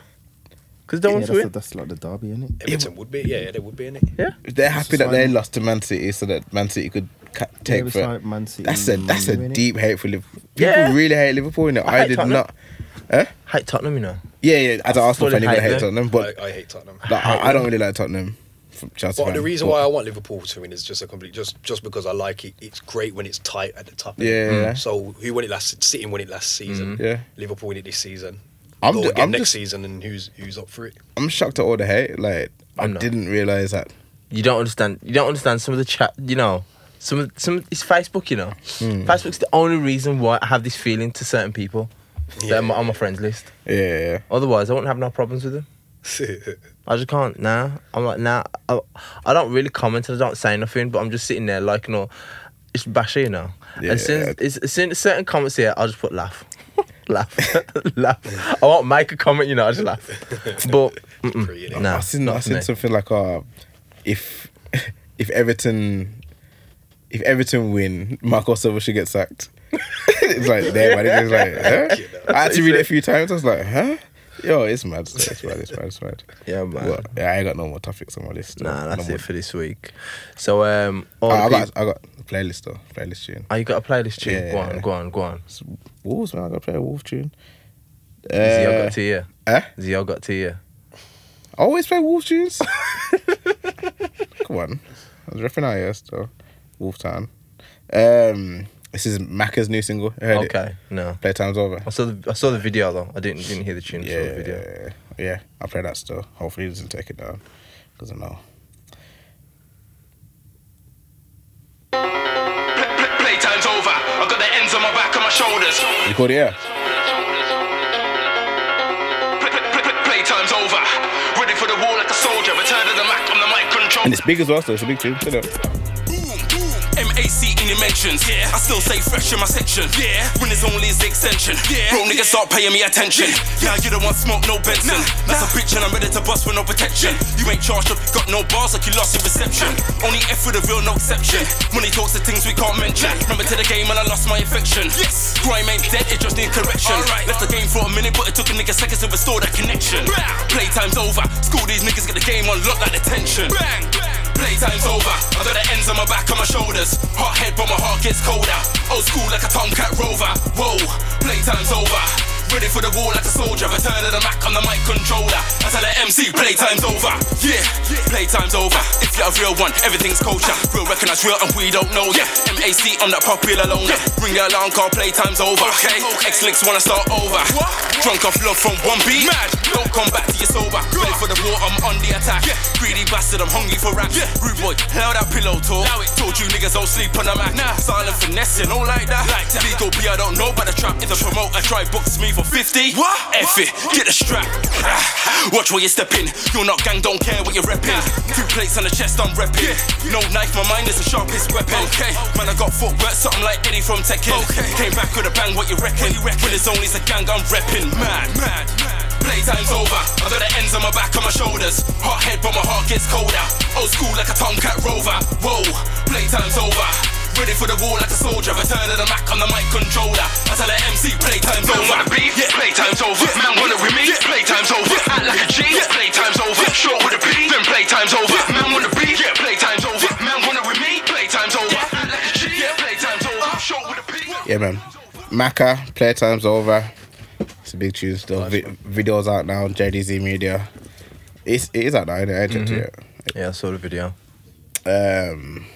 [SPEAKER 3] because don't
[SPEAKER 2] Yeah,
[SPEAKER 3] want
[SPEAKER 2] that's,
[SPEAKER 3] to win.
[SPEAKER 2] the- that's like the derby, isn't it?
[SPEAKER 4] Everton would be, yeah, yeah, they would be in it.
[SPEAKER 1] They're happy that
[SPEAKER 2] like-
[SPEAKER 1] they lost to Man City so that Man City could ca-
[SPEAKER 2] Yeah,
[SPEAKER 1] take
[SPEAKER 2] it's
[SPEAKER 1] for.
[SPEAKER 2] like Man City.
[SPEAKER 1] that's a that's a
[SPEAKER 2] Man U, innit?
[SPEAKER 1] deep hate for Liverpool. People
[SPEAKER 3] Yeah.
[SPEAKER 1] really hate Liverpool. You know,
[SPEAKER 3] I
[SPEAKER 1] I,
[SPEAKER 3] hate
[SPEAKER 1] did
[SPEAKER 3] Tottenham.
[SPEAKER 1] not.
[SPEAKER 3] Hate Tottenham, you know.
[SPEAKER 1] Yeah, yeah. As an Arsenal fan,
[SPEAKER 3] fully
[SPEAKER 1] you're gonna
[SPEAKER 3] hate
[SPEAKER 1] hate
[SPEAKER 3] them.
[SPEAKER 1] Tottenham, but
[SPEAKER 4] I, I hate Tottenham.
[SPEAKER 1] like, I, I don't really like Tottenham. From Chelsea
[SPEAKER 4] But
[SPEAKER 1] fan,
[SPEAKER 4] the reason
[SPEAKER 1] but-
[SPEAKER 4] why I want Liverpool to win is just a complete just just because I like it. It's great when it's tight at the top. end.
[SPEAKER 1] Yeah. Mm.
[SPEAKER 4] So who won it last? Sitting won it last season.
[SPEAKER 1] Yeah.
[SPEAKER 4] Liverpool win it this season.
[SPEAKER 1] I'm
[SPEAKER 4] Go
[SPEAKER 1] ju-
[SPEAKER 4] again
[SPEAKER 1] I'm
[SPEAKER 4] next
[SPEAKER 1] just-
[SPEAKER 4] season, and who's who's up for it?
[SPEAKER 1] I'm shocked at all the hate. Like I
[SPEAKER 3] I'm not.
[SPEAKER 1] didn't realize that.
[SPEAKER 3] you don't understand. You don't understand some of the chat. You know, some of some. It's Facebook. You know, Facebook's the only reason why I have this feeling to certain people that I'm on my friends list.
[SPEAKER 1] Yeah, yeah,
[SPEAKER 3] Otherwise, I wouldn't have no problems with them. I just can't. Nah, I'm like nah. I, I don't really comment. and I don't say nothing. But I'm just sitting there like, you know, it's basher. You know, And as soon
[SPEAKER 1] Yeah.
[SPEAKER 3] as, it's- as soon as certain comments here, I'll just put laugh. laugh, laugh. I won't make a comment, you know. I just laugh, but
[SPEAKER 4] Pretty, innit?
[SPEAKER 1] yeah.
[SPEAKER 3] Nah,
[SPEAKER 1] I seen
[SPEAKER 3] not
[SPEAKER 1] I
[SPEAKER 3] for me.
[SPEAKER 1] seen something like uh, if if Everton if Everton win, Marco Silva should get sacked. it's like their manager's like, huh? I had to read it a few times. I was like, huh? Yo, it's mad. It's mad. It's mad. It's mad.
[SPEAKER 3] yeah, man.
[SPEAKER 1] Well, yeah, I ain't got no more topics on my list.
[SPEAKER 3] Nah,
[SPEAKER 1] No
[SPEAKER 3] that's
[SPEAKER 1] more-
[SPEAKER 3] it for this week. So um, all
[SPEAKER 1] Oh,
[SPEAKER 3] the
[SPEAKER 1] I
[SPEAKER 3] peop-
[SPEAKER 1] got I got a playlist though. Playlist tune.
[SPEAKER 3] Oh, you got a playlist tune?
[SPEAKER 1] Yeah.
[SPEAKER 3] Go on, go on, go on.
[SPEAKER 1] It's Wolves, man. I got to play a Wolf tune.
[SPEAKER 3] Zio
[SPEAKER 1] Uh,
[SPEAKER 3] got to you.
[SPEAKER 1] eh?
[SPEAKER 3] Zio got to you.
[SPEAKER 1] I always play Wolf tunes. Come on. I was repping out here still. Wolf Town. Um, this is Macca's new single. You heard it.
[SPEAKER 3] Okay, no.
[SPEAKER 1] Playtime's over.
[SPEAKER 3] I saw the I saw the video though. I didn't didn't hear the tune. I saw
[SPEAKER 1] Yeah,
[SPEAKER 3] the video.
[SPEAKER 1] yeah, yeah. I play that still. Hopefully he doesn't take it down. Because I know.
[SPEAKER 8] Playtime's over. I've got the ends on my back and my shoulders.
[SPEAKER 1] You called it, yeah?
[SPEAKER 8] Play- play- play- play- Playtime's over. Ready for the war like a soldier. Return to the Mac on the mic control.
[SPEAKER 1] And it's big as well, so it's a big tune. Isn't it?
[SPEAKER 8] Boom, boom. M- AC in your mentions. Yeah. I still stay fresh in my section. Yeah. Winners only is the extension. Yeah. Bro, niggas start paying me attention. Now you don't want smoke, no Benson. That's a bitch and I'm ready to bust with no protection. You ain't charged up, you got no bars like you lost your reception. Only F with a real no exception. Money talks to things we can't mention. Remember to the game and I lost my affection. Yes. Grime ain't dead, it just need correction. Left the game for a minute, but it took a nigga seconds to restore that connection. Playtime's over. School these niggas get the game on lock like detention. Bang, bang. Playtime's over. I got the ends on my back, on my shoulders. Hot head, but my heart gets colder. Old school like a Tomcat Rover. Whoa, playtime's over. Ready for the war like a soldier. Return of the Mac on the mic controller. I tell the MC, playtime's over. Yeah, playtime's over. If you're a real one, everything's culture. Real recognize real and we don't know. Yeah, MAC, I'm that popular loner. Ring the alarm call, playtime's over. Okay, X-Links wanna start over. Drunk off love from one beat. Mad. Don't come back till you're sober. Ready for the war, I'm on the attack. Greedy bastard, I'm hungry for rap. Rude boy, hell that pillow talk. Told you niggas don't sleep on the Mac. Nah. Silent finesse, you know like that. Like that. Legal B, I don't know about the trap. If the promoter try books me for 50, what? F it, get the strap. Ah, Watch where you step in. You're not gang, don't care what you're repping. Two plates on the chest, I'm repping. No knife, my mind is the sharpest weapon. Okay. Man, I got footwork, something like Eddie from Tekken. Okay. Came back with a bang, what you reckon? When it's only the gang, I'm repping. Mad, mad, mad. Playtime's over. I got the ends on my back, on my shoulders. Hot head, but my heart gets colder. Old school like a Tomcat Rover. Whoa, playtime's over. Ready for the war like a soldier. Return of the Mac on the mic controller. I tell the MC, playtime's over.
[SPEAKER 9] wanna beef, playtime's over. Man wanna with me, playtime's over. Act like a G, playtime's over. Short with a P, then playtime's over. Man wanna beef, playtime's over. Man wanna with me, playtime's over. Act like a G, playtime's over. Short with a P.
[SPEAKER 1] Yeah, man. Maka, playtime's over. It's a big tune still. Vi- video's out now. JDZ Media. It's it is out now. innit? I ain't checked it
[SPEAKER 3] Yeah, I saw the video.
[SPEAKER 1] yet.
[SPEAKER 2] Mm-hmm.
[SPEAKER 1] Um,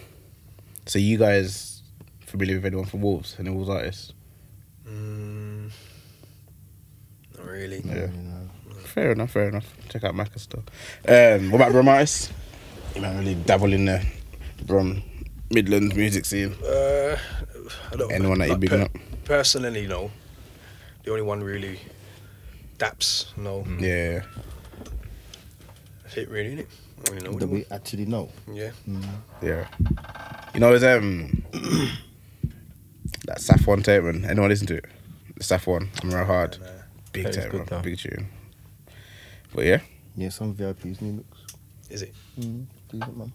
[SPEAKER 1] so you guys familiar with anyone from Wolves? Any Wolves artists?
[SPEAKER 4] Mm, Not really.
[SPEAKER 1] Yeah. Fair enough. Fair enough. Check out Maka still. Um, what about Brum artists? You man really dabble in the Brum Midlands music scene.
[SPEAKER 4] Uh, I don't,
[SPEAKER 1] Anyone that you're
[SPEAKER 4] like,
[SPEAKER 1] bigging up?
[SPEAKER 4] Personally, no. The only one really. Daps, no.
[SPEAKER 1] Yeah.
[SPEAKER 4] That's it, really, innit? I don't
[SPEAKER 2] that
[SPEAKER 4] know.
[SPEAKER 2] we actually know.
[SPEAKER 4] Yeah.
[SPEAKER 1] Yeah. You know, it's um that Safwan tape man. Anyone listen to it? The Safwan, I'm real hard. Big
[SPEAKER 3] That is
[SPEAKER 1] tape,
[SPEAKER 3] good
[SPEAKER 1] man.
[SPEAKER 3] though.
[SPEAKER 1] Big tune. But yeah,
[SPEAKER 2] Yeah, some VIPs new looks.
[SPEAKER 4] Is it?
[SPEAKER 2] Mm, decent, man.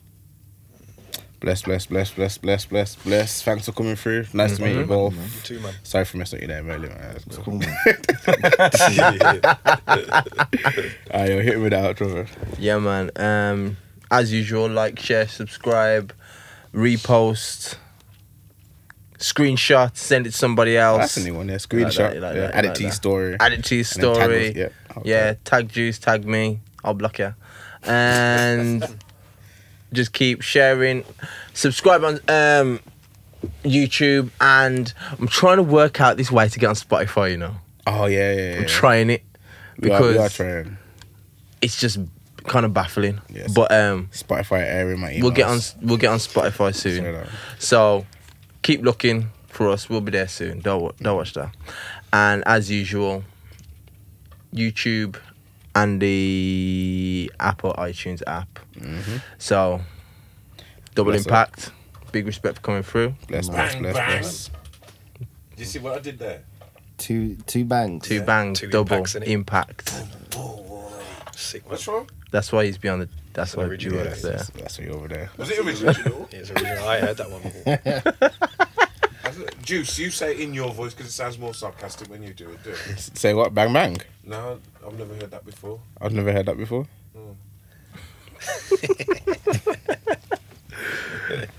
[SPEAKER 1] bless, bless, bless, bless, bless, bless, bless. Thanks for coming through. Nice to meet you both.
[SPEAKER 4] You too, man.
[SPEAKER 1] Sorry for messing you there, earlier, man. That's
[SPEAKER 2] It's
[SPEAKER 1] cool.
[SPEAKER 2] cool, man.
[SPEAKER 1] Alright, yo, hit me with that outro, man.
[SPEAKER 3] Yeah, man. Um, as usual, like, share, subscribe, repost, screenshot, send it to somebody else.
[SPEAKER 1] That's a new one, yeah.
[SPEAKER 3] that,
[SPEAKER 1] Screenshot,
[SPEAKER 3] you like
[SPEAKER 1] yeah.
[SPEAKER 3] that, you
[SPEAKER 1] add it
[SPEAKER 3] like
[SPEAKER 1] to your
[SPEAKER 3] that.
[SPEAKER 1] story.
[SPEAKER 3] Add it to your
[SPEAKER 1] and then tag
[SPEAKER 3] story.
[SPEAKER 1] us, Yeah. Oh,
[SPEAKER 3] yeah,
[SPEAKER 1] God.
[SPEAKER 3] tag Juice, tag me. I'll block you. And just keep sharing. Subscribe on um, YouTube. And I'm trying to work out this way to get on Spotify, you know.
[SPEAKER 1] Oh, yeah, yeah, yeah.
[SPEAKER 3] I'm trying it
[SPEAKER 1] We are, we are
[SPEAKER 3] because-
[SPEAKER 1] trying.
[SPEAKER 3] it's just kind of baffling.
[SPEAKER 1] Yes.
[SPEAKER 3] But um,
[SPEAKER 1] Spotify airing my emails.
[SPEAKER 3] we'll get on we'll get on Spotify
[SPEAKER 1] Sorry,
[SPEAKER 3] soon.
[SPEAKER 1] no.
[SPEAKER 3] So keep looking for us. We'll be there soon. Don't wa- don't watch that. And as usual, YouTube and the Apple iTunes app.
[SPEAKER 4] Mm-hmm.
[SPEAKER 3] So double
[SPEAKER 1] Bless up.
[SPEAKER 3] impact. Big respect for coming through.
[SPEAKER 1] Bless, bless,
[SPEAKER 6] Bang,
[SPEAKER 1] bless,
[SPEAKER 6] bang.
[SPEAKER 1] bless.
[SPEAKER 6] Do you see what I did there?
[SPEAKER 2] Two two bangs.
[SPEAKER 3] Two bangs,
[SPEAKER 4] two
[SPEAKER 3] double
[SPEAKER 4] impacts, innit?
[SPEAKER 3] impact.
[SPEAKER 4] Sick, man.
[SPEAKER 6] What's wrong?
[SPEAKER 3] That's why he's behind the. That's why you
[SPEAKER 4] original,
[SPEAKER 3] works there.
[SPEAKER 1] That's, that's what you're over there.
[SPEAKER 6] Was it original?
[SPEAKER 4] Yeah, it's original. I heard that one before.
[SPEAKER 6] Juice, you say it in your voice because it sounds more sarcastic when you do it. Do it.
[SPEAKER 1] Say what? Bang bang.
[SPEAKER 6] No, I've never heard that before.
[SPEAKER 1] I've never heard that before.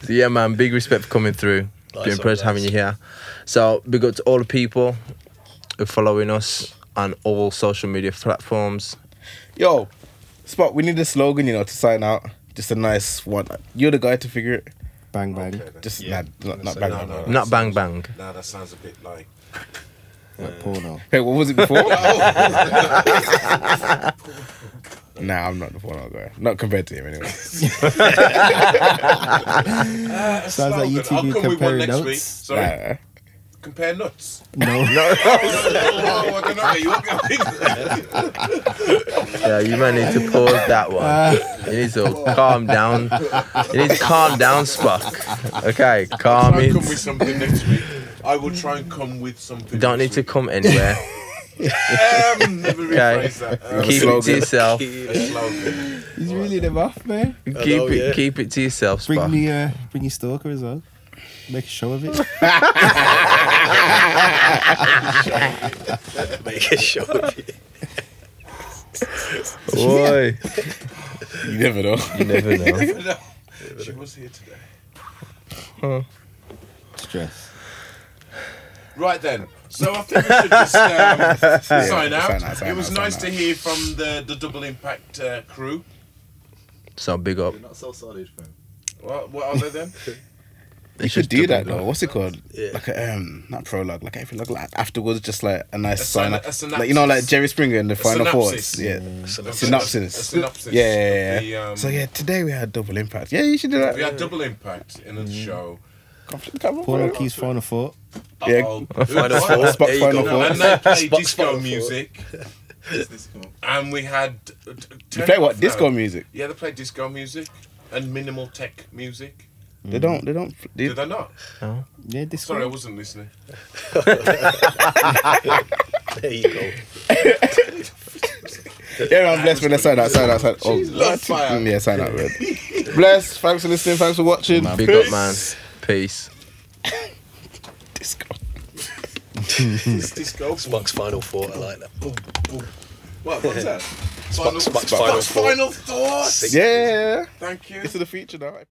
[SPEAKER 3] So yeah, man, big respect for coming through.
[SPEAKER 4] Nice
[SPEAKER 3] Been
[SPEAKER 4] one,
[SPEAKER 3] impressed having you here.
[SPEAKER 4] lads.
[SPEAKER 3] So big up to all the people who are following us on all social media platforms.
[SPEAKER 1] Yo, Spot, we need a slogan, you know, to sign out. Just a nice one. You're the guy to figure it.
[SPEAKER 2] Bang bang.
[SPEAKER 1] Just
[SPEAKER 4] Yeah.
[SPEAKER 1] nah, not, not
[SPEAKER 4] No,
[SPEAKER 1] bang.
[SPEAKER 6] no, no.
[SPEAKER 3] Not bang bang.
[SPEAKER 6] Now that sounds a bit like.
[SPEAKER 2] Like porno.
[SPEAKER 1] Hey, what was it before? nah, I'm not the porno guy. Not compared to him, anyway.
[SPEAKER 2] Sounds like you two
[SPEAKER 6] I'll
[SPEAKER 2] be
[SPEAKER 6] come with one
[SPEAKER 2] comparing
[SPEAKER 6] next
[SPEAKER 2] notes.
[SPEAKER 6] week. Sorry.
[SPEAKER 1] Nah.
[SPEAKER 6] compare nuts?
[SPEAKER 5] Oh, I don't know.
[SPEAKER 6] Are you okay?
[SPEAKER 3] Yeah, you might need to pause that one. you need to calm down. You need to calm down, Spock. Okay, calm
[SPEAKER 6] Try and come with
[SPEAKER 3] it.
[SPEAKER 6] something next week. I will try and come with something.
[SPEAKER 3] Don't need
[SPEAKER 6] next
[SPEAKER 3] to come anywhere.
[SPEAKER 6] week. Um, never
[SPEAKER 3] Okay.
[SPEAKER 6] rephrase that. Um,
[SPEAKER 3] Keep it to yourself.
[SPEAKER 6] a slogan.
[SPEAKER 2] He's really them off, man.
[SPEAKER 3] Keep
[SPEAKER 4] yeah.
[SPEAKER 3] it. Keep it to yourself,
[SPEAKER 2] Bring
[SPEAKER 3] Spock.
[SPEAKER 2] me, uh, bring your stalker as well. Make a show of it.
[SPEAKER 4] Make a show of it.
[SPEAKER 3] Boy,
[SPEAKER 1] You never know.
[SPEAKER 3] you never know.
[SPEAKER 6] she was here today.
[SPEAKER 2] Stress.
[SPEAKER 6] Right then. So I think we should just um, sign out.
[SPEAKER 1] sign out, sign
[SPEAKER 6] it was
[SPEAKER 1] out, sign
[SPEAKER 6] nice
[SPEAKER 1] out.
[SPEAKER 6] to hear from the, the double impact uh, crew.
[SPEAKER 3] So big up.
[SPEAKER 5] You're not so solid, fam.
[SPEAKER 6] What, what are they then?
[SPEAKER 1] You
[SPEAKER 3] It's
[SPEAKER 1] should
[SPEAKER 3] just
[SPEAKER 1] do that
[SPEAKER 3] double
[SPEAKER 1] though. What's it called?
[SPEAKER 4] Yeah.
[SPEAKER 1] Like a um, not prologue, like every like, like afterwards, just like a nice
[SPEAKER 6] A
[SPEAKER 1] sign.
[SPEAKER 6] syna-
[SPEAKER 1] up.
[SPEAKER 6] a synopsis.
[SPEAKER 1] like you know, like Jerry Springer in the final
[SPEAKER 6] synopsis.
[SPEAKER 1] thoughts. Yeah.
[SPEAKER 6] A
[SPEAKER 4] Synopsis.
[SPEAKER 1] Synopsis.
[SPEAKER 6] A
[SPEAKER 1] Yeah,
[SPEAKER 6] synopsis.
[SPEAKER 1] yeah, yeah.
[SPEAKER 6] of the, um,
[SPEAKER 1] so yeah, today we had double impact. Yeah, Mm-hmm. you should do that.
[SPEAKER 6] We had double impact in the show.
[SPEAKER 1] Conflict cover.
[SPEAKER 2] Paul O'Keefe's final thought.
[SPEAKER 1] Yeah.
[SPEAKER 6] Uh-oh.
[SPEAKER 4] Final
[SPEAKER 6] What?
[SPEAKER 4] four.
[SPEAKER 1] Spot
[SPEAKER 4] There you
[SPEAKER 1] final
[SPEAKER 4] go.
[SPEAKER 1] four.
[SPEAKER 6] And they played
[SPEAKER 4] Spock
[SPEAKER 6] disco
[SPEAKER 4] final
[SPEAKER 6] music,
[SPEAKER 5] This- this come up.
[SPEAKER 6] and we had. t- t-
[SPEAKER 1] You play what?
[SPEAKER 6] no.
[SPEAKER 1] Disco music.
[SPEAKER 6] Yeah, they played disco music and minimal tech music.
[SPEAKER 3] Mm.
[SPEAKER 1] They don't. They don't. They,
[SPEAKER 6] Did they not?
[SPEAKER 2] Yeah, this
[SPEAKER 6] Sorry, I
[SPEAKER 2] one.
[SPEAKER 6] wasn't listening.
[SPEAKER 4] There you go.
[SPEAKER 1] yeah, I'm blessed when I sign out. Sign out. Sign out. Oh, Lord.
[SPEAKER 6] fire.
[SPEAKER 1] Mm, yeah, sign out. man. Blessed. Thanks for listening. Thanks for watching.
[SPEAKER 3] Big up, man. Peace.
[SPEAKER 1] Disco.
[SPEAKER 6] It's disco.
[SPEAKER 4] Spock's final four. I like that.
[SPEAKER 6] What was that?
[SPEAKER 4] Spock's, Spock's final four.
[SPEAKER 6] thoughts.
[SPEAKER 1] Yeah.
[SPEAKER 6] Thank you.
[SPEAKER 1] It's in the future now.